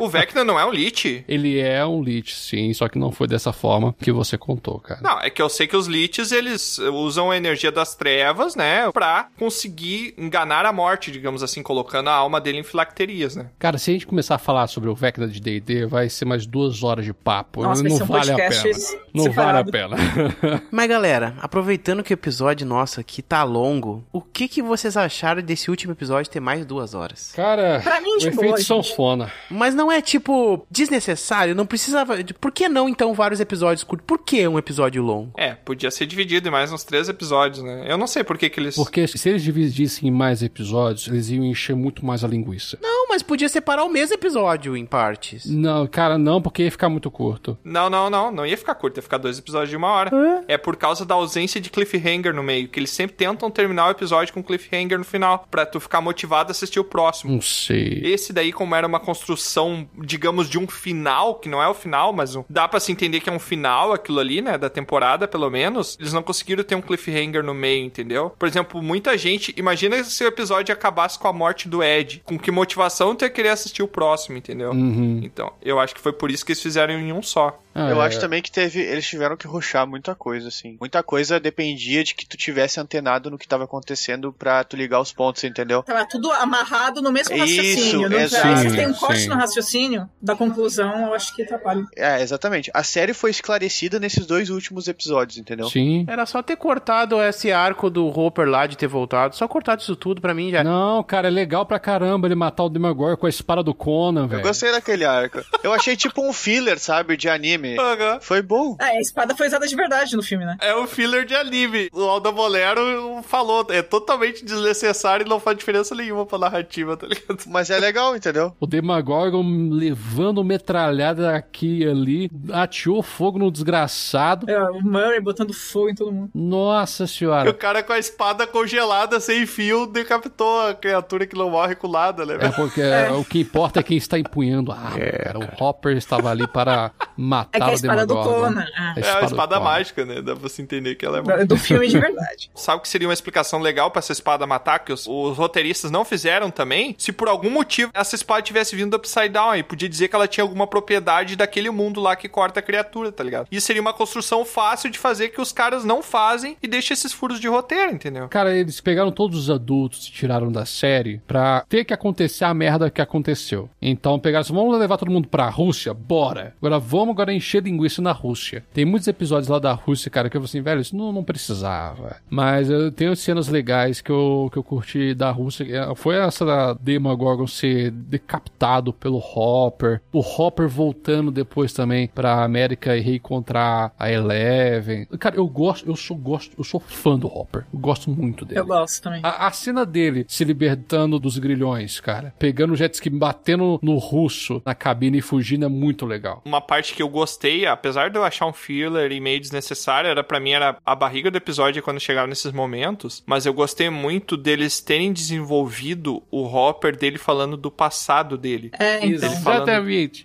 Speaker 5: o Vecna não é um Lich.
Speaker 7: ele é um Lich, sim, só que não foi dessa forma que você contou, cara.
Speaker 5: Não, é que eu sei que os Liches, eles uh, usam a energia das trevas, né? Pra conseguir enganar a morte, digamos assim, colocando a alma dele em filacterias, né?
Speaker 7: Cara, se a gente começar a falar sobre o Vecna de D&D, vai ser mais duas horas de papo.
Speaker 4: Nossa, vai
Speaker 7: não
Speaker 4: ser um
Speaker 7: vale a
Speaker 4: podcast
Speaker 7: pena.
Speaker 4: s-
Speaker 7: Não vale a
Speaker 4: separado.
Speaker 7: pena.
Speaker 4: [LAUGHS]
Speaker 15: Mas galera, aproveitando que o episódio nosso aqui tá longo, o que que vocês acharam desse último episódio ter mais duas horas?
Speaker 7: Cara,
Speaker 4: Pra mim, tipo,
Speaker 7: o
Speaker 4: de
Speaker 7: efeito
Speaker 4: boa, gente.
Speaker 7: sanfona.
Speaker 15: Mas não é tipo desnecessário, não precisava. de- Por que não então vários episódios curtos? Por que um episódio longo?
Speaker 5: É, podia ser dividido em mais uns três episódios, né? Eu não sei por que que eles...
Speaker 7: Porque se eles dividissem em mais episódios, eles iam encher muito mais a linguiça.
Speaker 15: Não, mas podia separar o mesmo episódio em partes.
Speaker 7: Não, cara, não, porque ia ficar muito curto.
Speaker 5: Não, não, não. Não ia ficar curto, ia ficar dois episódios de uma hora. É por causa da ausência de cliffhanger no meio, que eles sempre tentam terminar o episódio com cliffhanger no final, pra tu ficar motivado a assistir o próximo.
Speaker 7: Não sei.
Speaker 5: Esse daí, como era uma construção, digamos, de um final, que não é o final, mas um- dá pra se entender que é um final aquilo ali, né? Da temporada, pelo menos. Eles não conseguiram ter um cliffhanger no meio, entendeu? Por exemplo, muita gente. Imagina se o episódio acabasse com a morte do Ed. Com que motivação tu ia querer assistir o próximo, entendeu?
Speaker 7: Uhum.
Speaker 5: Então, eu acho que foi por isso que eles fizeram em um só.
Speaker 7: Ah,
Speaker 1: Eu
Speaker 7: é.
Speaker 1: acho também que teve. Eles tiveram que ruxar muita coisa, assim. Muita coisa dependia de que tu tivesse antenado no que tava acontecendo pra tu ligar os pontos, entendeu?
Speaker 4: Tava tudo amarrado no mesmo
Speaker 1: Isso,
Speaker 4: raciocínio. não-
Speaker 1: exato.
Speaker 4: se tem um corte
Speaker 7: Sim.
Speaker 4: no raciocínio da conclusão, eu acho que atrapalha.
Speaker 1: É, exatamente. A série foi esclarecida nesses dois últimos episódios, entendeu?
Speaker 7: Sim.
Speaker 15: Era só ter cortado esse arco do Hopper lá de ter voltado, só cortado isso tudo pra mim já.
Speaker 7: Não, cara, é legal pra caramba ele matar o Demogorgon com a espada do Conan,
Speaker 1: Eu
Speaker 7: velho.
Speaker 1: gostei daquele arco. Eu achei tipo um filler, sabe, de anime.
Speaker 5: Aham.
Speaker 1: Foi bom.
Speaker 4: É, a espada foi usada de verdade no filme, né?
Speaker 5: É o filler de anime. O Alda Bolero falou, é totalmente desnecessário e não faz diferença nenhuma pra narrativa, tá ligado?
Speaker 1: Mas é legal, entendeu?
Speaker 7: O Demagorgon levando metralhada aqui e ali, ateou fogo no desgraçado.
Speaker 4: É, o Murray botando fogo em todo mundo.
Speaker 7: Nossa
Speaker 5: E o
Speaker 7: senhora.
Speaker 5: cara com a espada congelada, sem fio, decapitou a criatura que não morre culada, né?
Speaker 7: É porque é, o que importa é quem está empunhando a arma. cara. O Hopper estava ali para matar
Speaker 4: É que é a
Speaker 7: o
Speaker 4: espada do
Speaker 7: Demogorgon.
Speaker 4: Conan, ah.
Speaker 5: É, a espada mágica, né? Dá pra você entender que ela é
Speaker 4: É do filme de
Speaker 5: [LAUGHS]
Speaker 4: verdade.
Speaker 5: Sabe o que seria uma explicação legal pra essa espada matar, que os, os roteiristas não fizeram também? Se por algum motivo essa espada tivesse vindo do Upside Down, aí podia dizer que ela tinha alguma propriedade daquele mundo lá que corta a criatura, tá ligado? Isso seria uma construção fácil de fazer que os caras não fazem e deixa esses furos de roteiro, entendeu?
Speaker 7: Cara, eles pegaram todos os adultos e tiraram da série pra ter que acontecer a merda que aconteceu. Então pegaram assim, vamos levar todo mundo pra Rússia? Bora! Agora vamos agora encher linguiça na Rússia. Tem muitos episódios lá da Rússia, cara, que eu falei assim, velho, isso não, não precisava. Mas eu tenho cenas legais que eu, que eu curti da Rússia. É, Foi essa da Demogorgon ser decapitado pelo Hopper. O Hopper voltando depois também pra América e reencontrar a Eleven. Cara, eu gosto, eu sou gosto, eu sou fã do Hopper. Eu gosto muito dele.
Speaker 4: Eu gosto também.
Speaker 7: A, a cena dele se libertando dos grilhões, cara. Pegando o jet ski, batendo no russo na cabine e fugindo é muito legal.
Speaker 5: Uma parte que eu gostei, apesar de eu achar um filler e meio desnecessário, era para mim era a barriga do episódio quando chegava nesses momentos, mas eu gostei muito deles terem desenvolvido o Hopper dele falando do passado dele.
Speaker 1: Ah,
Speaker 4: É, então.
Speaker 5: Ele falando-
Speaker 4: É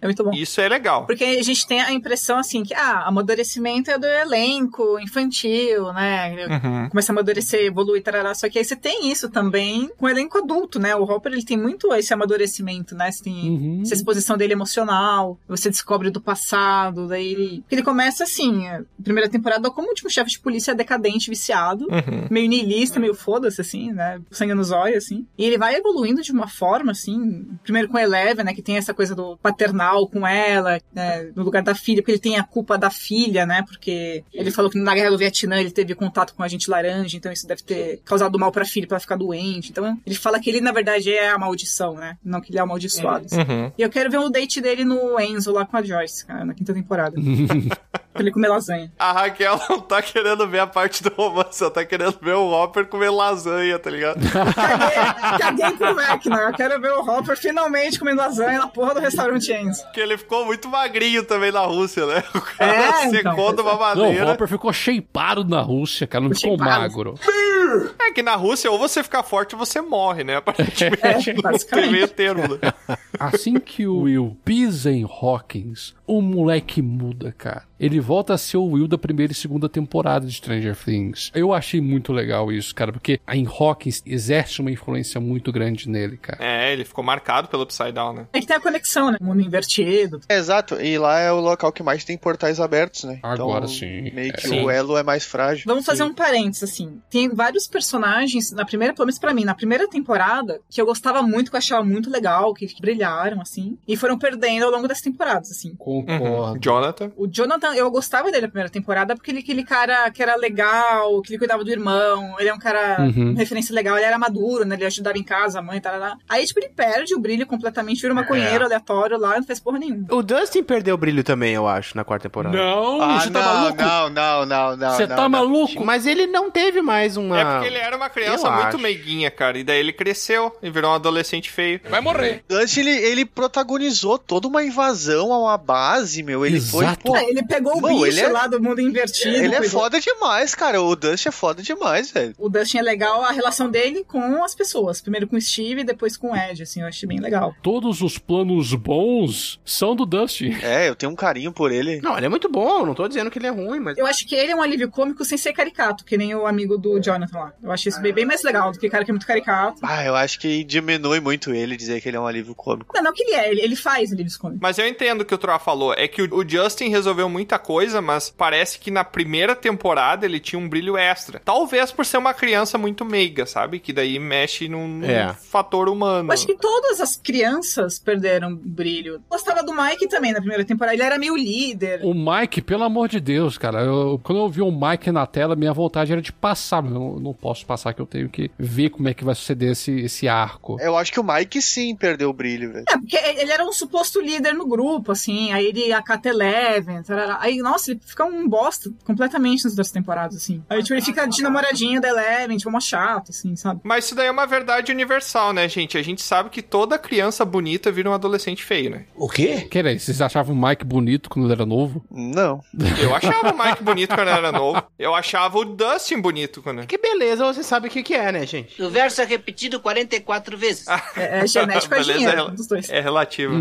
Speaker 4: muito bom.
Speaker 5: Isso é legal.
Speaker 4: Porque a gente tem a impressão, assim, que, ah, amadurecimento é do elenco infantil, né?
Speaker 5: Uhum.
Speaker 4: Começa a amadurecer, evoluir, tarará. Só que aí você tem isso também com o elenco adulto, né? O Hopper, ele tem muito esse amadurecimento, né? Você tem
Speaker 7: Uhum.
Speaker 4: essa exposição dele emocional, você descobre do passado, daí ele... Porque ele começa, assim, a primeira temporada como o último chefe de polícia decadente, viciado,
Speaker 5: Uhum.
Speaker 4: meio niilista, meio foda-se, assim, né? Sangue nos olhos, assim. E ele vai evoluindo de uma forma, assim, primeiro com a Eleven, né? Que tem essa coisa do paternal com ela, né? No lugar da filha, porque ele tem a culpa da filha, né? Porque ele falou que na guerra do Vietnã ele teve contato com agente laranja, então isso deve ter causado mal pra filha, pra ela ficar doente. Então ele fala que ele, na verdade, é a maldição, né? Não que ele é amaldiçoado. assim.
Speaker 5: Uhum.
Speaker 4: E eu quero ver o date dele no Enzo lá com a Joyce, cara, na quinta temporada. pra ele comer lasanha.
Speaker 5: A Raquel não tá querendo ver a parte do romance, ela tá querendo ver o Hopper comer lasanha, tá ligado?
Speaker 4: Caguei pro Vecna. né? Eu quero ver o Hopper finalmente comendo lasanha na porra do restaurante Enzo.
Speaker 5: Porque ele ficou muito magrinho também na Rússia, né? O cara
Speaker 4: É,
Speaker 5: secou
Speaker 4: então.
Speaker 5: de uma
Speaker 7: Não, o
Speaker 5: maneira.
Speaker 7: Hopper ficou shapeado na Rússia, cara, não ficou magro.
Speaker 5: É que na Rússia, ou você fica forte ou você morre, né? Aparentemente,
Speaker 4: [LAUGHS] É,
Speaker 5: não tem
Speaker 4: basicamente.
Speaker 5: meio termo. né?
Speaker 7: Assim que o Will pisa em Hawkins, o moleque muda, cara. Ele volta a ser o Will da primeira e segunda temporada de Stranger Things. Eu achei muito legal isso, cara, porque em Hawkins exerce uma influência muito grande nele, cara.
Speaker 5: É, ele ficou marcado pelo Upside Down, né?
Speaker 4: É que tem a conexão, né? Mundo invertido.
Speaker 1: Exato, e lá é o local que mais tem portais abertos, né?
Speaker 7: Agora
Speaker 1: então,
Speaker 7: sim.
Speaker 1: Meio que
Speaker 7: Sim.
Speaker 1: o elo é mais frágil.
Speaker 4: Vamos fazer um parênteses, assim. Tem vários personagens, na primeira, pelo menos pra mim, na primeira temporada, que eu gostava muito, que eu achava muito legal, que brilharam, assim, e foram perdendo ao longo das temporadas, assim.
Speaker 7: Concordo.
Speaker 5: Uhum. Jonathan.
Speaker 4: O Jonathan, eu gostava dele na primeira temporada porque ele aquele cara que era legal, que ele cuidava do irmão, ele é um cara,
Speaker 7: Uhum.
Speaker 4: uma referência legal, ele era maduro, né? Ele ajudava em casa, a mãe, tal. Aí, tipo, ele perde o brilho completamente, vira um
Speaker 1: É.
Speaker 4: maconheiro aleatório lá, não faz porra nenhuma.
Speaker 15: O Dustin perdeu o brilho também, eu acho, na quarta temporada.
Speaker 7: Não,
Speaker 1: Ah,
Speaker 7: você
Speaker 1: não,
Speaker 7: tá maluco?
Speaker 1: não, não, não, não.
Speaker 7: Você
Speaker 1: não,
Speaker 7: tá
Speaker 1: não.
Speaker 7: maluco?
Speaker 15: Mas ele não teve mais uma.
Speaker 2: Ah,
Speaker 5: É porque ele era uma criança
Speaker 15: Eu
Speaker 5: muito
Speaker 15: acho.
Speaker 5: meiguinha, cara. E daí ele cresceu e virou um adolescente feio.
Speaker 7: Vai morrer.
Speaker 1: Dante, ele, ele protagonizou toda uma invasão a uma base, meu. Ele
Speaker 7: Exato.
Speaker 1: foi,
Speaker 4: Ah,
Speaker 1: pô,
Speaker 4: ele pegou o
Speaker 1: Bom,
Speaker 4: bicho
Speaker 1: ele é-
Speaker 4: lá do mundo invertido.
Speaker 1: ele é
Speaker 4: cuidou.
Speaker 1: foda demais, cara. O Dante é foda demais, velho.
Speaker 4: O Dustin é legal a relação dele com as pessoas. Primeiro com o Steve e depois com o Ed, assim, eu achei bem legal.
Speaker 7: Todos os planos bons são do Dustin.
Speaker 1: É, eu tenho um carinho por ele.
Speaker 15: Não, ele é muito bom, não tô dizendo que ele é ruim, mas.
Speaker 4: Eu acho que ele é um alívio cômico sem ser caricato, que nem o amigo
Speaker 1: É.
Speaker 4: do Jonathan lá. Eu achei isso bem, bem mais legal do que o cara que é muito caricato.
Speaker 1: Ah, eu acho que diminui muito ele dizer que ele é um alívio cômico.
Speaker 4: Não, não que ele é, ele, ele faz alívios cômicos.
Speaker 5: Mas eu entendo o que o Troa falou. É que o o Justin resolveu muita coisa, mas parece que na primeira temporada ele tinha um brilho extra. Talvez por ser uma criança muito meiga, sabe? Que daí mexe num, num
Speaker 15: É.
Speaker 5: fator humano.
Speaker 4: Eu acho que todas as crianças perderam o brilho. Gostava do Mike também na primeira temporada, ele era meio líder.
Speaker 7: O Mike, pelo amor de Deus, cara, eu- quando eu vi o Mike na tela, minha vontade era de passar, mas eu não, não posso passar, que eu tenho que ver como é que vai suceder esse, esse arco.
Speaker 1: Eu acho que o Mike sim perdeu o brilho, velho.
Speaker 4: É, porque ele era um suposto líder no grupo, assim, aí ele acata Eleven, tarará. aí nossa, ele fica um bosta completamente nas duas temporadas, assim. Aí, tipo, ele fica de namoradinho da Eleven, tipo, uma chata, assim, sabe?
Speaker 5: Mas isso daí é uma verdade universal, né, gente? A gente sabe que toda criança bonita vira um adolescente feio, né?
Speaker 7: O quê? Peraí, vocês achavam o Mike bonito quando ele era novo?
Speaker 1: Não.
Speaker 5: Eu achava o Mike bonito quando eu era novo. Eu achava o Dustin bonito quando eu...
Speaker 15: Que beleza, você sabe o que, que é, né, gente?
Speaker 16: O verso é repetido 44 vezes.
Speaker 4: É, é genético, é
Speaker 5: Beleza,
Speaker 4: dinheiro
Speaker 5: é-
Speaker 4: dos dois.
Speaker 5: É relativo.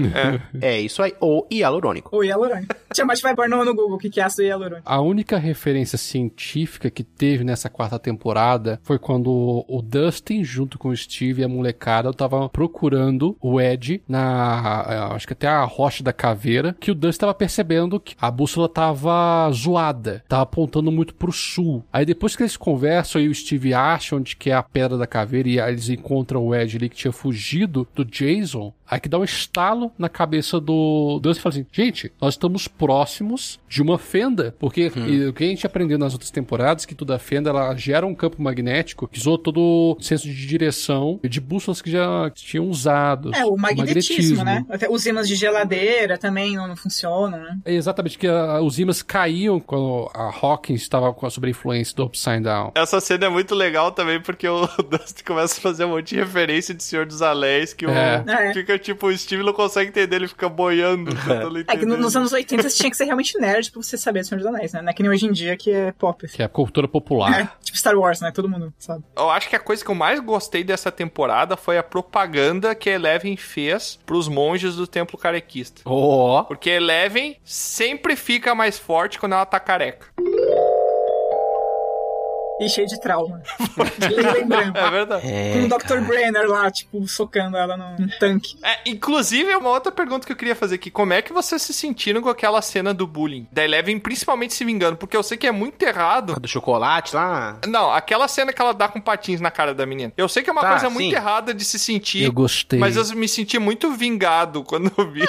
Speaker 15: É. isso aí. Ou hialurônico.
Speaker 4: O hialurônico. Tiamat vai pôr no no Google o que que é ácido hialurônico.
Speaker 7: A única referência científica que teve nessa quarta temporada foi quando o- o Dustin, junto com o Steve e a molecada, estavam procurando o Ed na. eh, Acho que até a rocha da caveira. Que o Dustin estava percebendo que a bússola estava zoada, estava apontando muito pro sul. Aí depois que eles conversam e o Steve acha onde que é a pedra da caveira e aí eles encontram o Ed ali que tinha fugido do Jason. Aí que dá um estalo na cabeça do Deus e fala assim: gente, nós estamos próximos de uma fenda. Porque
Speaker 5: Uhum.
Speaker 7: e o que a gente aprendeu nas outras temporadas que toda fenda ela gera um campo magnético que zoa todo o senso de direção e de bússolas que já tinham usado.
Speaker 4: É, o magnetismo, né? Até os ímãs de geladeira também não, não funcionam, né?
Speaker 7: É exatamente que ah, os ímãs caíam quando a Hawkins estava com a sobre a influência do Upside Down.
Speaker 5: Essa cena é muito legal também, porque o [LAUGHS] Dustin começa a fazer um monte de referência de Senhor dos Anéis, que o-
Speaker 7: É.
Speaker 4: É.
Speaker 5: fica tipo, o Steve não consegue entender, ele fica boiando. tentando
Speaker 4: É que no-
Speaker 5: entender.
Speaker 4: nos anos 80 você tinha que ser realmente nerd pra você saber do Senhor dos Anéis, né? Não é que nem hoje em dia que é pop. assim.
Speaker 7: Que é a cultura popular.
Speaker 4: É, tipo Star Wars, né? Todo mundo sabe.
Speaker 5: Eu acho que a coisa que eu mais gostei dessa temporada foi a propaganda que a Eleven fez pros monges do Templo Carequista.
Speaker 15: Oh.
Speaker 5: Porque a Eleven sempre fica mais forte quando ela tá careca.
Speaker 4: E cheio de [LAUGHS] trauma. Lembrando.
Speaker 5: É verdade.
Speaker 4: Com o Dr. Brenner lá, tipo, socando ela num tanque.
Speaker 5: [LAUGHS] É, inclusive, uma outra pergunta que eu queria fazer aqui. Como é que vocês se sentiram com aquela cena do bullying? Da Eleven principalmente se vingando, porque eu sei que é muito errado.
Speaker 15: Do chocolate lá.
Speaker 5: Não, aquela cena que ela dá com patins na cara da menina. Eu sei que é uma
Speaker 15: Tá,
Speaker 5: coisa
Speaker 15: sim.
Speaker 5: muito errada de se sentir.
Speaker 7: Eu gostei.
Speaker 5: Mas eu me senti muito vingado quando eu vi.
Speaker 4: É,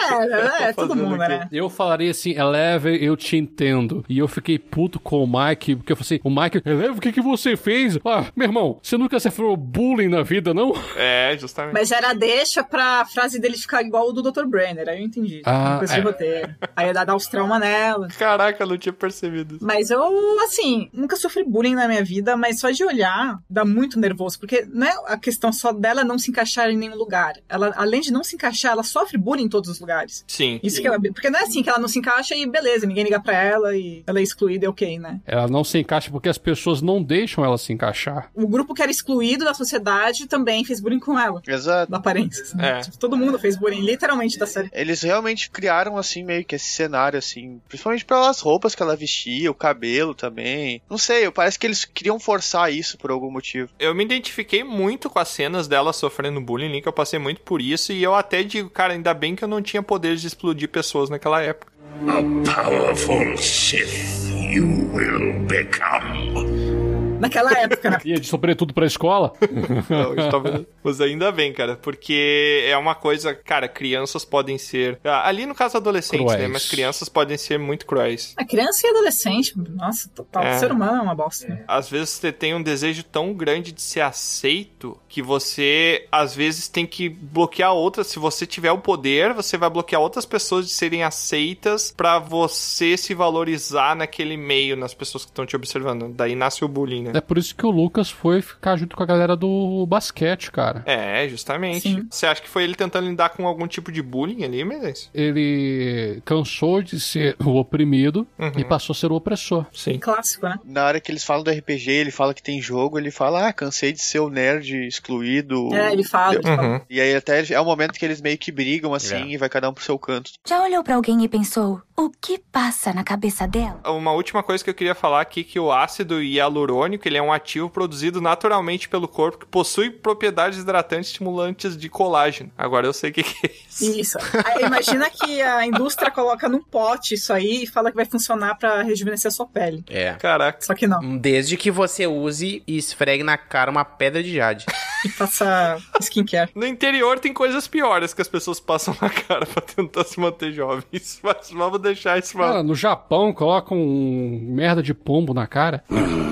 Speaker 4: é,
Speaker 5: Tô
Speaker 4: todo
Speaker 5: fazendo
Speaker 4: mundo,
Speaker 5: aqui.
Speaker 4: né?
Speaker 7: Eu falaria assim, Eleven, eu te entendo. E eu fiquei puto com o Mike, porque eu falei assim, o Mike, Eleven, o que, que você fez? Ah, meu irmão, você nunca sofreu bullying na vida, não?
Speaker 5: É, justamente.
Speaker 4: Mas era a deixa pra frase dele ficar igual o do Dr. Brenner, aí eu entendi.
Speaker 7: Ah,
Speaker 4: Coisa de
Speaker 7: é.
Speaker 4: roteiro. Aí ia dar dar os traumas nela.
Speaker 5: Caraca, eu não tinha percebido.
Speaker 4: Mas eu, assim, nunca sofri bullying na minha vida, mas só de olhar dá muito nervoso, porque não é a questão só dela não se encaixar em nenhum lugar. Ela, além de não se encaixar, ela sofre bullying em todos os lugares.
Speaker 5: Sim.
Speaker 4: Isso que é, porque não é assim que ela não se encaixa e beleza, ninguém liga pra ela e ela é excluída, é ok, né?
Speaker 7: Ela não se encaixa porque as pessoas não deixam ela se encaixar.
Speaker 4: O grupo que era excluído da sociedade também fez bullying com ela.
Speaker 1: Exato.
Speaker 4: Da aparência. assim.
Speaker 1: É.
Speaker 4: Tipo, todo mundo fez bullying, literalmente, da série.
Speaker 1: Eles realmente criaram, assim, meio que esse cenário, assim, principalmente pelas roupas que ela vestia, o cabelo também. Não sei, eu- parece que eles queriam forçar isso por algum motivo.
Speaker 5: Eu me identifiquei muito com as cenas dela sofrendo bullying, Link, eu passei muito por isso, e eu até digo, cara, ainda bem que eu não tinha poderes de explodir pessoas naquela época. [LAUGHS]
Speaker 11: Powerful Sith you will become.
Speaker 5: [LAUGHS]
Speaker 4: Naquela época. né?
Speaker 7: E é de sobretudo pra escola?
Speaker 5: Não, Então, isso talvez- Mas ainda bem, cara, porque é uma coisa, cara, crianças podem ser. ah, Ali no caso adolescentes,
Speaker 7: Cruéis.
Speaker 5: né? Mas crianças podem ser muito cruéis.
Speaker 4: A criança e adolescente, nossa, total.
Speaker 5: É.
Speaker 4: O ser humano é uma bosta. né?
Speaker 5: Às vezes você tem um desejo tão grande de ser aceito que você, às vezes, tem que bloquear outras. Se você tiver o poder, você vai bloquear outras pessoas de serem aceitas pra você se valorizar naquele meio, nas pessoas que estão te observando. Daí nasce o bullying, né?
Speaker 7: É por isso que o Lucas foi ficar junto com a galera do basquete, cara.
Speaker 5: É, justamente. Você acha que foi ele tentando lidar com algum tipo de bullying ali, mas
Speaker 7: Ele cansou de ser o oprimido
Speaker 5: Uhum.
Speaker 7: e passou a ser o opressor.
Speaker 5: Sim.
Speaker 4: Clássico, né?
Speaker 1: Na hora que eles falam do RPG, ele fala que tem jogo, ele fala, ah, cansei de ser o nerd excluído.
Speaker 4: É, ele fala, ele fala. Uhum.
Speaker 1: E aí até é o momento que eles meio que brigam, assim, e vai cada um pro seu canto.
Speaker 17: Já olhou pra alguém e pensou: o que passa na cabeça dela?
Speaker 5: Uma última coisa que eu queria falar aqui que o ácido hialurônico, ele é um ativo produzido naturalmente pelo corpo que possui propriedades hidratantes estimulantes de colágeno. Agora eu sei o que, que [LAUGHS] é isso.
Speaker 4: Isso. Aí, imagina que a indústria coloca num pote isso aí e fala que vai funcionar pra rejuvenescer a sua pele.
Speaker 15: É.
Speaker 5: Caraca.
Speaker 4: Só que não.
Speaker 15: Desde que você use e esfregue na cara uma pedra de jade.
Speaker 4: E faça skincare.
Speaker 5: No interior tem coisas piores que as pessoas passam na cara [LAUGHS] pra tentar se manter jovens. [LAUGHS] Mas vamos deixar isso pra...
Speaker 7: Cara, no Japão colocam um merda de pombo na cara.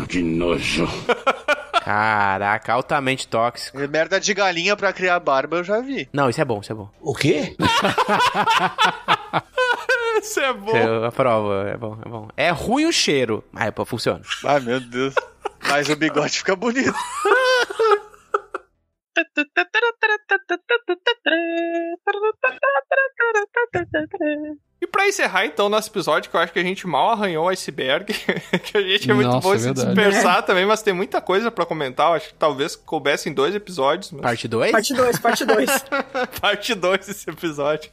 Speaker 11: Que Ah, nojo.
Speaker 15: [LAUGHS] Caraca, altamente tóxico.
Speaker 1: Merda de galinha pra criar barba eu já vi.
Speaker 15: Não, isso é bom, isso é bom.
Speaker 7: Ah.
Speaker 11: O quê?
Speaker 5: Isso é bom.
Speaker 2: Eu aprovo, é bom, é bom. É ruim o cheiro, mas pô, funciona.
Speaker 1: Ai, Ah, meu Deus. Mas o bigode fica bonito.
Speaker 5: E pra encerrar, então, nosso episódio, que eu acho que a gente mal arranhou o iceberg, [LAUGHS] que a gente é muito
Speaker 7: Nossa,
Speaker 5: bom
Speaker 7: é
Speaker 5: se
Speaker 7: verdade.
Speaker 5: dispersar também, mas tem muita coisa pra comentar. Eu acho que talvez coubesse em dois episódios. Mas... [LAUGHS]
Speaker 2: Parte 2?
Speaker 4: Parte 2, parte 2.
Speaker 5: Parte 2 desse episódio.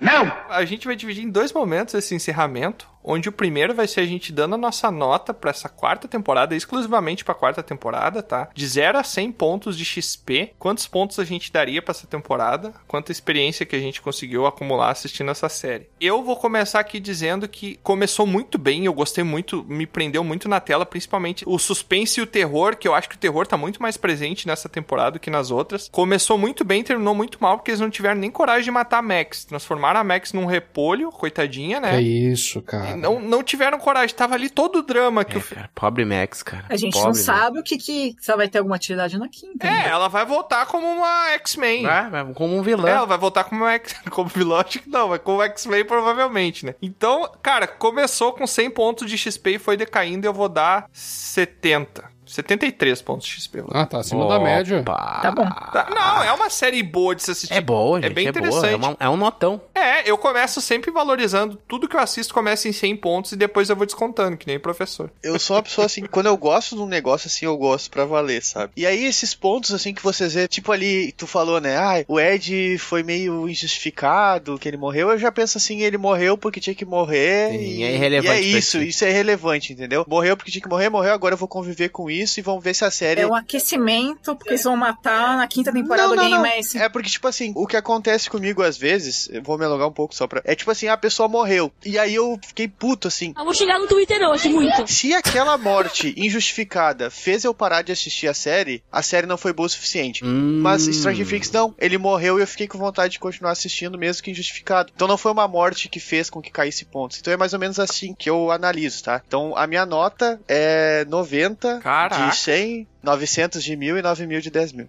Speaker 5: Não! A gente vai dividir em dois momentos esse encerramento, onde o primeiro vai ser a gente dando a nossa nota pra essa quarta temporada, exclusivamente pra quarta temporada, tá? De 0 a 100 pontos de XP, quantos pontos a gente daria pra essa temporada, quanta experiência que a gente conseguiu acumular assistindo essa série. Eu vou começar aqui dizendo que começou muito bem, eu gostei muito, me prendeu muito na tela, principalmente o suspense e o terror, que eu acho que o terror tá muito mais presente nessa temporada do que nas outras. Começou muito bem, terminou muito mal, porque eles não tiveram nem coragem de matar a Max. Transformaram a Max num repolho, coitadinha, né?
Speaker 7: É isso, cara.
Speaker 5: Não, não tiveram coragem, tava ali todo o drama que o fi-
Speaker 2: Pobre Max, É, cara.
Speaker 4: A gente
Speaker 2: Pobre né?
Speaker 4: não
Speaker 2: Max.
Speaker 4: sabe o que que... Se ela vai ter alguma atividade na quinta. né?
Speaker 5: É, ela vai voltar como uma X-Men.
Speaker 2: Ah, mas como um vilão.
Speaker 5: É, ela vai voltar como, uma X... [LAUGHS] como vilão, acho que não, mas como X-Men provavelmente, né? Então, cara, começou com 100 pontos de XP e foi decaindo, eu vou dar 70. 73 pontos de XP. eu vou dar.
Speaker 7: Ah, tá acima da média.
Speaker 2: Tá
Speaker 4: bom.
Speaker 5: Tá, Não, é uma série boa de se assistir.
Speaker 2: É boa, gente.
Speaker 5: É bem
Speaker 2: boa,
Speaker 5: interessante.
Speaker 2: é uma- é um notão.
Speaker 5: É, eu começo sempre valorizando tudo que eu assisto, começa em 100 pontos e depois eu vou descontando, que nem professor.
Speaker 1: Eu sou uma pessoa assim, quando eu gosto de um negócio assim, eu gosto pra valer, sabe? E aí esses pontos assim que vocês vê, tipo ali, tu falou, né? Ah, o Ed foi meio injustificado que ele morreu. Eu já penso assim, ele morreu porque tinha que morrer.
Speaker 2: Sim,
Speaker 1: e
Speaker 2: é irrelevante
Speaker 1: E é
Speaker 2: pra
Speaker 1: isso,
Speaker 2: ti.
Speaker 1: isso é irrelevante, entendeu? Morreu porque tinha que morrer, morreu, agora eu vou conviver com isso e vamos ver se a série
Speaker 4: É um aquecimento, porque eles vão matar na quinta temporada
Speaker 1: Não, não,
Speaker 4: alguém,
Speaker 1: não.
Speaker 4: mas...
Speaker 1: É porque, tipo assim, o que acontece comigo às vezes, eu vou me alongar um pouco só pra. É tipo assim, a pessoa morreu. E aí eu fiquei puto, assim.
Speaker 17: Eu vou chegar no Twitter hoje, muito.
Speaker 1: Se aquela morte injustificada fez eu parar de assistir a série, a série não foi boa o suficiente.
Speaker 2: Hum.
Speaker 1: Mas Stranger Things não, ele morreu e eu fiquei com vontade de continuar assistindo, mesmo que injustificado. Então não foi uma morte que fez com que caísse pontos. Então é mais ou menos assim que eu analiso, tá? Então a minha nota é 90
Speaker 5: Caraca.
Speaker 1: de 100, 900 de 1000 e 9000 de 10
Speaker 5: [LAUGHS]
Speaker 1: mil.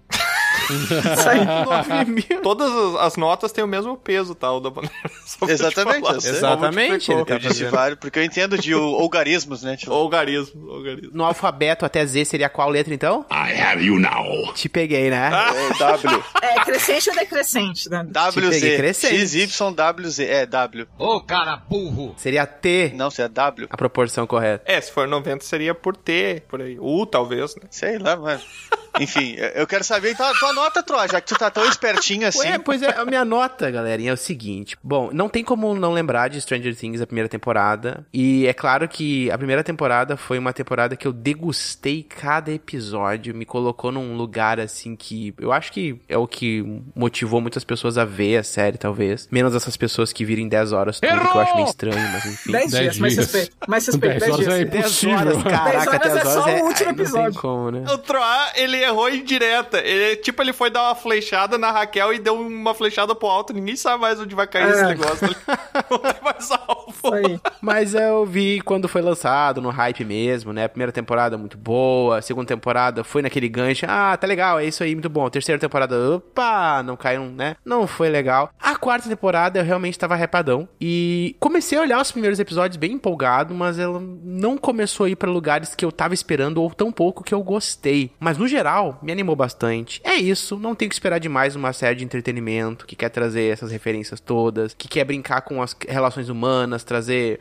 Speaker 2: [LAUGHS]
Speaker 5: Todas as- as notas têm o mesmo peso, tá? O da bandeira. [LAUGHS] Só pra te
Speaker 1: Exatamente,
Speaker 5: falar.
Speaker 1: eu sei.
Speaker 2: Exatamente, ele tá
Speaker 1: Eu disse
Speaker 2: fazendo.
Speaker 1: vários, porque eu entendo de o- algarismos, né?
Speaker 5: [LAUGHS]
Speaker 1: Tipo,
Speaker 5: É, Algarismo, algarismo.
Speaker 2: No alfabeto até Z seria qual letra, então?
Speaker 10: I have you now.
Speaker 2: Te peguei, né?
Speaker 5: Ah.
Speaker 1: é, W.
Speaker 4: É crescente ou decrescente, né?
Speaker 2: peguei
Speaker 1: WZ.
Speaker 2: crescente.
Speaker 1: XYWZ. É, W.
Speaker 10: Ô, cara burro.
Speaker 2: Seria T
Speaker 1: Não, se é W.
Speaker 2: a proporção correta.
Speaker 5: É, se for 90 seria por T, por aí. U, talvez, né? [LAUGHS]
Speaker 1: Sei lá, mano. Enfim, eu- eu quero saber então a tua nota, Troa, já que tu tá tão espertinho assim.
Speaker 2: Ué, pois é, a minha nota, galerinha, é o seguinte. Bom, não tem como não lembrar de Stranger Things, a primeira temporada. E é claro que a primeira temporada foi uma temporada que eu degustei cada episódio, me colocou num lugar assim que eu acho que é o que motivou muitas pessoas a ver a série, talvez. Menos essas pessoas que viram em 10 horas tudo, que eu acho meio estranho, mas enfim.
Speaker 4: 10
Speaker 7: Dez
Speaker 4: dias, mais
Speaker 7: dias.
Speaker 4: respeito. Mais respeito, 10 dias.
Speaker 7: horas é
Speaker 2: 10 horas,
Speaker 7: impossível.
Speaker 2: caraca, 10
Speaker 4: 10
Speaker 2: horas,
Speaker 4: horas é só
Speaker 2: ai,
Speaker 4: o último
Speaker 2: Não tem
Speaker 4: episódio.
Speaker 2: como, né?
Speaker 5: O Troá, ele errou em direta. Ele, tipo, ele foi dar uma flechada na Raquel e deu uma flechada pro alto. Ninguém sabe mais onde vai cair esse
Speaker 4: É.
Speaker 5: negócio. Não tem mais alvo.
Speaker 4: Isso aí.
Speaker 2: Mas eu vi quando foi lançado, no hype mesmo, né? Primeira temporada muito boa, segunda temporada foi naquele gancho, ah, tá legal, é isso aí, muito bom. Terceira temporada, opa, não caiu, né? Não foi legal. A quarta temporada eu realmente tava repadão e comecei a olhar os primeiros episódios bem empolgado, mas ela não começou a ir pra lugares que eu tava esperando ou tão pouco que eu gostei. Mas no geral, me animou bastante. É isso, não tem o que esperar demais uma série de entretenimento que quer trazer essas referências todas, que quer brincar com as relações humanas, trazer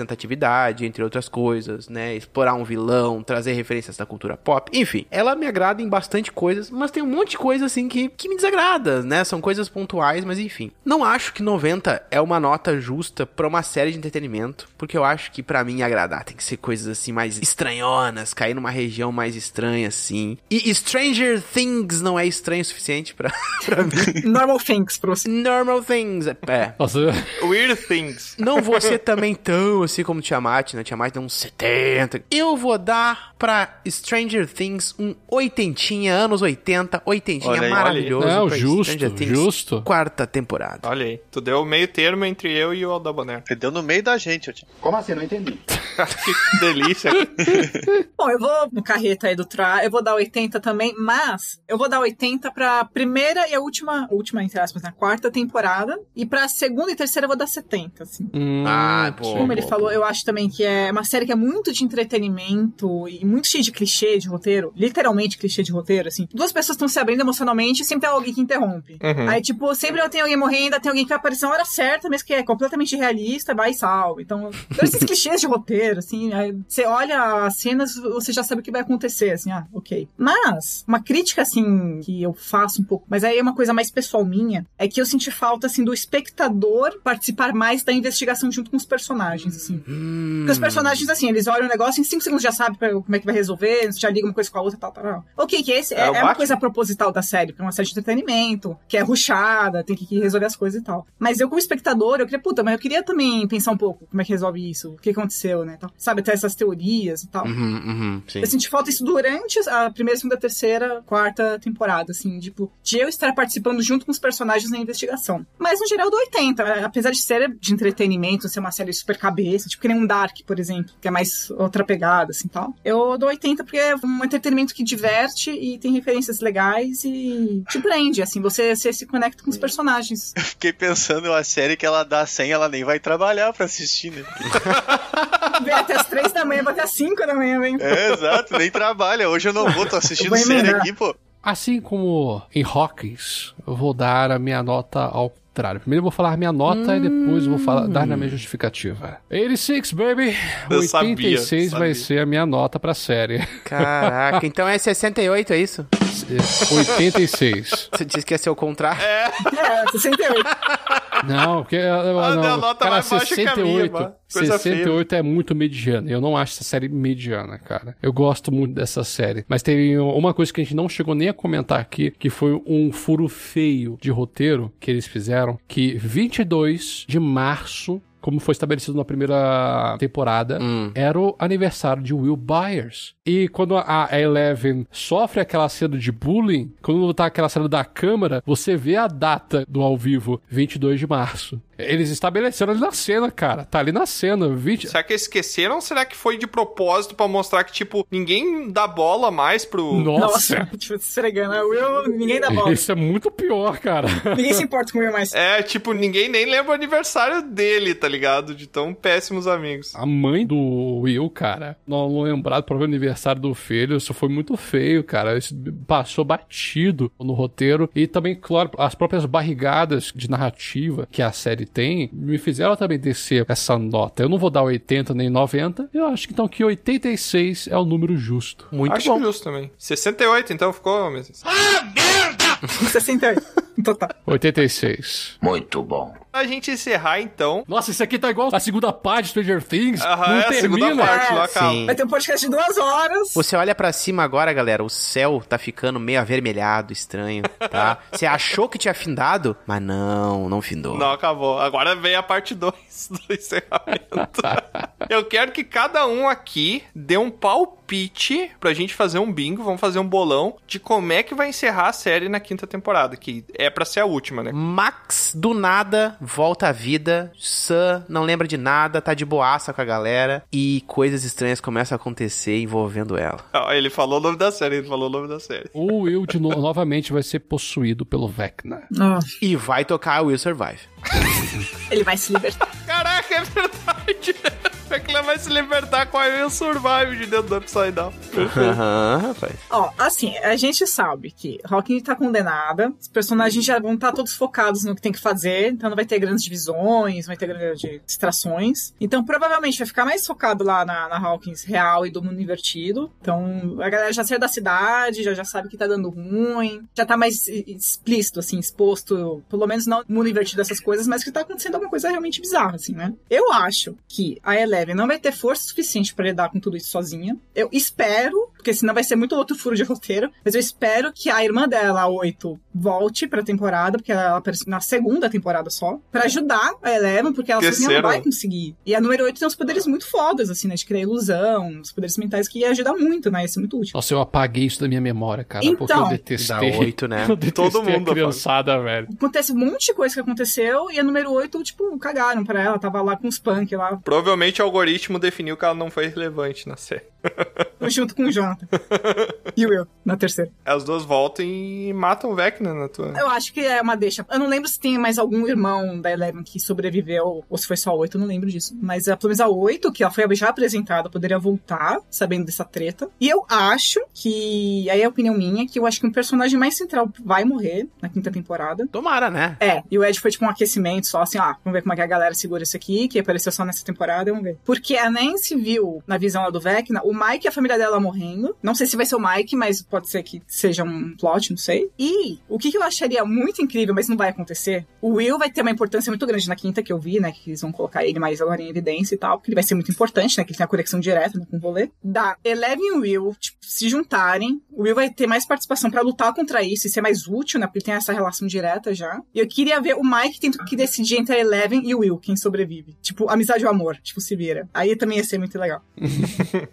Speaker 2: representatividade, entre outras coisas, né? Explorar um vilão, trazer referências da cultura pop. Enfim, ela me agrada em bastante coisas, mas tem um monte de coisa assim que, que me desagrada, né? São coisas pontuais, mas enfim. Não acho que 90 é uma nota justa pra uma série de entretenimento, porque eu acho que pra mim agradar tem que ser coisas assim mais estranhonas, cair numa região mais estranha assim. E Stranger Things não é estranho o suficiente pra, [LAUGHS] pra mim.
Speaker 4: Normal things pra você.
Speaker 2: Normal Things, é, é.
Speaker 7: Nossa,
Speaker 5: Weird Things.
Speaker 2: Não vou ser também tão assim como Tiamat, né? Tiamat deu uns 70. Eu vou dar pra Stranger Things um oitentinha, anos 80, oitentinha
Speaker 5: Olha aí, olha aí.
Speaker 2: maravilhoso.
Speaker 7: Não,
Speaker 2: pra
Speaker 7: justo,
Speaker 2: Stranger Things,
Speaker 7: justo.
Speaker 2: Quarta temporada.
Speaker 5: Olha aí, tu deu o meio termo entre eu e o Aldaboné.
Speaker 1: Você deu no meio da gente, eu te...
Speaker 10: Como assim? Não entendi.
Speaker 5: [LAUGHS] que delícia.
Speaker 4: Bom, eu vou no carreta aí do Tra, eu vou dar 80 80 também, mas eu vou dar 80 pra primeira e a última, última entre aspas, na quarta temporada. E pra segunda e terceira eu vou dar 70, assim.
Speaker 7: Hum,
Speaker 15: ah,
Speaker 4: Como
Speaker 15: boa,
Speaker 4: ele
Speaker 15: boa,
Speaker 4: falou, eu acho também que é uma série que é muito de entretenimento e muito cheia de clichê de roteiro. Literalmente clichê de roteiro, assim. Duas pessoas estão se abrindo emocionalmente e sempre tem alguém que interrompe.
Speaker 18: Uhum.
Speaker 4: Aí, tipo, sempre tem alguém morrendo, tem alguém que vai aparecer na hora certa, mesmo que é completamente realista, vai e salva. Então, todos esses clichês de roteiro, assim, aí você olha as cenas, você já sabe o que vai acontecer, assim, ah, ok. Mas, uma crítica, assim, que eu faço um pouco, mas aí é uma coisa mais pessoal minha, é que eu senti falta, assim, do espectador participar mais da investigação junto com os personagens, assim.
Speaker 18: Hum.
Speaker 15: Hum.
Speaker 4: Porque os personagens, assim, eles olham o negócio e em 5 segundos já sabem pra- como é que vai resolver, já ligam uma coisa com a outra e tal, tal, tal. Ok, que esse é,
Speaker 18: É o
Speaker 4: é uma
Speaker 18: Batman?
Speaker 4: coisa proposital da série, porque é uma série de entretenimento, que é ruchada, tem que resolver as coisas e tal. Mas eu, como espectador, eu queria, puta, mas eu queria também pensar um pouco como é que resolve isso, o que aconteceu, né? Tal. Sabe, até essas teorias e tal.
Speaker 15: Uhum, uhum, sim.
Speaker 4: Eu senti falta isso durante a primeira, segunda, terceira, quarta temporada, assim, tipo, de eu estar participando junto com os personagens na investigação. Mas no geral do 80, né? apesar de ser de entretenimento, ser uma série super cabeça, tipo que nem um Dark, por exemplo, que é mais outra pegada, assim, tal. Eu dou 80 porque é um entretenimento que diverte e tem referências legais e te prende, assim, você, você se conecta com os personagens.
Speaker 1: Fiquei pensando, a série que ela dá 100, ela nem vai trabalhar pra assistir, né?
Speaker 4: Vem até as 3 da manhã, vai até as 5 da manhã, vem.
Speaker 1: É, exato, nem trabalha. Hoje eu não vou, tô assistindo série aqui, pô.
Speaker 7: Assim como em Hawkins, eu vou dar a minha nota ao contrário. Primeiro eu vou falar a minha nota e depois eu vou falar, dar a minha justificativa. 86, baby!
Speaker 15: Hum. Eu
Speaker 7: 86
Speaker 15: sabia, sabia.
Speaker 7: vai ser a minha nota pra série. [LAUGHS]
Speaker 15: Caraca, então é 68, é isso?
Speaker 7: 86.
Speaker 15: Você disse que ia ser o contrário?
Speaker 4: É, 68.
Speaker 7: Não, porque. Ah,
Speaker 15: minha
Speaker 7: não,
Speaker 15: nota
Speaker 7: cara,
Speaker 15: mais baixa que a minha,
Speaker 7: 68.
Speaker 15: mano. Coisa
Speaker 7: 68 é muito mediana. Eu não acho essa série mediana, cara. Eu gosto muito dessa série. Mas teve uma coisa que a gente não chegou nem a comentar aqui, que foi um furo feio de roteiro que eles fizeram, que 22 de março. Como foi estabelecido na primeira temporada, era o aniversário de Will Byers. E quando a Eleven sofre aquela cena de bullying, quando tá aquela cena da câmera, você vê a data do ao vivo, 22 de março. Eles estabeleceram ali na cena, cara. Tá ali na cena. 20...
Speaker 5: Será que esqueceram ou será que foi de propósito pra mostrar que, tipo, ninguém dá bola mais pro.
Speaker 7: Nossa.
Speaker 4: Tipo, se esfregando, ah, Will, ninguém dá
Speaker 7: [LAUGHS]
Speaker 4: bola.
Speaker 7: Isso é muito pior, cara.
Speaker 4: Ninguém se importa com o Will mais.
Speaker 5: É, tipo, ninguém nem lembra o aniversário dele, tá ligado? De tão péssimos amigos.
Speaker 7: A mãe do Will, cara, não lembrado pro aniversário do filho, isso foi muito feio, cara. Isso passou batido no roteiro. E também, claro, as próprias barrigadas de narrativa que a série tem me fizeram também descer essa nota. Eu não vou dar 80 nem 90. Eu acho que então que 86 é o número justo.
Speaker 5: Acho justo também. 68, então, ficou mesmo.
Speaker 4: 68.
Speaker 7: tá. 86.
Speaker 11: Muito bom.
Speaker 5: Pra gente encerrar, então.
Speaker 7: Nossa, isso aqui tá igual a segunda parte de Stranger Things.
Speaker 5: Aham,
Speaker 7: não
Speaker 5: é a
Speaker 7: termina.
Speaker 5: segunda parte, não acaba.
Speaker 15: Sim.
Speaker 4: Vai ter um podcast de duas horas.
Speaker 15: Você olha pra cima agora, galera, o céu tá ficando meio avermelhado, estranho, tá? Você achou que tinha findado, mas não, não findou.
Speaker 5: Não, acabou. Agora vem a parte 2 [LAUGHS] do encerramento. Eu quero que cada um aqui dê um palpite pra gente fazer um bingo, vamos fazer um bolão de como é que vai encerrar a série na quinta temporada, que é pra ser a última, né?
Speaker 15: Max, do nada, volta à vida. Sam não lembra de nada, tá de boaça com a galera. E coisas estranhas começam a acontecer envolvendo [LAUGHS] ela.
Speaker 5: Ó, Ele falou o nome da série, ele falou o nome da série.
Speaker 7: O Will de no- novamente vai ser possuído pelo Vecna.
Speaker 15: E vai tocar Will Survive.
Speaker 4: Ele vai se libertar.
Speaker 5: Caraca, é verdade. É que ele vai se libertar com a Will Survive de dentro do Upside Down.
Speaker 15: Aham, [LAUGHS] rapaz.
Speaker 4: Ó, assim, a gente sabe que Hawking tá condenada, os personagens já vão estar todos focados no que tem que fazer, então não vai ter grandes divisões, não vai ter grandes distrações. Então provavelmente vai ficar mais focado lá na, na Hawkins real e do mundo invertido. Então a galera já saiu da cidade, já, já sabe que tá dando ruim, já tá mais e- explícito, assim, exposto, pelo menos não no mundo invertido essas coisas, mas que tá acontecendo alguma coisa realmente bizarra, assim, né? Eu acho que a Eleven não vai ter força suficiente pra lidar com tudo isso sozinha. Eu espero, porque senão vai ser muito outro furo de [LAUGHS] roteiro, mas eu espero que a irmã dela, a 8, volte pra temporada, porque ela apareceu na segunda temporada só, pra ajudar a Eleven, porque ela sozinha não
Speaker 18: Esqueceram.
Speaker 4: vai conseguir. E a número 8 tem uns poderes muito fodas, assim, né? De criar ilusão, os poderes mentais que ia ajudar muito, né? Ia ser muito útil.
Speaker 7: Nossa, eu apaguei isso da minha memória, cara, porque
Speaker 4: Então.
Speaker 7: eu detestei.
Speaker 15: Dá oito, né?
Speaker 7: [LAUGHS] Eu detestei
Speaker 15: Todo mundo
Speaker 7: a criançada, velho.
Speaker 4: Acontece um monte de coisa que aconteceu e a número 8, tipo, cagaram pra ela. Tava lá com os punk lá,
Speaker 5: Provavelmente o algoritmo definiu que ela não foi relevante na série.
Speaker 4: junto com o Jonathan. mata. e o Will, na terceira.
Speaker 5: As duas voltam e matam o Vecna na tua.
Speaker 4: Eu acho que é uma deixa. Eu não lembro se tem mais algum irmão da Eleven que sobreviveu, ou se foi só a oito, eu não lembro disso. Mas é, pelo menos a oito, que ela foi já apresentada, poderia voltar, sabendo dessa treta. E eu acho que, aí é a opinião minha, que eu acho que um personagem mais central vai morrer na quinta temporada.
Speaker 15: Tomara, né?
Speaker 4: É, e o Ed foi tipo um aquecimento só, assim, ah, vamos ver como é que a galera segura isso aqui, que apareceu só nessa temporada, vamos ver. Porque a Nancy viu, na visão lá do Vecna, o Mike e a família dela morrendo. Não sei se vai ser o Mike, mas pode ser que seja um plot, não sei. E o que que eu acharia muito incrível, mas não vai acontecer, o Will vai ter uma importância muito grande na quinta, que eu vi, né, que eles vão colocar ele mais agora em evidência e tal, porque ele vai ser muito importante, né, que ele tem a conexão direta né, com o rolê. Da Eleven e o Will, tipo, se juntarem, o Will vai ter mais participação pra lutar contra isso e ser mais útil, né, porque ele tem essa relação direta já. E eu queria ver o Mike tendo que decidir entre a Eleven e o Will, quem sobrevive. Tipo, amizade ou amor, tipo, se vira. Aí também ia ser muito legal.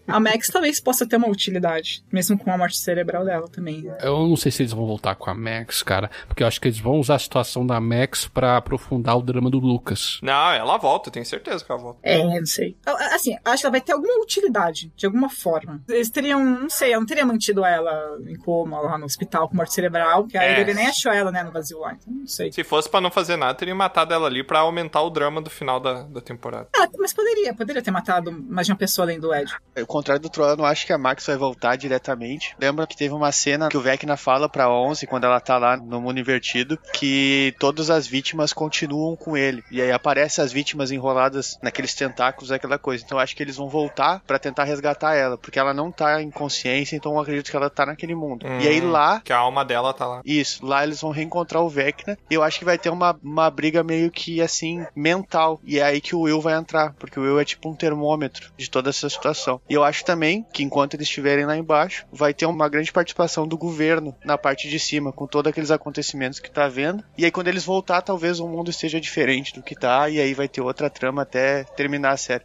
Speaker 4: a Max talvez possa ter uma utilidade, mesmo com a morte cerebral dela também. né.
Speaker 7: Eu não sei se eles vão voltar com a Max, cara, porque eu acho que eles vão usar a situação da Max pra aprofundar o drama do Lucas.
Speaker 5: Não, ela volta, eu tenho certeza que ela volta.
Speaker 4: É, não sei. A- Assim, acho que ela vai ter alguma utilidade, de alguma forma. Eles teriam, não sei, eu não teria mantido ela em coma lá no hospital com morte cerebral, que aí
Speaker 5: É.
Speaker 4: ele nem achou ela, né, no vazio lá, então não sei.
Speaker 5: Se fosse pra não fazer nada, teria matado ela ali pra aumentar o drama do final da, da temporada.
Speaker 4: Ah, mas poderia, poderia ter matado mais de uma pessoa além do Ed.
Speaker 1: Ao É, contrário do Troll, eu não acho que a Max vai voltar diretamente. Lembra que teve uma cena que o Vecna fala pra Onze, quando ela tá lá no mundo invertido, que todas as vítimas continuam com ele. E aí aparecem as vítimas enroladas naqueles tentáculos, aquela coisa. Então eu acho que eles vão voltar pra tentar resgatar ela, porque ela não tá em consciência, então eu acredito que ela tá naquele mundo. E aí
Speaker 5: Hum,
Speaker 1: lá
Speaker 5: Que a alma dela tá lá.
Speaker 1: isso, lá eles vão reencontrar o Vecna. E eu acho que vai ter uma, uma briga meio que assim, mental. E é aí que o Will vai entrar, porque o Will é tipo um termômetro de toda essa situação. E eu acho também que enquanto eles estiverem lá embaixo, vai ter uma grande participação do governo na parte de cima, com todos aqueles acontecimentos que tá vendo. E aí quando eles voltar, talvez o mundo esteja diferente do que tá. E aí vai ter outra trama até terminar a série.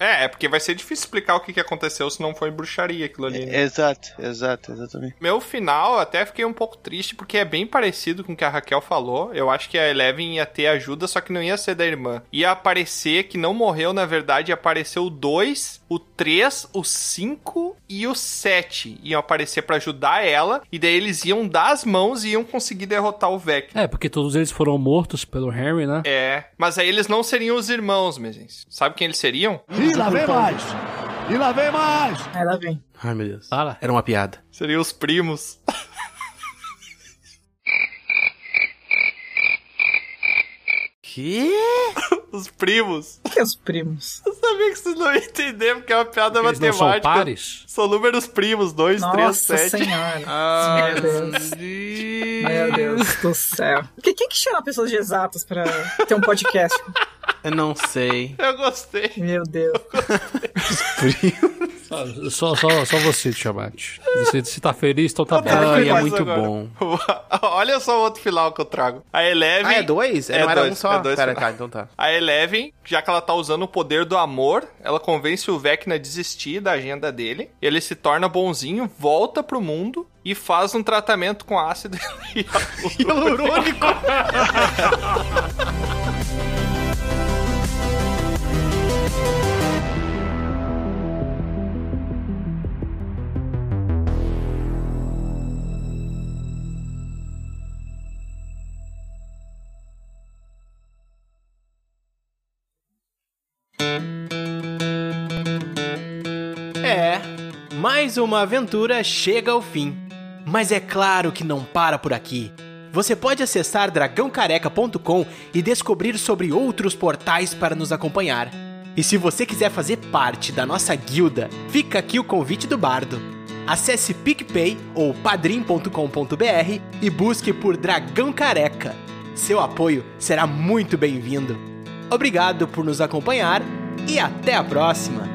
Speaker 5: É, é porque vai ser difícil explicar o que, que aconteceu se não foi bruxaria aquilo ali.
Speaker 1: É,
Speaker 5: né?
Speaker 1: Exato, exato, exatamente.
Speaker 5: Meu final, eu até fiquei um pouco triste, porque é bem parecido com o que a Raquel falou. Eu acho que a Eleven ia ter ajuda, só que não ia ser da irmã. Ia aparecer que não morreu, na verdade, ia aparecer o 2, o 3, o 5 e o 7. Iam aparecer pra ajudar ela, e daí eles iam dar as mãos e iam conseguir derrotar o Vec.
Speaker 7: É, porque todos eles foram mortos pelo Harry, né?
Speaker 5: É, mas aí eles não seriam os irmãos, mesens. Sabe quem eles seriam?
Speaker 7: Ih, lá vem mais!
Speaker 5: E lá vem mais!
Speaker 4: Ela vem.
Speaker 15: Ai, meu Deus. Fala. Ah, Era uma piada.
Speaker 5: Seriam os primos.
Speaker 15: [LAUGHS] Que?
Speaker 5: os primos. [LAUGHS]
Speaker 4: Que os primos?
Speaker 5: Eu sabia que vocês não iam entender, porque é uma piada
Speaker 7: Eles não são
Speaker 5: matemática.
Speaker 7: pares?
Speaker 5: São números primos, 2, 3,
Speaker 4: Nossa
Speaker 5: 7.
Speaker 4: senhora.
Speaker 5: Ah,
Speaker 4: Meu Deus. Meu Deus do céu. Que, quem que chama pessoas de exatas pra ter um podcast?
Speaker 15: Eu não sei.
Speaker 5: [LAUGHS] Eu gostei.
Speaker 4: Meu Deus.
Speaker 7: Só, só, só você, Tiamat. Você, você tá feliz, então tá bom.
Speaker 15: Ai, é muito bom.
Speaker 5: [LAUGHS] Olha só o outro final que eu trago. A Eleven.
Speaker 15: Ah, é dois? É, não era um só?
Speaker 5: é dois
Speaker 15: Pera,
Speaker 5: final.
Speaker 15: tá, então tá.
Speaker 5: A Eleven, já que ela tá usando o poder do amor, ela convence o Vecna a desistir da agenda dele. Ele se torna bonzinho, volta pro mundo e faz um tratamento com ácido [LAUGHS] hialurônico.
Speaker 15: É, mais uma aventura chega ao fim. Mas é claro que não para por aqui. Você pode acessar dragãocareca.com e descobrir sobre outros portais para nos acompanhar. E se você quiser fazer parte da nossa guilda, fica aqui o convite do bardo. Acesse PicPay ou padrim.com.br e busque por Dragão Careca. Seu apoio será muito bem-vindo. Obrigado por nos acompanhar e até a próxima!